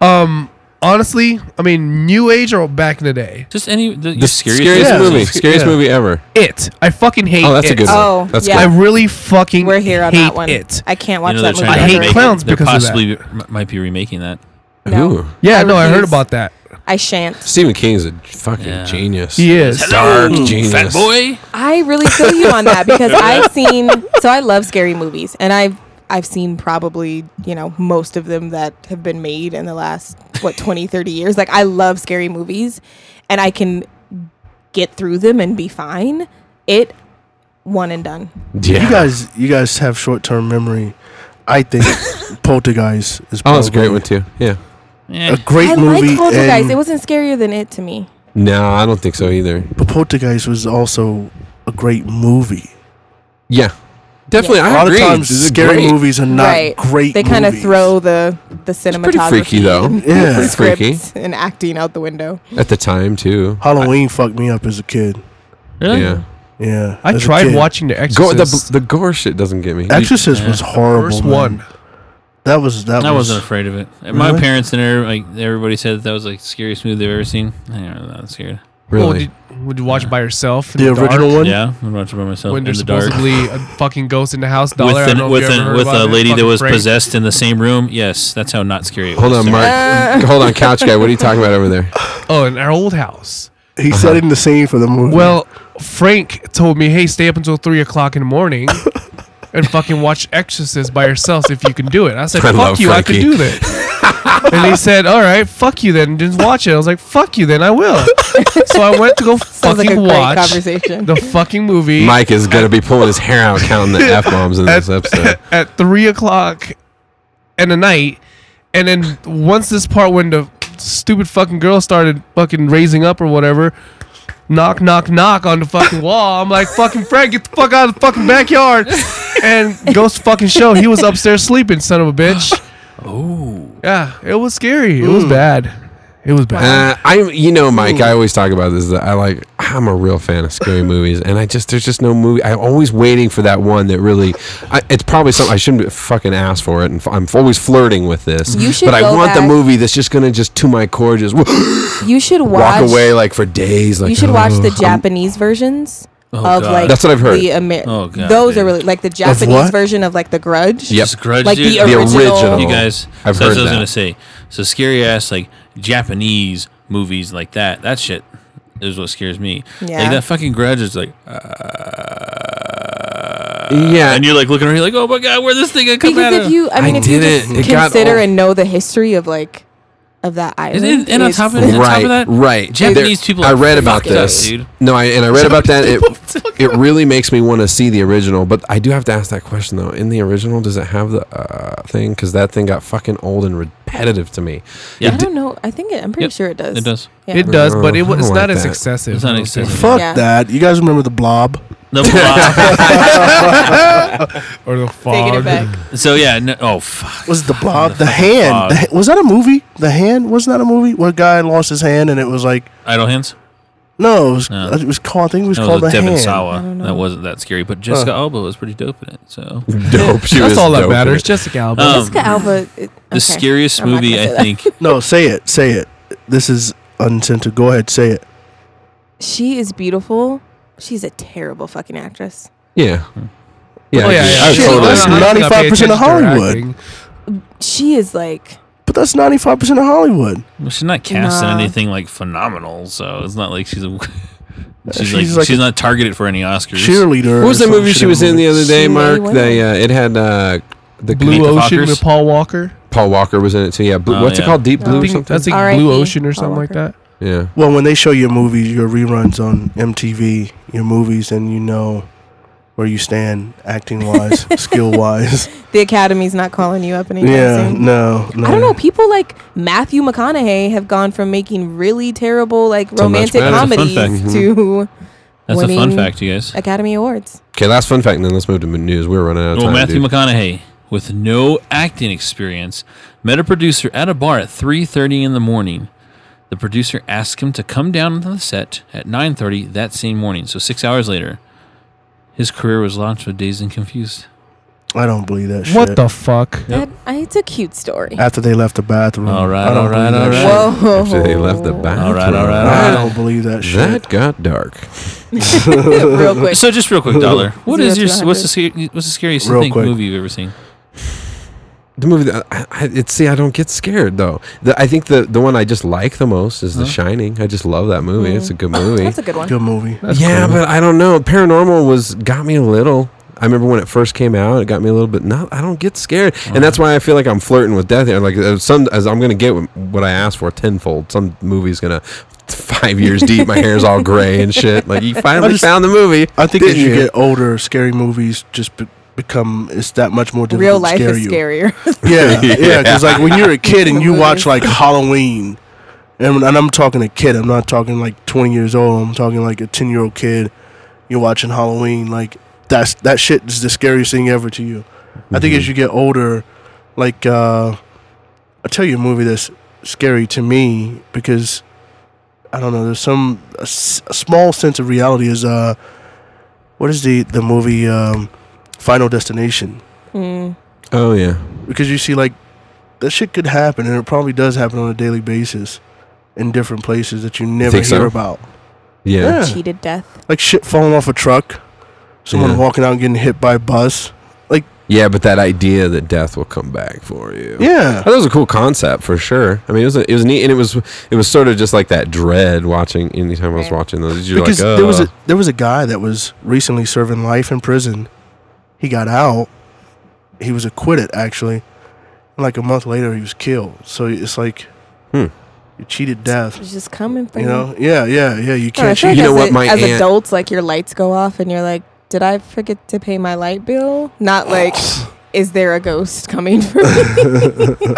Speaker 6: honestly, I mean, new age or back in the day,
Speaker 3: Just any the,
Speaker 1: The
Speaker 3: your
Speaker 1: scariest,
Speaker 3: scariest, movie.
Speaker 1: movie,
Speaker 6: Yeah.
Speaker 1: scariest
Speaker 6: Yeah.
Speaker 1: movie ever.
Speaker 6: it. I fucking hate.
Speaker 1: Oh, that's a
Speaker 6: It.
Speaker 1: good one.
Speaker 4: Oh,
Speaker 1: that's
Speaker 4: yeah.
Speaker 6: I
Speaker 1: good.
Speaker 6: really fucking
Speaker 4: We're here on
Speaker 6: hate
Speaker 4: that one.
Speaker 6: It.
Speaker 4: I can't
Speaker 3: You
Speaker 4: watch
Speaker 3: know, they're
Speaker 4: that movie.
Speaker 3: trying to
Speaker 6: I hate
Speaker 4: ever.
Speaker 3: remake it.
Speaker 6: clowns
Speaker 3: They're
Speaker 6: because of that.
Speaker 3: possibly m- might be remaking that.
Speaker 4: No.
Speaker 1: Ooh,
Speaker 6: Yeah,
Speaker 4: I
Speaker 6: no, I heard
Speaker 4: refuse.
Speaker 6: about that.
Speaker 4: I shan't.
Speaker 1: Stephen King's a fucking
Speaker 3: Yeah.
Speaker 1: genius.
Speaker 6: He is.
Speaker 1: Dark genius.
Speaker 3: Fat boy.
Speaker 4: I really feel you on that because I've seen. So I love scary movies, and I've I've seen probably you know most of them that have been made in the last what 20, 30 years. Like I love scary movies, and I can get through them and be fine. It one and done.
Speaker 1: Yeah.
Speaker 5: You guys, you guys have short-term memory. I think Poltergeist is.
Speaker 1: oh, that's a
Speaker 5: probably
Speaker 1: great one too. Yeah.
Speaker 3: Yeah.
Speaker 5: A great
Speaker 4: I
Speaker 5: movie.
Speaker 4: like Poltergeist.
Speaker 5: and-
Speaker 4: It wasn't scarier than it to me.
Speaker 1: No, I don't think so either.
Speaker 5: but Poltergeist was also a great movie.
Speaker 1: Yeah, definitely.
Speaker 5: A
Speaker 1: I
Speaker 5: lot of
Speaker 1: agree.
Speaker 5: times,
Speaker 1: This is
Speaker 5: scary
Speaker 1: great.
Speaker 5: movies are not
Speaker 4: right.
Speaker 5: great.
Speaker 4: They kind of
Speaker 5: movies.
Speaker 4: throw the the
Speaker 1: pretty
Speaker 4: cinematography,
Speaker 1: freaky, though.
Speaker 4: and
Speaker 5: Yeah.
Speaker 4: the
Speaker 5: Pretty
Speaker 1: freaky.
Speaker 4: script and acting out the window.
Speaker 1: at the time too.
Speaker 5: Halloween fucked me up as a kid.
Speaker 3: Really?
Speaker 1: Yeah,
Speaker 5: Yeah,
Speaker 6: I
Speaker 5: as a
Speaker 6: tried
Speaker 5: kid.
Speaker 6: watching the Exorcist.
Speaker 1: Go, the the gore shit doesn't get me.
Speaker 5: Exorcist
Speaker 3: Yeah.
Speaker 5: was horrible.
Speaker 6: first
Speaker 5: man.
Speaker 6: one.
Speaker 5: That was that.
Speaker 3: I
Speaker 5: was,
Speaker 3: wasn't afraid of it. My
Speaker 5: Really?
Speaker 3: parents and every, like everybody said that, that was like the scariest movie they've ever seen. I don't know, that scared.
Speaker 1: really.
Speaker 6: Oh, did, would you watch it by yourself? in
Speaker 5: the
Speaker 6: dark?
Speaker 5: original one.
Speaker 3: Yeah, I'm watching by myself
Speaker 6: When
Speaker 3: in
Speaker 6: there's
Speaker 3: the dark.
Speaker 6: supposedly a fucking ghost in the house, dollar. I
Speaker 3: With
Speaker 6: don't
Speaker 3: an,
Speaker 6: know
Speaker 3: with
Speaker 6: if you ever
Speaker 3: an,
Speaker 6: heard
Speaker 3: with
Speaker 6: about
Speaker 3: a
Speaker 6: it.
Speaker 3: lady that
Speaker 6: Fucking
Speaker 3: was
Speaker 6: great.
Speaker 3: possessed in the same room. Yes, that's how not scary. It
Speaker 1: Hold
Speaker 3: was
Speaker 1: on,
Speaker 3: to me.
Speaker 1: Mark. Hold on, couch guy. What are you talking about over there?
Speaker 6: Oh, in our old house.
Speaker 5: He set in the scene for the movie.
Speaker 6: Well, Frank told me, "Hey, stay up until three o'clock in the morning." And fucking watch Exorcist by yourself if you can do it. I said,
Speaker 1: I
Speaker 6: "Fuck
Speaker 1: love
Speaker 6: you, I could
Speaker 1: Frankie.
Speaker 6: do that." and he said, "All right, fuck you then, just watch it." I was like, "Fuck you then, I will." so I went to go
Speaker 4: Sounds like a
Speaker 6: fucking
Speaker 4: great
Speaker 6: watch
Speaker 4: conversation.
Speaker 6: the fucking movie
Speaker 1: Mike is gonna be pulling his hair out, counting the f bombs in this episode.
Speaker 6: at three o'clock in the night, and then once this part when the stupid fucking girl started fucking raising up or whatever, knock knock knock on the fucking wall. I'm like, fucking Frank, get the fuck out of the fucking backyard. And Ghost fucking show, he was upstairs sleeping, son of a bitch.
Speaker 3: Oh,
Speaker 6: Yeah, it was scary. It was bad. It was
Speaker 1: Uh,
Speaker 6: bad.
Speaker 1: I, you know, Mike. I always talk about this. That I like. I'm a real fan of scary movies, and I just there's just no movie. I'm always waiting for that one that really. I, it's probably something I shouldn't be- fucking ask for it, and f- I'm always flirting with this.
Speaker 4: You should
Speaker 1: but I
Speaker 4: go
Speaker 1: want the
Speaker 4: back-
Speaker 1: movie that's just gonna just to my core just walk
Speaker 4: You should watch.
Speaker 1: away like for days. Like
Speaker 4: you should watch
Speaker 1: "Oh,
Speaker 4: the
Speaker 1: I'm-"
Speaker 4: Japanese versions of
Speaker 3: Oh, God.
Speaker 4: like
Speaker 1: That's what I've heard.
Speaker 4: The Amer-
Speaker 3: Oh, God,
Speaker 4: those
Speaker 3: dude.
Speaker 4: are really like the Japanese
Speaker 5: what?
Speaker 4: version of like The Grudge.
Speaker 1: Yep.
Speaker 3: Just grudge,
Speaker 4: Like
Speaker 3: dude.
Speaker 4: the
Speaker 1: The
Speaker 4: original.
Speaker 1: original.
Speaker 3: You guys,
Speaker 1: I've
Speaker 3: so that's
Speaker 1: heard
Speaker 3: what I was
Speaker 1: that.
Speaker 3: gonna say. So scary ass like Japanese movies like that. That shit is what scares me.
Speaker 4: Yeah.
Speaker 3: Like that fucking grudge is like, uh,
Speaker 1: uh, Yeah,
Speaker 3: and you're like looking around, you're like, oh my god, where this thing gonna come out
Speaker 4: Because
Speaker 3: of?
Speaker 4: if you, I mean,
Speaker 1: I
Speaker 4: if you
Speaker 1: did
Speaker 4: just
Speaker 1: it. It got
Speaker 4: consider
Speaker 1: all-
Speaker 4: and know the history of like of that
Speaker 3: and,
Speaker 4: island,
Speaker 3: then- and on
Speaker 4: it's-
Speaker 3: top of, and on top
Speaker 1: right,
Speaker 3: of that,
Speaker 1: right.
Speaker 3: Japanese
Speaker 1: There-
Speaker 3: people.
Speaker 1: I
Speaker 3: are
Speaker 1: read about
Speaker 3: fucked up,
Speaker 1: this.
Speaker 3: dude.
Speaker 1: No, I and I read about that. It it really makes me want to see the original, but I do have to ask that question though. In the original, does it have the uh, thing? Because that thing got fucking old and repetitive to me.
Speaker 4: I
Speaker 3: Yeah,
Speaker 4: don't know. I think it, I'm pretty
Speaker 3: Yep,
Speaker 4: sure it does.
Speaker 3: it does.
Speaker 4: Yeah.
Speaker 6: It does, but
Speaker 1: I
Speaker 6: it
Speaker 1: don't
Speaker 6: was
Speaker 1: like
Speaker 6: not as
Speaker 1: that.
Speaker 6: excessive.
Speaker 3: It's not excessive.
Speaker 5: Fuck
Speaker 4: Yeah.
Speaker 5: that. You guys remember the blob?
Speaker 3: The blob.
Speaker 6: Or the
Speaker 4: Taking it
Speaker 6: fog.
Speaker 4: back.
Speaker 3: so yeah, no, oh fuck.
Speaker 5: Was it the blob? The
Speaker 3: fucking
Speaker 5: hand.
Speaker 3: blob.
Speaker 5: The, ha- was that a movie? The hand? Was that a movie? Where a guy lost his hand and it was like
Speaker 3: Idle hands.
Speaker 5: no, it was,
Speaker 3: No.
Speaker 5: it was called. I think it was
Speaker 3: That
Speaker 5: called
Speaker 3: was
Speaker 5: the
Speaker 3: with Devin
Speaker 5: hand.
Speaker 4: I don't
Speaker 3: Sawa.
Speaker 4: know.
Speaker 3: That wasn't that scary, but Jessica Alba was pretty dope in it. So
Speaker 1: Dope. She
Speaker 6: That's
Speaker 1: was
Speaker 6: all
Speaker 1: dope
Speaker 6: that
Speaker 1: in
Speaker 6: matters.
Speaker 1: it.
Speaker 6: Jessica Alba.
Speaker 3: Um,
Speaker 4: Jessica Alba. It,
Speaker 3: the scariest
Speaker 4: I'm not
Speaker 3: movie
Speaker 4: gonna say
Speaker 3: I
Speaker 4: that.
Speaker 3: think
Speaker 5: No, say it. Say it. This is uncensored. Go ahead, say it.
Speaker 4: She is beautiful. She's a terrible fucking actress.
Speaker 1: Yeah. Yeah.
Speaker 6: oh, yeah, yeah.
Speaker 1: I
Speaker 5: Shit,
Speaker 1: totally
Speaker 5: that's
Speaker 1: agree.
Speaker 5: not-
Speaker 6: I'm not gonna pay
Speaker 5: 95% of
Speaker 6: attention to her
Speaker 5: Hollywood.
Speaker 6: acting.
Speaker 4: She is like
Speaker 5: But that's ninety five percent of Hollywood.
Speaker 3: Well, she's not cast in
Speaker 4: Nah.
Speaker 3: anything like phenomenal, so it's not like she's a. She's,
Speaker 5: she's
Speaker 3: like,
Speaker 5: like
Speaker 3: she's
Speaker 5: a
Speaker 3: not targeted for any Oscars.
Speaker 5: Cheerleader.
Speaker 1: What was
Speaker 5: or
Speaker 1: that
Speaker 5: some
Speaker 1: movie
Speaker 5: shit
Speaker 1: she was in the other day,
Speaker 4: She may
Speaker 1: Mark?
Speaker 4: well.
Speaker 1: They uh, it had uh, the
Speaker 6: Blue
Speaker 3: the
Speaker 6: Ocean
Speaker 3: Fockers?
Speaker 6: with Paul Walker.
Speaker 1: Paul Walker was in it too. Yeah. Blue,
Speaker 3: Oh,
Speaker 1: what's it
Speaker 3: yeah.
Speaker 1: called? Deep
Speaker 4: I
Speaker 1: Blue
Speaker 6: I
Speaker 1: or
Speaker 6: think
Speaker 1: something.
Speaker 6: that's like
Speaker 4: R.I.P.
Speaker 6: Blue Ocean or something
Speaker 4: Paul
Speaker 6: like that.
Speaker 1: yeah.
Speaker 5: Well, when they show your movies, your reruns on MTV, your movies, and you know where you stand acting wise, skill wise.
Speaker 4: the Academy's not calling you up anytime
Speaker 5: Yeah,
Speaker 4: soon.
Speaker 5: no, no.
Speaker 4: I don't know. People like Matthew McConaughey have gone from making really terrible like
Speaker 1: To much
Speaker 4: romantic
Speaker 1: better. That's
Speaker 3: a fun Mm-hmm.
Speaker 4: comedies
Speaker 1: fact.
Speaker 4: to
Speaker 3: That's a fun
Speaker 4: winning
Speaker 3: fact, you guys.
Speaker 4: Academy Awards.
Speaker 1: Okay. Last fun fact, and then let's move to news. We're running out of
Speaker 3: Well,
Speaker 1: time.
Speaker 3: Oh, Matthew
Speaker 1: dude.
Speaker 3: McConaughey, with no acting experience, met a producer at a bar at 3:30 in the morning. The producer asked him to come down to the set at 9:30 that same morning. So six hours later, his career was launched with Dazed and Confused.
Speaker 5: I don't believe that shit.
Speaker 6: What the fuck?
Speaker 3: Yep.
Speaker 4: That- I- it's a cute story.
Speaker 5: After they left the bathroom.
Speaker 3: All right,
Speaker 5: I don't
Speaker 3: all right,
Speaker 5: believe
Speaker 3: all
Speaker 5: that
Speaker 3: right.
Speaker 5: shit.
Speaker 4: Whoa!
Speaker 1: After they left the bathroom.
Speaker 3: All right, all right, all
Speaker 5: I
Speaker 3: right.
Speaker 5: don't believe that shit.
Speaker 1: That got dark.
Speaker 4: Real quick.
Speaker 3: So just real quick, Dollar, what
Speaker 4: Zero
Speaker 3: is your
Speaker 4: to a
Speaker 3: what's the sca- what's the scariest
Speaker 5: Real
Speaker 3: thing
Speaker 5: quick.
Speaker 3: movie you've ever seen?
Speaker 1: The movie that I, I it, see, I don't get scared though. The, I think the the one I just like the most is The Shining. I just love that movie. It's a good movie.
Speaker 4: That's a good one.
Speaker 5: Good movie.
Speaker 1: yeah, but I don't know. Paranormal was got me a little. I remember when it first came out, it got me a little bit. No, I don't get scared, and that's why I feel like I'm flirting with death. here. Like uh, some, as I'm gonna get what I asked for tenfold. Some movie's gonna five years deep. My hair's all gray and shit. Like you finally
Speaker 5: just-
Speaker 1: found the movie.
Speaker 5: I think as
Speaker 1: didn't
Speaker 5: you get older, scary movies just be- become it's that much more difficult.
Speaker 4: Real
Speaker 5: to
Speaker 4: life
Speaker 5: scare
Speaker 4: is
Speaker 5: you.
Speaker 4: scarier.
Speaker 5: Yeah, yeah. Because like when you're a kid and you watch
Speaker 4: Movies.
Speaker 5: like Halloween, and, and I'm talking a kid. I'm not talking like 20 years old. I'm talking like a 10 year old kid. You're watching Halloween. Like that's that shit is the scariest thing ever to you. I
Speaker 1: Mm-hmm.
Speaker 5: think as you get older, like uh, I tell you a movie that's scary to me because I don't know. There's some a, s- a small sense of reality. Is uh, what is the the movie um, Final Destination?
Speaker 4: Mm.
Speaker 1: Oh yeah,
Speaker 5: because you see like that shit could happen and it probably does happen on a daily basis in different places that you never
Speaker 1: think
Speaker 5: hear
Speaker 1: so?
Speaker 5: about
Speaker 1: yeah.
Speaker 4: Cheated death.
Speaker 5: like shit falling off a truck someone
Speaker 1: Yeah.
Speaker 5: walking out and getting hit by a bus
Speaker 1: Yeah, but that idea that death will come back for you.
Speaker 5: yeah
Speaker 1: That was a cool concept for sure. I mean, it was a, it was neat, and it was it was sort of just like that dread watching. Anytime I was
Speaker 4: Right.
Speaker 1: watching those, you're
Speaker 5: because
Speaker 1: like, oh.
Speaker 5: there was a there was a guy that was recently serving life in prison he got out he was acquitted actually and like a month later he was killed so it's like
Speaker 1: Hmm.
Speaker 5: you cheated death
Speaker 4: It's just coming for
Speaker 5: you know yeah yeah yeah you
Speaker 4: I
Speaker 5: can't
Speaker 4: feel like
Speaker 5: cheat
Speaker 1: You know
Speaker 4: as
Speaker 1: what,
Speaker 4: a-
Speaker 1: my
Speaker 4: as
Speaker 1: aunt-
Speaker 4: adults, like your lights go off and you're like, did I forget to pay
Speaker 5: Oh,
Speaker 4: my light bill? Not like, is there a ghost coming for me?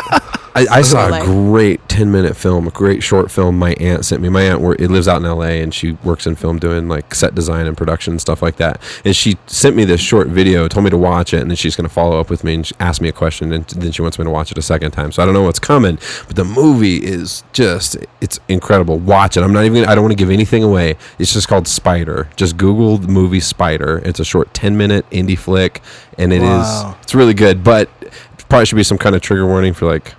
Speaker 1: I, I saw
Speaker 4: Like-
Speaker 1: a great 10 minute film, a great short film my aunt sent me. My aunt wor- it lives out in LA and she works in film doing like set design and production and stuff like that. And she sent me this short video, told me to watch it, and then she's going to follow up with me and she ask me a question. And then she wants me to watch it a second time. So I don't know what's coming, but the movie is just, it's incredible. Watch it. I'm not even, gonna, I don't want to give anything away. It's just called Spider. Just Google the movie Spider. It's a short 10 minute indie flick and it is
Speaker 5: Wow.
Speaker 1: it's really good, but probably should be some kind of trigger warning for like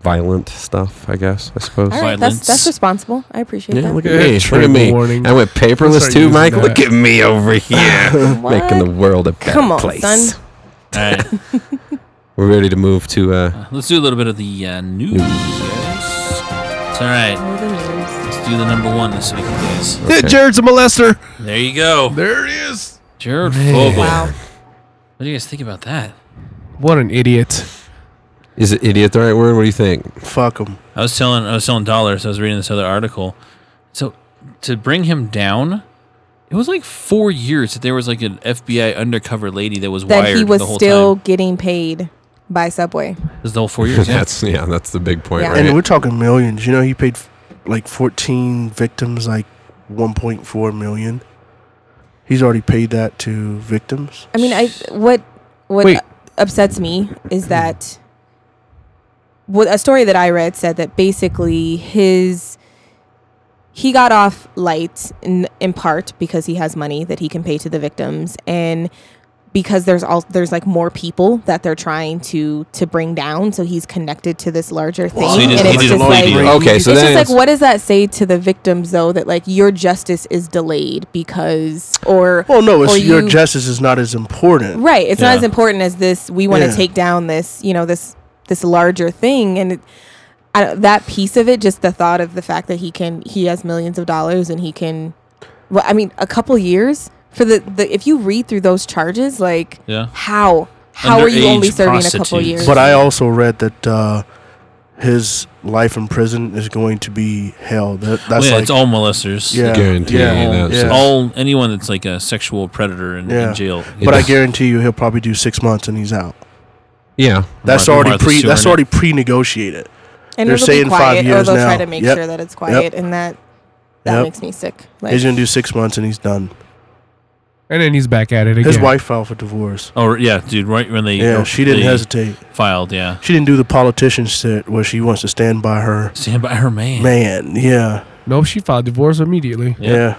Speaker 1: violent stuff, I guess. I suppose.
Speaker 4: All right, that's that's
Speaker 3: Violence.
Speaker 4: responsible. I appreciate
Speaker 1: Yeah,
Speaker 4: that.
Speaker 1: look at
Speaker 6: Yeah,
Speaker 1: me. Look
Speaker 6: trigger
Speaker 1: at me.
Speaker 6: warning.
Speaker 1: I went
Speaker 6: Let's
Speaker 1: paperless
Speaker 6: start
Speaker 1: too,
Speaker 6: using
Speaker 1: Mike.
Speaker 6: that.
Speaker 1: Look at me over here,
Speaker 4: What?
Speaker 1: making the world a better
Speaker 4: Come on,
Speaker 1: place.
Speaker 4: son.
Speaker 3: All right.
Speaker 1: We're ready to move to. uh
Speaker 3: Let's do a little bit of the uh, news. It's all right.
Speaker 4: All the news.
Speaker 3: Let's do the number one this week, guys.
Speaker 1: okay.
Speaker 6: Jared's a molester.
Speaker 3: There you go.
Speaker 6: There it is.
Speaker 3: Jared Fogle.
Speaker 4: Wow.
Speaker 3: What do you guys think about that?
Speaker 6: What an idiot.
Speaker 1: Is it idiot the right word? What do you think?
Speaker 5: Fuck him.
Speaker 3: I was telling I was telling dollars. I was reading this other article. So to bring him down, it was like four years that there was like an FBI undercover lady that was
Speaker 4: That
Speaker 3: wired
Speaker 4: he was
Speaker 3: the whole
Speaker 4: still
Speaker 3: time.
Speaker 4: getting paid by Subway.
Speaker 3: It was the whole four years. Yeah.
Speaker 1: That's yeah. That's the big point,
Speaker 4: Yeah.
Speaker 1: right?
Speaker 5: And we're talking millions. You know, he paid f- like 14 victims like 1.4 million. He's already paid that to victims.
Speaker 4: I mean, I what what
Speaker 6: Wait.
Speaker 4: upsets me is that what a story that I read said that basically his he got off light in in part because he has money that he can pay to the victims and because there's all there's like more people that they're trying to to bring down so he's connected to this larger thing
Speaker 3: So he did-
Speaker 4: and
Speaker 3: he
Speaker 4: it's
Speaker 3: did
Speaker 4: just
Speaker 3: a plea
Speaker 4: like
Speaker 3: deal.
Speaker 1: okay, so
Speaker 4: it's
Speaker 1: then
Speaker 4: just like
Speaker 1: it's-
Speaker 4: what does that say to the victims though that like your justice is delayed because or
Speaker 5: Well, no, it's,
Speaker 4: or
Speaker 5: your
Speaker 4: you-
Speaker 5: justice is not as important.
Speaker 4: Right. It's
Speaker 3: Yeah.
Speaker 4: not as important as this. We want to
Speaker 5: Yeah.
Speaker 4: take down this, you know, this this larger thing, and it, I, that piece of it, just the thought of the fact that he can, he has millions of dollars, and he can. Well, I mean, a couple years for the, the if you read through those charges, like
Speaker 3: Yeah.
Speaker 4: how how are you
Speaker 3: Underage
Speaker 4: only serving a couple
Speaker 3: prostitutes.
Speaker 4: years?
Speaker 5: But I also read that uh, his life in prison is going to be hell. That, that's
Speaker 3: Well, yeah,
Speaker 5: like
Speaker 3: it's all molesters.
Speaker 5: yeah,
Speaker 1: Guaranteed,
Speaker 5: Yeah,
Speaker 1: you know,
Speaker 5: yeah.
Speaker 1: so-
Speaker 3: All anyone that's like a sexual predator in,
Speaker 5: Yeah.
Speaker 3: in jail.
Speaker 5: but I guarantee you, he'll probably do six months and he's out.
Speaker 1: yeah.
Speaker 5: That's
Speaker 3: Martha-
Speaker 5: already
Speaker 3: Martha
Speaker 5: pre. That's
Speaker 3: Stewart.
Speaker 5: already pre-negotiated.
Speaker 4: and
Speaker 5: they're
Speaker 4: it'll
Speaker 5: saying
Speaker 4: be
Speaker 5: five
Speaker 4: quiet, or
Speaker 5: years
Speaker 4: they'll
Speaker 5: now.
Speaker 4: try to make
Speaker 5: Yep.
Speaker 4: sure that it's quiet, and that that
Speaker 5: Yep.
Speaker 4: makes me sick.
Speaker 5: He's
Speaker 4: Like,
Speaker 5: gonna do six months and he's done.
Speaker 6: And then he's back at it again.
Speaker 5: His wife filed for divorce.
Speaker 3: Oh yeah, dude. Right when they
Speaker 5: Yeah, she didn't
Speaker 3: they
Speaker 5: hesitate.
Speaker 3: filed. Yeah,
Speaker 5: She didn't do the politician shit where she wants to stand by her
Speaker 3: stand by her man.
Speaker 5: man. Yeah,
Speaker 6: Nope, she filed divorce immediately.
Speaker 3: Yeah.
Speaker 5: yeah.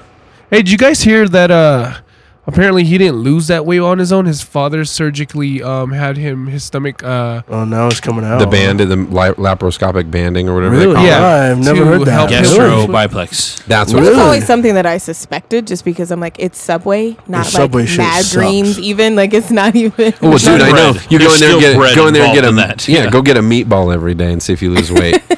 Speaker 6: Hey, did you guys hear that? Uh, apparently he didn't lose that weight on his own. His father surgically um had him his stomach uh
Speaker 5: Oh, now it's coming out.
Speaker 1: The band, the la- laparoscopic banding or whatever. they
Speaker 5: Really?
Speaker 1: call it.
Speaker 6: Yeah.
Speaker 5: I've never
Speaker 6: To
Speaker 5: heard that.
Speaker 6: help
Speaker 3: Gastro
Speaker 6: Really?
Speaker 3: biplex.
Speaker 1: That's what.
Speaker 4: It's
Speaker 5: Really?
Speaker 4: always something that I suspected just because I'm like, it's Subway, not
Speaker 5: Subway
Speaker 4: like
Speaker 5: shit
Speaker 4: Mad
Speaker 5: sucks.
Speaker 4: Dreams, even. Like, it's not even.
Speaker 1: Oh, well,
Speaker 3: It's not
Speaker 1: dude, I know.
Speaker 3: bread.
Speaker 1: You go
Speaker 3: There's
Speaker 1: in there and
Speaker 3: still
Speaker 1: get a,
Speaker 3: bread
Speaker 1: go in there and get a
Speaker 3: involved in that.
Speaker 1: Yeah,
Speaker 3: Yeah.
Speaker 1: go get a meatball every day and see if you lose weight.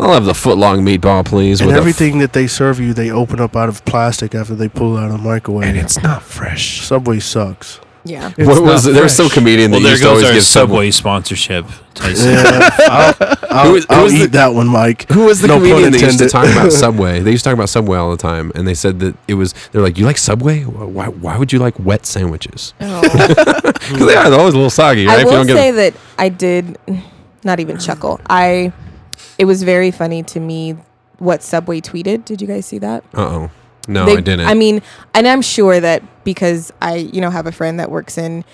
Speaker 1: I'll have the foot long meatball, please.
Speaker 5: And
Speaker 1: with a f-
Speaker 5: everything that they serve you, they open up out of plastic after they pull it out of the microwave.
Speaker 6: and it's not fresh.
Speaker 5: Subway sucks.
Speaker 4: Yeah.
Speaker 6: It's
Speaker 1: what was
Speaker 6: not
Speaker 1: it? there was
Speaker 6: fresh.
Speaker 1: some comedian that
Speaker 3: Well, there
Speaker 1: used to
Speaker 3: goes
Speaker 1: always
Speaker 3: our
Speaker 1: give
Speaker 3: Subway sponsorship. Tyson.
Speaker 5: Yeah, I'll, I'll,
Speaker 1: Who is- who
Speaker 5: I'll
Speaker 1: is
Speaker 5: eat
Speaker 1: the-
Speaker 5: that one, Mike.
Speaker 1: Who was the
Speaker 5: No pun
Speaker 1: comedian that used to
Speaker 5: intended.
Speaker 1: talk about Subway? They used to talk about Subway all the time, and they said that it was. They're like, "You like Subway? Why? Why would you like wet sandwiches?
Speaker 4: Oh.
Speaker 1: Because they are they're always a little soggy, right?
Speaker 4: I
Speaker 1: If you
Speaker 4: will
Speaker 1: don't get
Speaker 4: say
Speaker 1: them-
Speaker 4: that I did not even chuckle. I it was very funny to me what Subway tweeted. Did you guys see that?
Speaker 1: Uh oh, no,
Speaker 4: They-
Speaker 1: I didn't.
Speaker 4: I mean, and I'm sure that because I, you know, have a friend that works in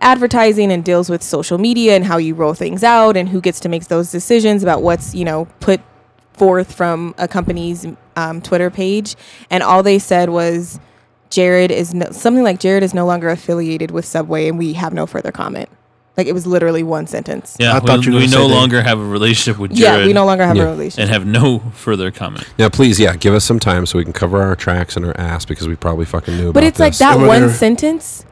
Speaker 4: advertising and deals with social media and how you roll things out and who gets to make those decisions about what's, you know, put forth from a company's um, Twitter page. And all they said was, Jared is no, something like Jared is no longer affiliated with Subway and we have no further comment. Like it was literally one sentence.
Speaker 3: Yeah,
Speaker 5: I
Speaker 3: we,
Speaker 5: thought you were
Speaker 3: we
Speaker 5: gonna
Speaker 3: no
Speaker 5: say that.
Speaker 3: longer have a relationship with Jared.
Speaker 4: Yeah, we no longer have
Speaker 1: Yeah.
Speaker 4: a relationship.
Speaker 3: and have no further comment.
Speaker 1: now, please, yeah, give us some time so we can cover our tracks and our ass because we probably fucking knew.
Speaker 4: But
Speaker 1: about
Speaker 4: it's like
Speaker 1: this. Mm.
Speaker 4: that
Speaker 5: And we're
Speaker 4: one
Speaker 5: gonna-
Speaker 4: sentence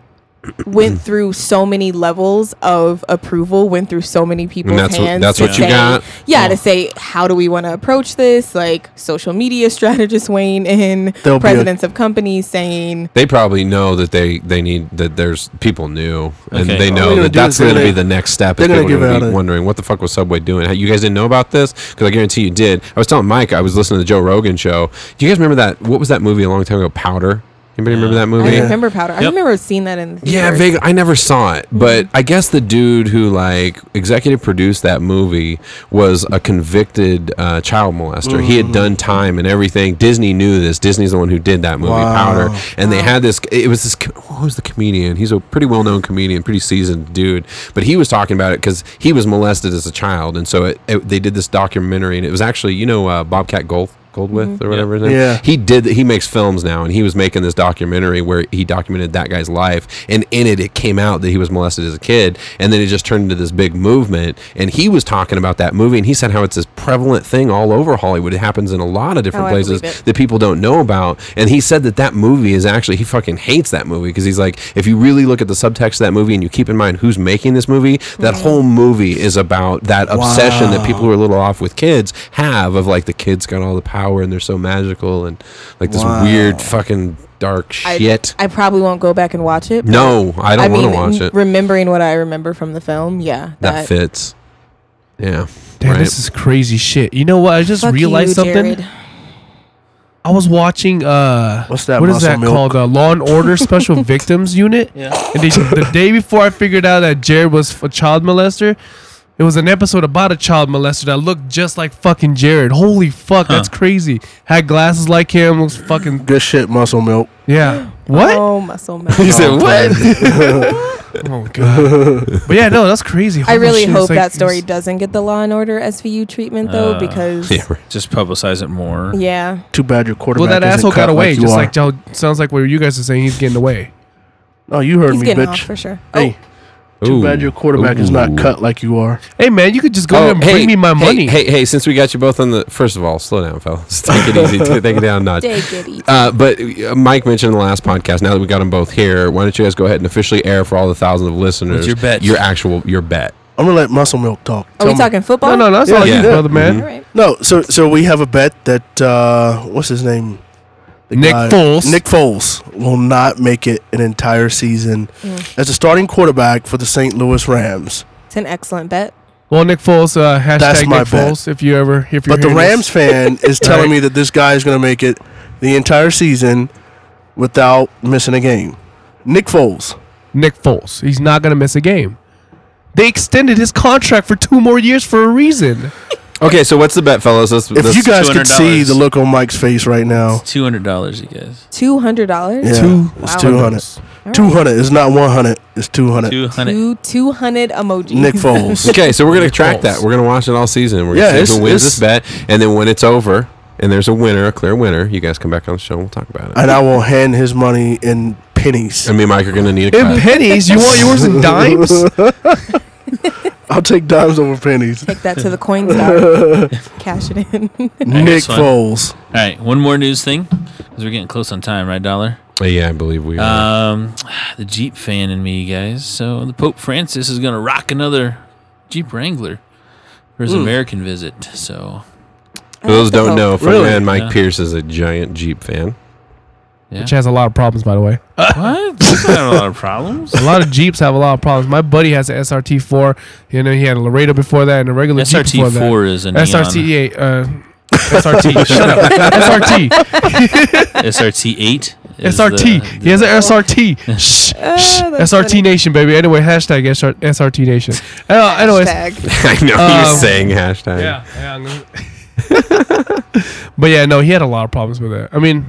Speaker 4: went through so many levels of approval, went through so many people's
Speaker 1: And that's what-
Speaker 4: hands.
Speaker 1: that's
Speaker 4: to
Speaker 1: what you
Speaker 4: say-
Speaker 1: got? Oh.
Speaker 4: Yeah, to say how do we want to approach this? Like social media strategists weighing
Speaker 1: Oh,
Speaker 4: in,
Speaker 5: There'll be a-
Speaker 4: presidents of companies saying
Speaker 1: They probably know that they they need that there's people new and
Speaker 3: Okay.
Speaker 1: they
Speaker 5: All they're
Speaker 1: know
Speaker 5: gonna
Speaker 1: that
Speaker 5: do
Speaker 1: that's
Speaker 5: is they're
Speaker 1: going to be
Speaker 5: gonna-
Speaker 1: the next step.
Speaker 5: they're
Speaker 1: and
Speaker 5: gonna
Speaker 1: people are
Speaker 5: give
Speaker 1: gonna
Speaker 5: out
Speaker 1: be
Speaker 5: a-
Speaker 1: wondering what the fuck was Subway doing. How- You guys didn't know about this because I guarantee you did. I was telling Mike I was listening to the Joe Rogan show. Do you guys remember that? What was that movie a long time ago? Powder. Anybody remember that movie?
Speaker 4: I
Speaker 5: Oh,
Speaker 4: remember Powder. I
Speaker 3: Yep.
Speaker 4: remember seeing that in the
Speaker 1: Yeah,
Speaker 4: theater.
Speaker 1: vague. I never saw
Speaker 5: Mm-hmm.
Speaker 1: it, but I guess the dude who like executive produced that movie was a convicted uh, child molester. He had
Speaker 5: Mm.
Speaker 1: done time and everything. Disney knew this. Disney's the one who did that movie,
Speaker 5: Wow.
Speaker 1: Powder, and they had this. It was this. co- Who was the comedian? He's a pretty well-known comedian, pretty seasoned dude. But he was talking about it because he was molested as a child, and so it, it, they did this documentary, and it was actually you know uh, Bobcat Gold. Goldwith or whatever his name.
Speaker 5: Mm-hmm. Yeah.
Speaker 1: He did. He makes films now, and he was making this documentary where he documented that guy's life, and in it, it came out that he was molested as a kid, and then it just turned into this big movement. And he was talking about that movie, and he said how it's this prevalent thing all over Hollywood. It happens in a lot of different
Speaker 4: Oh, I
Speaker 1: places
Speaker 4: believe it.
Speaker 1: that people don't know about. And he said that that movie is actually he fucking hates that movie because he's like, if you really look at the subtext of that movie and you keep in mind who's making this movie, that whole movie is about that obsession that people who are a little off with kids have of like the kids got all the power and they're so magical and like this
Speaker 5: Wow.
Speaker 1: weird fucking dark
Speaker 4: I,
Speaker 1: shit.
Speaker 4: I probably won't go back and watch it. but
Speaker 1: no, I don't want to
Speaker 4: mean,
Speaker 1: watch
Speaker 4: n-
Speaker 1: it.
Speaker 4: Remembering what I remember from the film, yeah,
Speaker 1: that fits. Yeah.
Speaker 6: Damn,
Speaker 1: right.
Speaker 6: this is crazy shit. You know what? I just
Speaker 4: Fuck
Speaker 6: realized
Speaker 4: you,
Speaker 6: something.
Speaker 4: Jared.
Speaker 6: I was watching uh
Speaker 5: What's that
Speaker 6: what is
Speaker 5: muscle
Speaker 6: that
Speaker 5: milk?
Speaker 6: called? Uh, Law and Order Special Victims Unit. Yeah. And they, the day before I figured out that Jared was a child molester, it was an episode about a child molester that looked just like fucking Jared. Holy fuck, that's crazy. Had glasses like him, looks fucking
Speaker 5: Good shit, muscle milk.
Speaker 6: yeah. What?
Speaker 4: Oh, muscle man.
Speaker 1: He said, "What?"
Speaker 6: Oh god. but yeah, no, that's crazy.
Speaker 4: I
Speaker 6: Holy
Speaker 4: really
Speaker 6: shit, it's
Speaker 4: hope
Speaker 6: like-
Speaker 4: that story doesn't get the Law and Order SVU treatment though,
Speaker 3: Uh,
Speaker 4: because
Speaker 1: yeah, right.
Speaker 3: Just publicize it more.
Speaker 4: yeah,
Speaker 5: Too bad your
Speaker 6: Well,
Speaker 5: quarterback.
Speaker 6: that
Speaker 5: isn't
Speaker 6: asshole
Speaker 5: cut
Speaker 6: got away,
Speaker 5: Like you
Speaker 6: just
Speaker 5: are.
Speaker 6: like y'all. Sounds like what you guys are saying. He's getting away.
Speaker 5: oh, you heard
Speaker 4: he's
Speaker 5: me,
Speaker 4: getting off
Speaker 5: bitch.
Speaker 4: for sure.
Speaker 5: Hey, too
Speaker 1: Ooh.
Speaker 5: bad your quarterback is not
Speaker 1: Oh. Ooh.
Speaker 5: cut like you are.
Speaker 6: Hey man, you could
Speaker 5: Oh,
Speaker 6: just go ahead and bring me my
Speaker 1: Oh, hey,
Speaker 6: money.
Speaker 1: Hey, hey, since we got you both on the first of all, slow down, fellas. Take it easy. Take it down a notch.
Speaker 4: Day giddy.
Speaker 1: Uh, but uh, Mike mentioned in the last podcast. Now that we got them both here, why don't you guys go ahead and officially air for all the thousands of listeners
Speaker 3: What's your bet?
Speaker 1: Your actual your bet.
Speaker 5: I'm gonna let muscle milk talk.
Speaker 4: Are Oh,
Speaker 5: Tell
Speaker 4: we
Speaker 5: me-
Speaker 4: talking football?
Speaker 6: No, no, that's all
Speaker 5: Yeah. Mm-hmm.
Speaker 6: you, brother man.
Speaker 4: All right.
Speaker 5: No, so so we have a bet that uh, what's his name? The
Speaker 6: Nick Foles.
Speaker 5: Nick Foles will not make it an entire season
Speaker 4: Mm.
Speaker 5: as a starting quarterback for the St. Louis Rams.
Speaker 4: It's an excellent bet.
Speaker 6: Well, Nick Foles, uh, hashtag
Speaker 5: That's my
Speaker 6: Nick
Speaker 5: bet.
Speaker 6: Foles. If you ever, if you
Speaker 5: But the Rams fan is telling me that this guy is going to make it the entire season without missing a game. Nick Foles.
Speaker 6: Nick Foles, he's not gonna miss a game. They extended his contract for two more years for a reason.
Speaker 1: Okay, so what's the bet, fellas? Let's,
Speaker 5: If
Speaker 1: let's-
Speaker 5: you guys could see
Speaker 3: $200.
Speaker 5: the look on Mike's face right now,
Speaker 3: Two hundred dollars, you guys.
Speaker 4: Two hundred dollars.
Speaker 5: Yeah.
Speaker 6: Two,
Speaker 5: it's 200.
Speaker 4: All right.
Speaker 5: 200 is not 100, it's 200.
Speaker 3: Two hundred.
Speaker 4: Two two hundred emojis.
Speaker 5: Nick Foles.
Speaker 1: okay, so we're gonna track
Speaker 6: Foles.
Speaker 1: that. We're gonna watch it all season. We're
Speaker 5: Yeah,
Speaker 1: gonna see
Speaker 5: it's-
Speaker 1: who wins
Speaker 5: it's-
Speaker 1: this bet, and then when it's over and there's a winner, a clear winner, you guys come back on the show and we'll talk about it.
Speaker 5: and I will hand his money in pennies.
Speaker 1: and me and Mike are gonna need a
Speaker 6: In
Speaker 1: cut.
Speaker 6: pennies, you want yours in dimes?
Speaker 5: I'll take dimes over pennies.
Speaker 4: Take that to the coin star. Cash it in.
Speaker 5: Nick
Speaker 3: next one.
Speaker 5: Foles.
Speaker 3: All right, one more news thing because we're getting close on time, right, Dollar?
Speaker 1: yeah, I believe we. Are.
Speaker 3: Um, the Jeep fan in me, guys. So the Pope Francis is gonna rock another Jeep Wrangler for his American visit. So
Speaker 1: For those
Speaker 4: I like the
Speaker 1: don't know,
Speaker 4: Pope.
Speaker 1: for man, Mike
Speaker 3: Yeah.
Speaker 1: Pierce is a giant Jeep fan.
Speaker 3: yeah.
Speaker 6: Which has a lot of problems, by the way.
Speaker 3: what? That's not a lot of problems.
Speaker 6: A lot of Jeeps have a lot of problems. My buddy has an SRT4. You know, he had a Laredo before that and a regular Jeep before
Speaker 3: SRT
Speaker 6: that.
Speaker 3: four is a neon.
Speaker 6: SRT eight. Uh, SRT. Shut up. SRT.
Speaker 3: SRT eight. is uh,
Speaker 6: SRT.
Speaker 3: the-
Speaker 6: He has an SRT. Shh. shh.
Speaker 4: Ah, that's
Speaker 6: SRT
Speaker 4: funny.
Speaker 6: Nation, baby. Anyway, hashtag SR- SRT Nation. Uh, anyways.
Speaker 4: Hashtag.
Speaker 1: I know
Speaker 6: Um,
Speaker 1: you're saying hashtag.
Speaker 6: Yeah. yeah I'm gonna- but yeah, no, he had a lot of problems with that. I mean,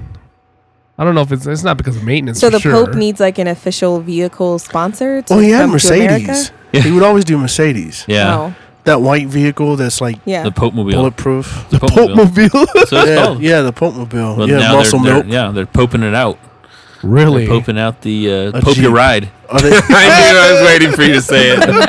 Speaker 6: I don't know if it's it's not because of maintenance.
Speaker 4: So
Speaker 6: for
Speaker 4: the
Speaker 6: sure.
Speaker 4: Pope needs like an official vehicle sponsor. To
Speaker 5: Oh, he had
Speaker 4: come to America?
Speaker 5: Mercedes. He would always do Mercedes.
Speaker 3: Yeah.
Speaker 4: Oh,
Speaker 5: That white vehicle that's like
Speaker 4: yeah.
Speaker 3: The Pope mobile.
Speaker 5: bulletproof.
Speaker 3: The Pope mobile.
Speaker 6: Mobile.
Speaker 3: So it's
Speaker 5: Yeah,
Speaker 3: called.
Speaker 5: yeah, the Pope Mobile.
Speaker 3: Well,
Speaker 5: yeah,
Speaker 3: now
Speaker 5: muscle
Speaker 3: they're,
Speaker 5: milk.
Speaker 3: they're, yeah, they're poping it out.
Speaker 6: really?
Speaker 3: Poping out the uh,
Speaker 5: A
Speaker 3: Pope
Speaker 5: Jeep.
Speaker 3: Your Ride.
Speaker 5: Are they-
Speaker 1: I knew I was waiting for you to say it.
Speaker 3: I'm gonna,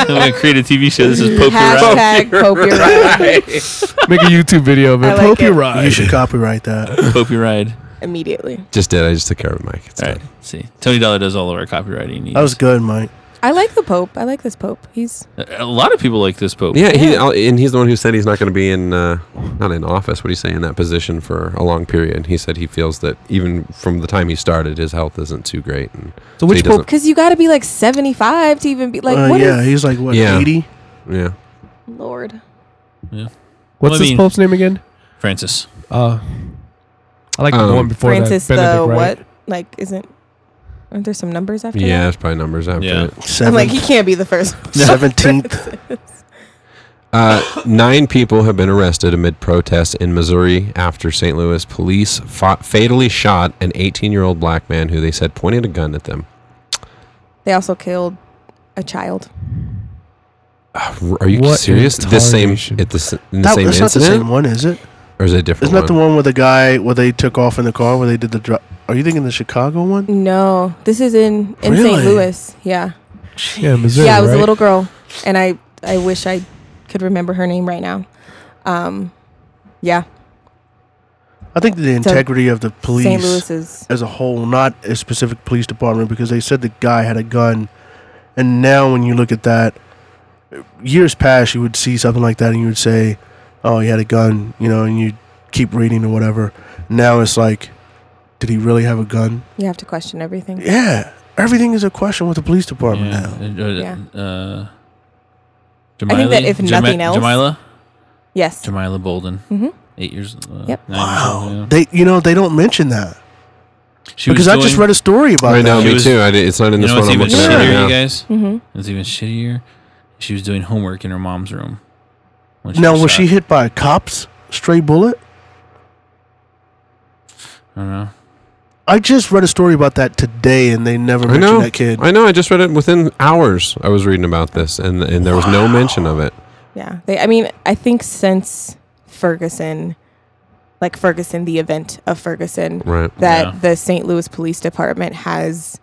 Speaker 3: I'm gonna create a TV show. This is Pope Your Ride.
Speaker 4: Hashtag Pope your ride
Speaker 6: Make a YouTube video of it.
Speaker 4: I like
Speaker 6: Pope
Speaker 4: it.
Speaker 6: your
Speaker 5: you
Speaker 6: ride.
Speaker 5: should copyright that.
Speaker 3: Pope Your Ride.
Speaker 4: immediately.
Speaker 1: Just did. I just took care of it, Mike. It's
Speaker 3: All right. See, Tony Dollar does all of our copywriting. He's-
Speaker 5: That was good, Mike.
Speaker 4: I like the Pope. I like this Pope. He's
Speaker 3: a lot of people like this Pope.
Speaker 1: Yeah, he I'll- and he's the one who said he's not going to be in uh, not in office. What do you say in that position for a long period? He said he feels that even from the time he started, his health isn't too great. And
Speaker 6: So which
Speaker 1: he
Speaker 6: Pope?
Speaker 4: because you got to be like seventy five to even be like
Speaker 5: Uh,
Speaker 4: what is
Speaker 5: yeah, he's like what
Speaker 1: Yeah.
Speaker 5: eighty.
Speaker 1: Yeah,
Speaker 4: Lord.
Speaker 6: What's
Speaker 3: Well, I
Speaker 6: this
Speaker 3: mean-
Speaker 6: Pope's name again?
Speaker 3: Francis.
Speaker 6: Uh, I like the
Speaker 1: Um,
Speaker 6: one before
Speaker 4: Francis
Speaker 6: that.
Speaker 4: the
Speaker 6: Benedict, right?
Speaker 4: what? like isn't aren't there some numbers after
Speaker 1: Yeah,
Speaker 4: that?
Speaker 1: there's probably numbers after
Speaker 3: Yeah.
Speaker 1: it.
Speaker 4: I'm like,
Speaker 5: Seventh,
Speaker 4: he can't be the first. one.
Speaker 5: seventeenth.
Speaker 1: Uh, nine people have been arrested amid protests in Missouri after St. Louis police fought, fatally shot an 18 year old black man who they said pointed a gun at them.
Speaker 4: They also killed a child.
Speaker 1: Uh, Are you
Speaker 6: What
Speaker 1: serious? This same
Speaker 6: retardation.
Speaker 1: at the, s- in the
Speaker 5: That,
Speaker 1: same
Speaker 5: that's not the
Speaker 1: incident,
Speaker 5: same one, is it?
Speaker 1: or is it a different?
Speaker 5: Isn't that the one where the guy where they took off in the car where they did the drop? Are you thinking the Chicago one?
Speaker 4: No, this is in in
Speaker 5: Really?
Speaker 4: St. Louis. Yeah,
Speaker 6: Yeah, Missouri.
Speaker 4: yeah. I was
Speaker 6: right?
Speaker 4: a little girl, and I I wish I could remember her name right now. Um, yeah,
Speaker 5: I think the integrity of the police
Speaker 4: St. Louis is
Speaker 5: as a whole, not a specific police department, because they said the guy had a gun, and now when you look at that, years past you would see something like that and you would say, "Oh, he had a gun," you know, and you keep reading or whatever. Now it's like, did he really have a gun?
Speaker 4: you have to question everything.
Speaker 5: Yeah, everything is a question with the police department
Speaker 3: Yeah.
Speaker 5: now.
Speaker 3: Uh, uh,
Speaker 4: Yeah.
Speaker 3: uh,
Speaker 4: I think that if
Speaker 3: Jamila-
Speaker 4: nothing
Speaker 3: Jami-
Speaker 4: else-
Speaker 3: Jamila,
Speaker 4: Yes.
Speaker 3: Jamila Bolden,
Speaker 4: Mhm.
Speaker 3: eight years. Uh,
Speaker 4: Yep.
Speaker 3: nine years old, yeah.
Speaker 5: They, you know, they don't mention that
Speaker 3: She
Speaker 5: because
Speaker 3: was
Speaker 5: I just
Speaker 3: doing-
Speaker 5: read a story about
Speaker 1: Right
Speaker 5: that.
Speaker 1: now,
Speaker 3: She
Speaker 1: me
Speaker 3: was-
Speaker 1: too. I did, it's not in
Speaker 3: You
Speaker 1: this
Speaker 3: know
Speaker 1: one.
Speaker 3: what's
Speaker 1: I'm
Speaker 3: even
Speaker 1: looking at
Speaker 3: shittier,
Speaker 1: right
Speaker 5: Yeah.
Speaker 1: now.
Speaker 3: you guys?
Speaker 4: hmm
Speaker 3: It's even shittier. She was doing homework in her mom's room. when
Speaker 5: Now,
Speaker 3: shot.
Speaker 5: was she hit by a cop's stray bullet?
Speaker 3: I don't know.
Speaker 5: I just read a story about that today, and they never
Speaker 1: I
Speaker 5: mentioned
Speaker 1: know.
Speaker 5: that kid.
Speaker 1: I know. I just read it within hours. I was reading about this, and and there was no mention of it.
Speaker 4: Yeah. They. I mean, I think since Ferguson, like Ferguson, the event of Ferguson,
Speaker 1: Right.
Speaker 4: that
Speaker 3: Yeah.
Speaker 4: the St. Louis Police Department has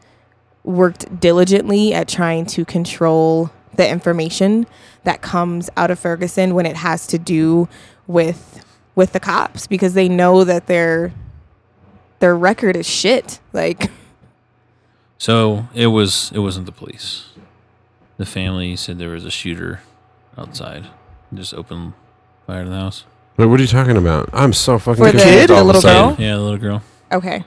Speaker 4: worked diligently at trying to control the information that comes out of Ferguson when it has to do with with the cops because they know that their their record is shit. Like
Speaker 3: So it was. It wasn't the police. The family said there was a shooter outside. Just open fire to the house.
Speaker 1: Wait, what are you talking about? I'm so fucking
Speaker 4: For the-
Speaker 1: confused.
Speaker 4: the
Speaker 1: all of a
Speaker 4: little
Speaker 1: sudden.
Speaker 4: girl?
Speaker 3: Yeah, the little girl.
Speaker 4: okay.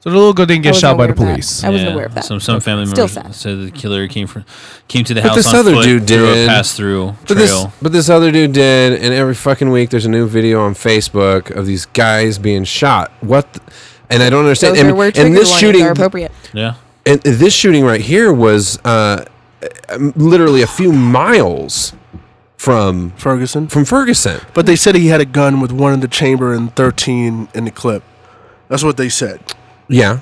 Speaker 6: So the little girl didn't
Speaker 4: I
Speaker 6: get
Speaker 4: wasn't
Speaker 6: shot by
Speaker 4: aware
Speaker 6: the
Speaker 4: of that.
Speaker 6: police.
Speaker 4: I wasn't
Speaker 3: Yeah,
Speaker 4: aware of that.
Speaker 3: Some some family
Speaker 4: Still
Speaker 3: members
Speaker 4: sad.
Speaker 3: said the killer came from came to the
Speaker 1: But
Speaker 3: house
Speaker 1: this
Speaker 3: on
Speaker 1: other
Speaker 3: foot
Speaker 1: dude
Speaker 3: through a
Speaker 1: did.
Speaker 3: pass through
Speaker 1: But this,
Speaker 3: trail.
Speaker 1: but this other dude did, and every fucking week there's a new video on Facebook of these guys being shot. What? The, and I don't understand.
Speaker 4: Those are
Speaker 1: And,
Speaker 4: where
Speaker 1: and
Speaker 4: trigger
Speaker 1: this
Speaker 4: warnings
Speaker 1: shooting,
Speaker 4: are appropriate.
Speaker 3: yeah.
Speaker 1: and this shooting right here was uh, literally a few miles from
Speaker 5: Ferguson.
Speaker 1: from Ferguson.
Speaker 5: But they said he had a gun with one in the chamber and 13 in the clip. That's what they said.
Speaker 1: Yeah.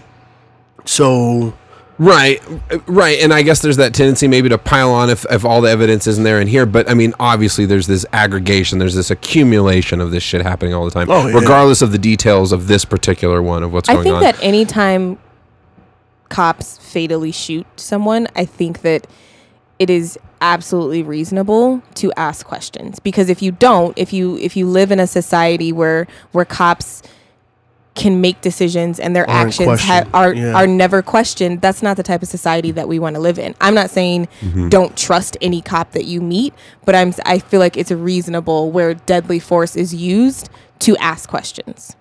Speaker 5: So,
Speaker 1: Right, right, and I guess there's that tendency maybe to pile on if, if all the evidence isn't there in here. But I mean, obviously, there's this aggregation, there's this accumulation of this shit happening all the time,
Speaker 5: Oh, yeah.
Speaker 1: regardless of the details of this particular one of what's
Speaker 4: I
Speaker 1: going
Speaker 4: think
Speaker 1: on.
Speaker 4: that anytime cops fatally shoot someone, I think that it is absolutely reasonable to ask questions because if you don't, if you if you live in a society where where cops can make decisions and their
Speaker 5: Aren't
Speaker 4: actions ha-
Speaker 5: questioned,
Speaker 4: are
Speaker 5: yeah.
Speaker 4: are never questioned, that's not the type of society that we want to live in. I'm not saying
Speaker 1: Mm-hmm.
Speaker 4: don't trust any cop that you meet, but I'm s- I feel like it's reasonable where deadly force is used to ask questions.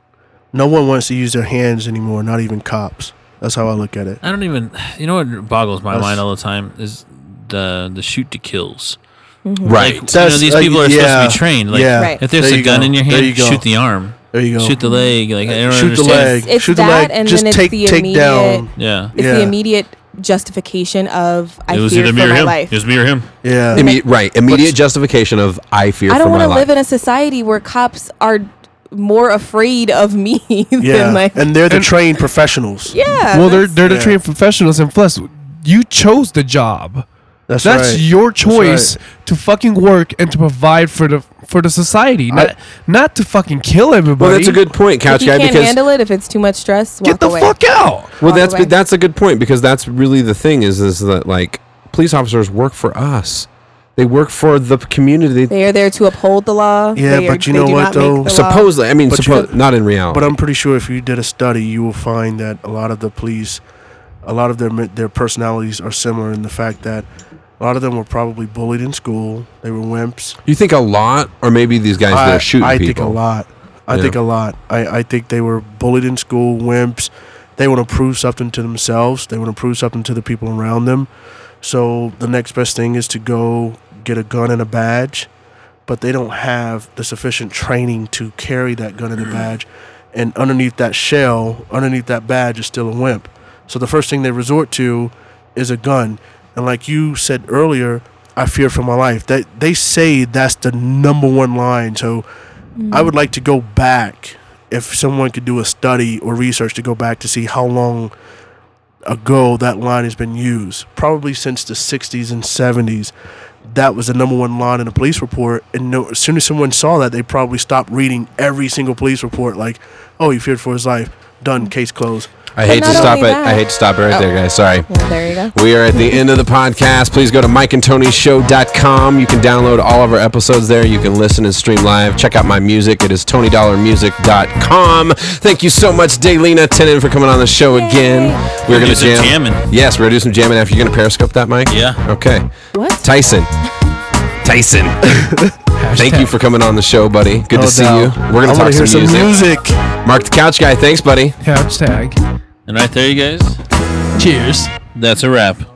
Speaker 5: no one wants to use their hands anymore, not even cops. That's how I look at it.
Speaker 3: I don't even. You know what boggles my
Speaker 5: That's-
Speaker 3: mind all the time is the the shoot to kills.
Speaker 1: right, uh,
Speaker 3: Like, you know, these
Speaker 5: like,
Speaker 3: people are
Speaker 5: yeah,
Speaker 3: supposed to be trained. Like,
Speaker 5: yeah.
Speaker 4: Right.
Speaker 3: if there's
Speaker 5: There
Speaker 3: a
Speaker 5: you
Speaker 3: gun
Speaker 5: go.
Speaker 3: in your
Speaker 5: There you
Speaker 3: hand,
Speaker 5: go.
Speaker 3: shoot the arm,
Speaker 5: There you go.
Speaker 3: shoot the leg. Like, I don't
Speaker 5: shoot the
Speaker 3: understand.
Speaker 5: leg.
Speaker 4: It's- it's
Speaker 5: shoot the
Speaker 4: that
Speaker 5: leg.
Speaker 4: and
Speaker 5: Just
Speaker 4: then it's
Speaker 5: take,
Speaker 4: the
Speaker 5: take down.
Speaker 3: Yeah.
Speaker 4: it's
Speaker 5: Yeah.
Speaker 4: the immediate justification of I fear for
Speaker 3: me or
Speaker 4: my
Speaker 3: him.
Speaker 4: life.
Speaker 3: It was me or him.
Speaker 5: Yeah.
Speaker 1: Imme- right, immediate
Speaker 5: What's-
Speaker 1: justification of I fear
Speaker 4: I don't
Speaker 1: for
Speaker 4: want
Speaker 1: my
Speaker 4: to
Speaker 1: life.
Speaker 4: live in a society where cops are more afraid of me
Speaker 5: yeah.
Speaker 4: than like
Speaker 5: and they're the
Speaker 6: And-
Speaker 5: trained professionals.
Speaker 4: yeah.
Speaker 6: well, they're
Speaker 4: that's-
Speaker 6: they're the
Speaker 5: Yeah.
Speaker 6: trained professionals, and plus, you chose the job.
Speaker 5: That's,
Speaker 6: That's
Speaker 5: right.
Speaker 6: your
Speaker 5: right.
Speaker 6: choice to fucking work and to provide for the for the society, not not to fucking kill everybody.
Speaker 1: well, that's a good point,
Speaker 4: if
Speaker 1: couch
Speaker 4: you
Speaker 1: guy.
Speaker 4: can't
Speaker 1: Because
Speaker 4: handle it, if it's too much stress, walk
Speaker 6: Get the
Speaker 4: away.
Speaker 6: fuck out.
Speaker 1: well,
Speaker 4: all the
Speaker 1: that's
Speaker 4: way.
Speaker 1: that's a good point because that's really the thing is is that like police officers work for us, they work for the community.
Speaker 4: They are there to uphold the law.
Speaker 5: Yeah,
Speaker 4: They
Speaker 5: but you
Speaker 4: they
Speaker 5: know
Speaker 4: do
Speaker 5: what,
Speaker 4: not make
Speaker 5: though?
Speaker 4: the law.
Speaker 1: supposedly, I mean,
Speaker 5: But you
Speaker 1: suppo-
Speaker 5: know-
Speaker 1: not in reality.
Speaker 5: But uh, I'm pretty sure if you did a study, you will find that a lot of the police, a lot of their men- their personalities are similar in the fact that a lot of them were probably bullied in school. They were wimps.
Speaker 1: you think a lot, or maybe these guys that are shooting
Speaker 5: I
Speaker 1: people.
Speaker 5: think a lot. I
Speaker 1: Yeah.
Speaker 5: think a lot. I, I think they were bullied in school, wimps. They want to prove something to themselves. They want to prove something to the people around them. So the next best thing is to go get a gun and a badge, but they don't have the sufficient training to carry that gun and the badge and underneath that shell, underneath that badge, is still a wimp. So the first thing they resort to is a gun. And like you said earlier, I fear for my life. That they say that's the number one line. So I would like to go back if someone could do a study or research to go back to see how long ago that line has been used. Probably since the 60s and 70s. That was the number one line in a police report. And no, as soon as someone saw that, they probably stopped reading every single police report. Like, oh, he feared for his life. Done. Case closed.
Speaker 1: I hate to
Speaker 4: not
Speaker 1: stop it.
Speaker 4: only
Speaker 1: I
Speaker 4: that-
Speaker 1: hate to stop it right
Speaker 4: Oh.
Speaker 1: there, guys. Sorry.
Speaker 4: Well, there you go.
Speaker 1: We are at the end of the podcast. Please go to mikeandtonyshow.com. You can download all of our episodes there. You can listen and stream live. Check out my music. It is tonydollarmusic.com. Thank you so much, Daylena Tenen, for coming on the show again. We're
Speaker 3: We'll
Speaker 1: going to
Speaker 3: do some
Speaker 1: jam.
Speaker 3: jamming.
Speaker 1: Yes, we're going to do some jamming after. You're going to periscope that, Mike?
Speaker 3: Yeah.
Speaker 1: Okay.
Speaker 4: What?
Speaker 1: Tyson. Tyson. Thank you for coming on the show, buddy. Good to see you. We're going to talk
Speaker 5: hear
Speaker 1: some music.
Speaker 5: music.
Speaker 1: Mark the Couch Guy. Thanks, buddy.
Speaker 6: Hashtag.
Speaker 3: And right there, you guys. Cheers. That's a wrap.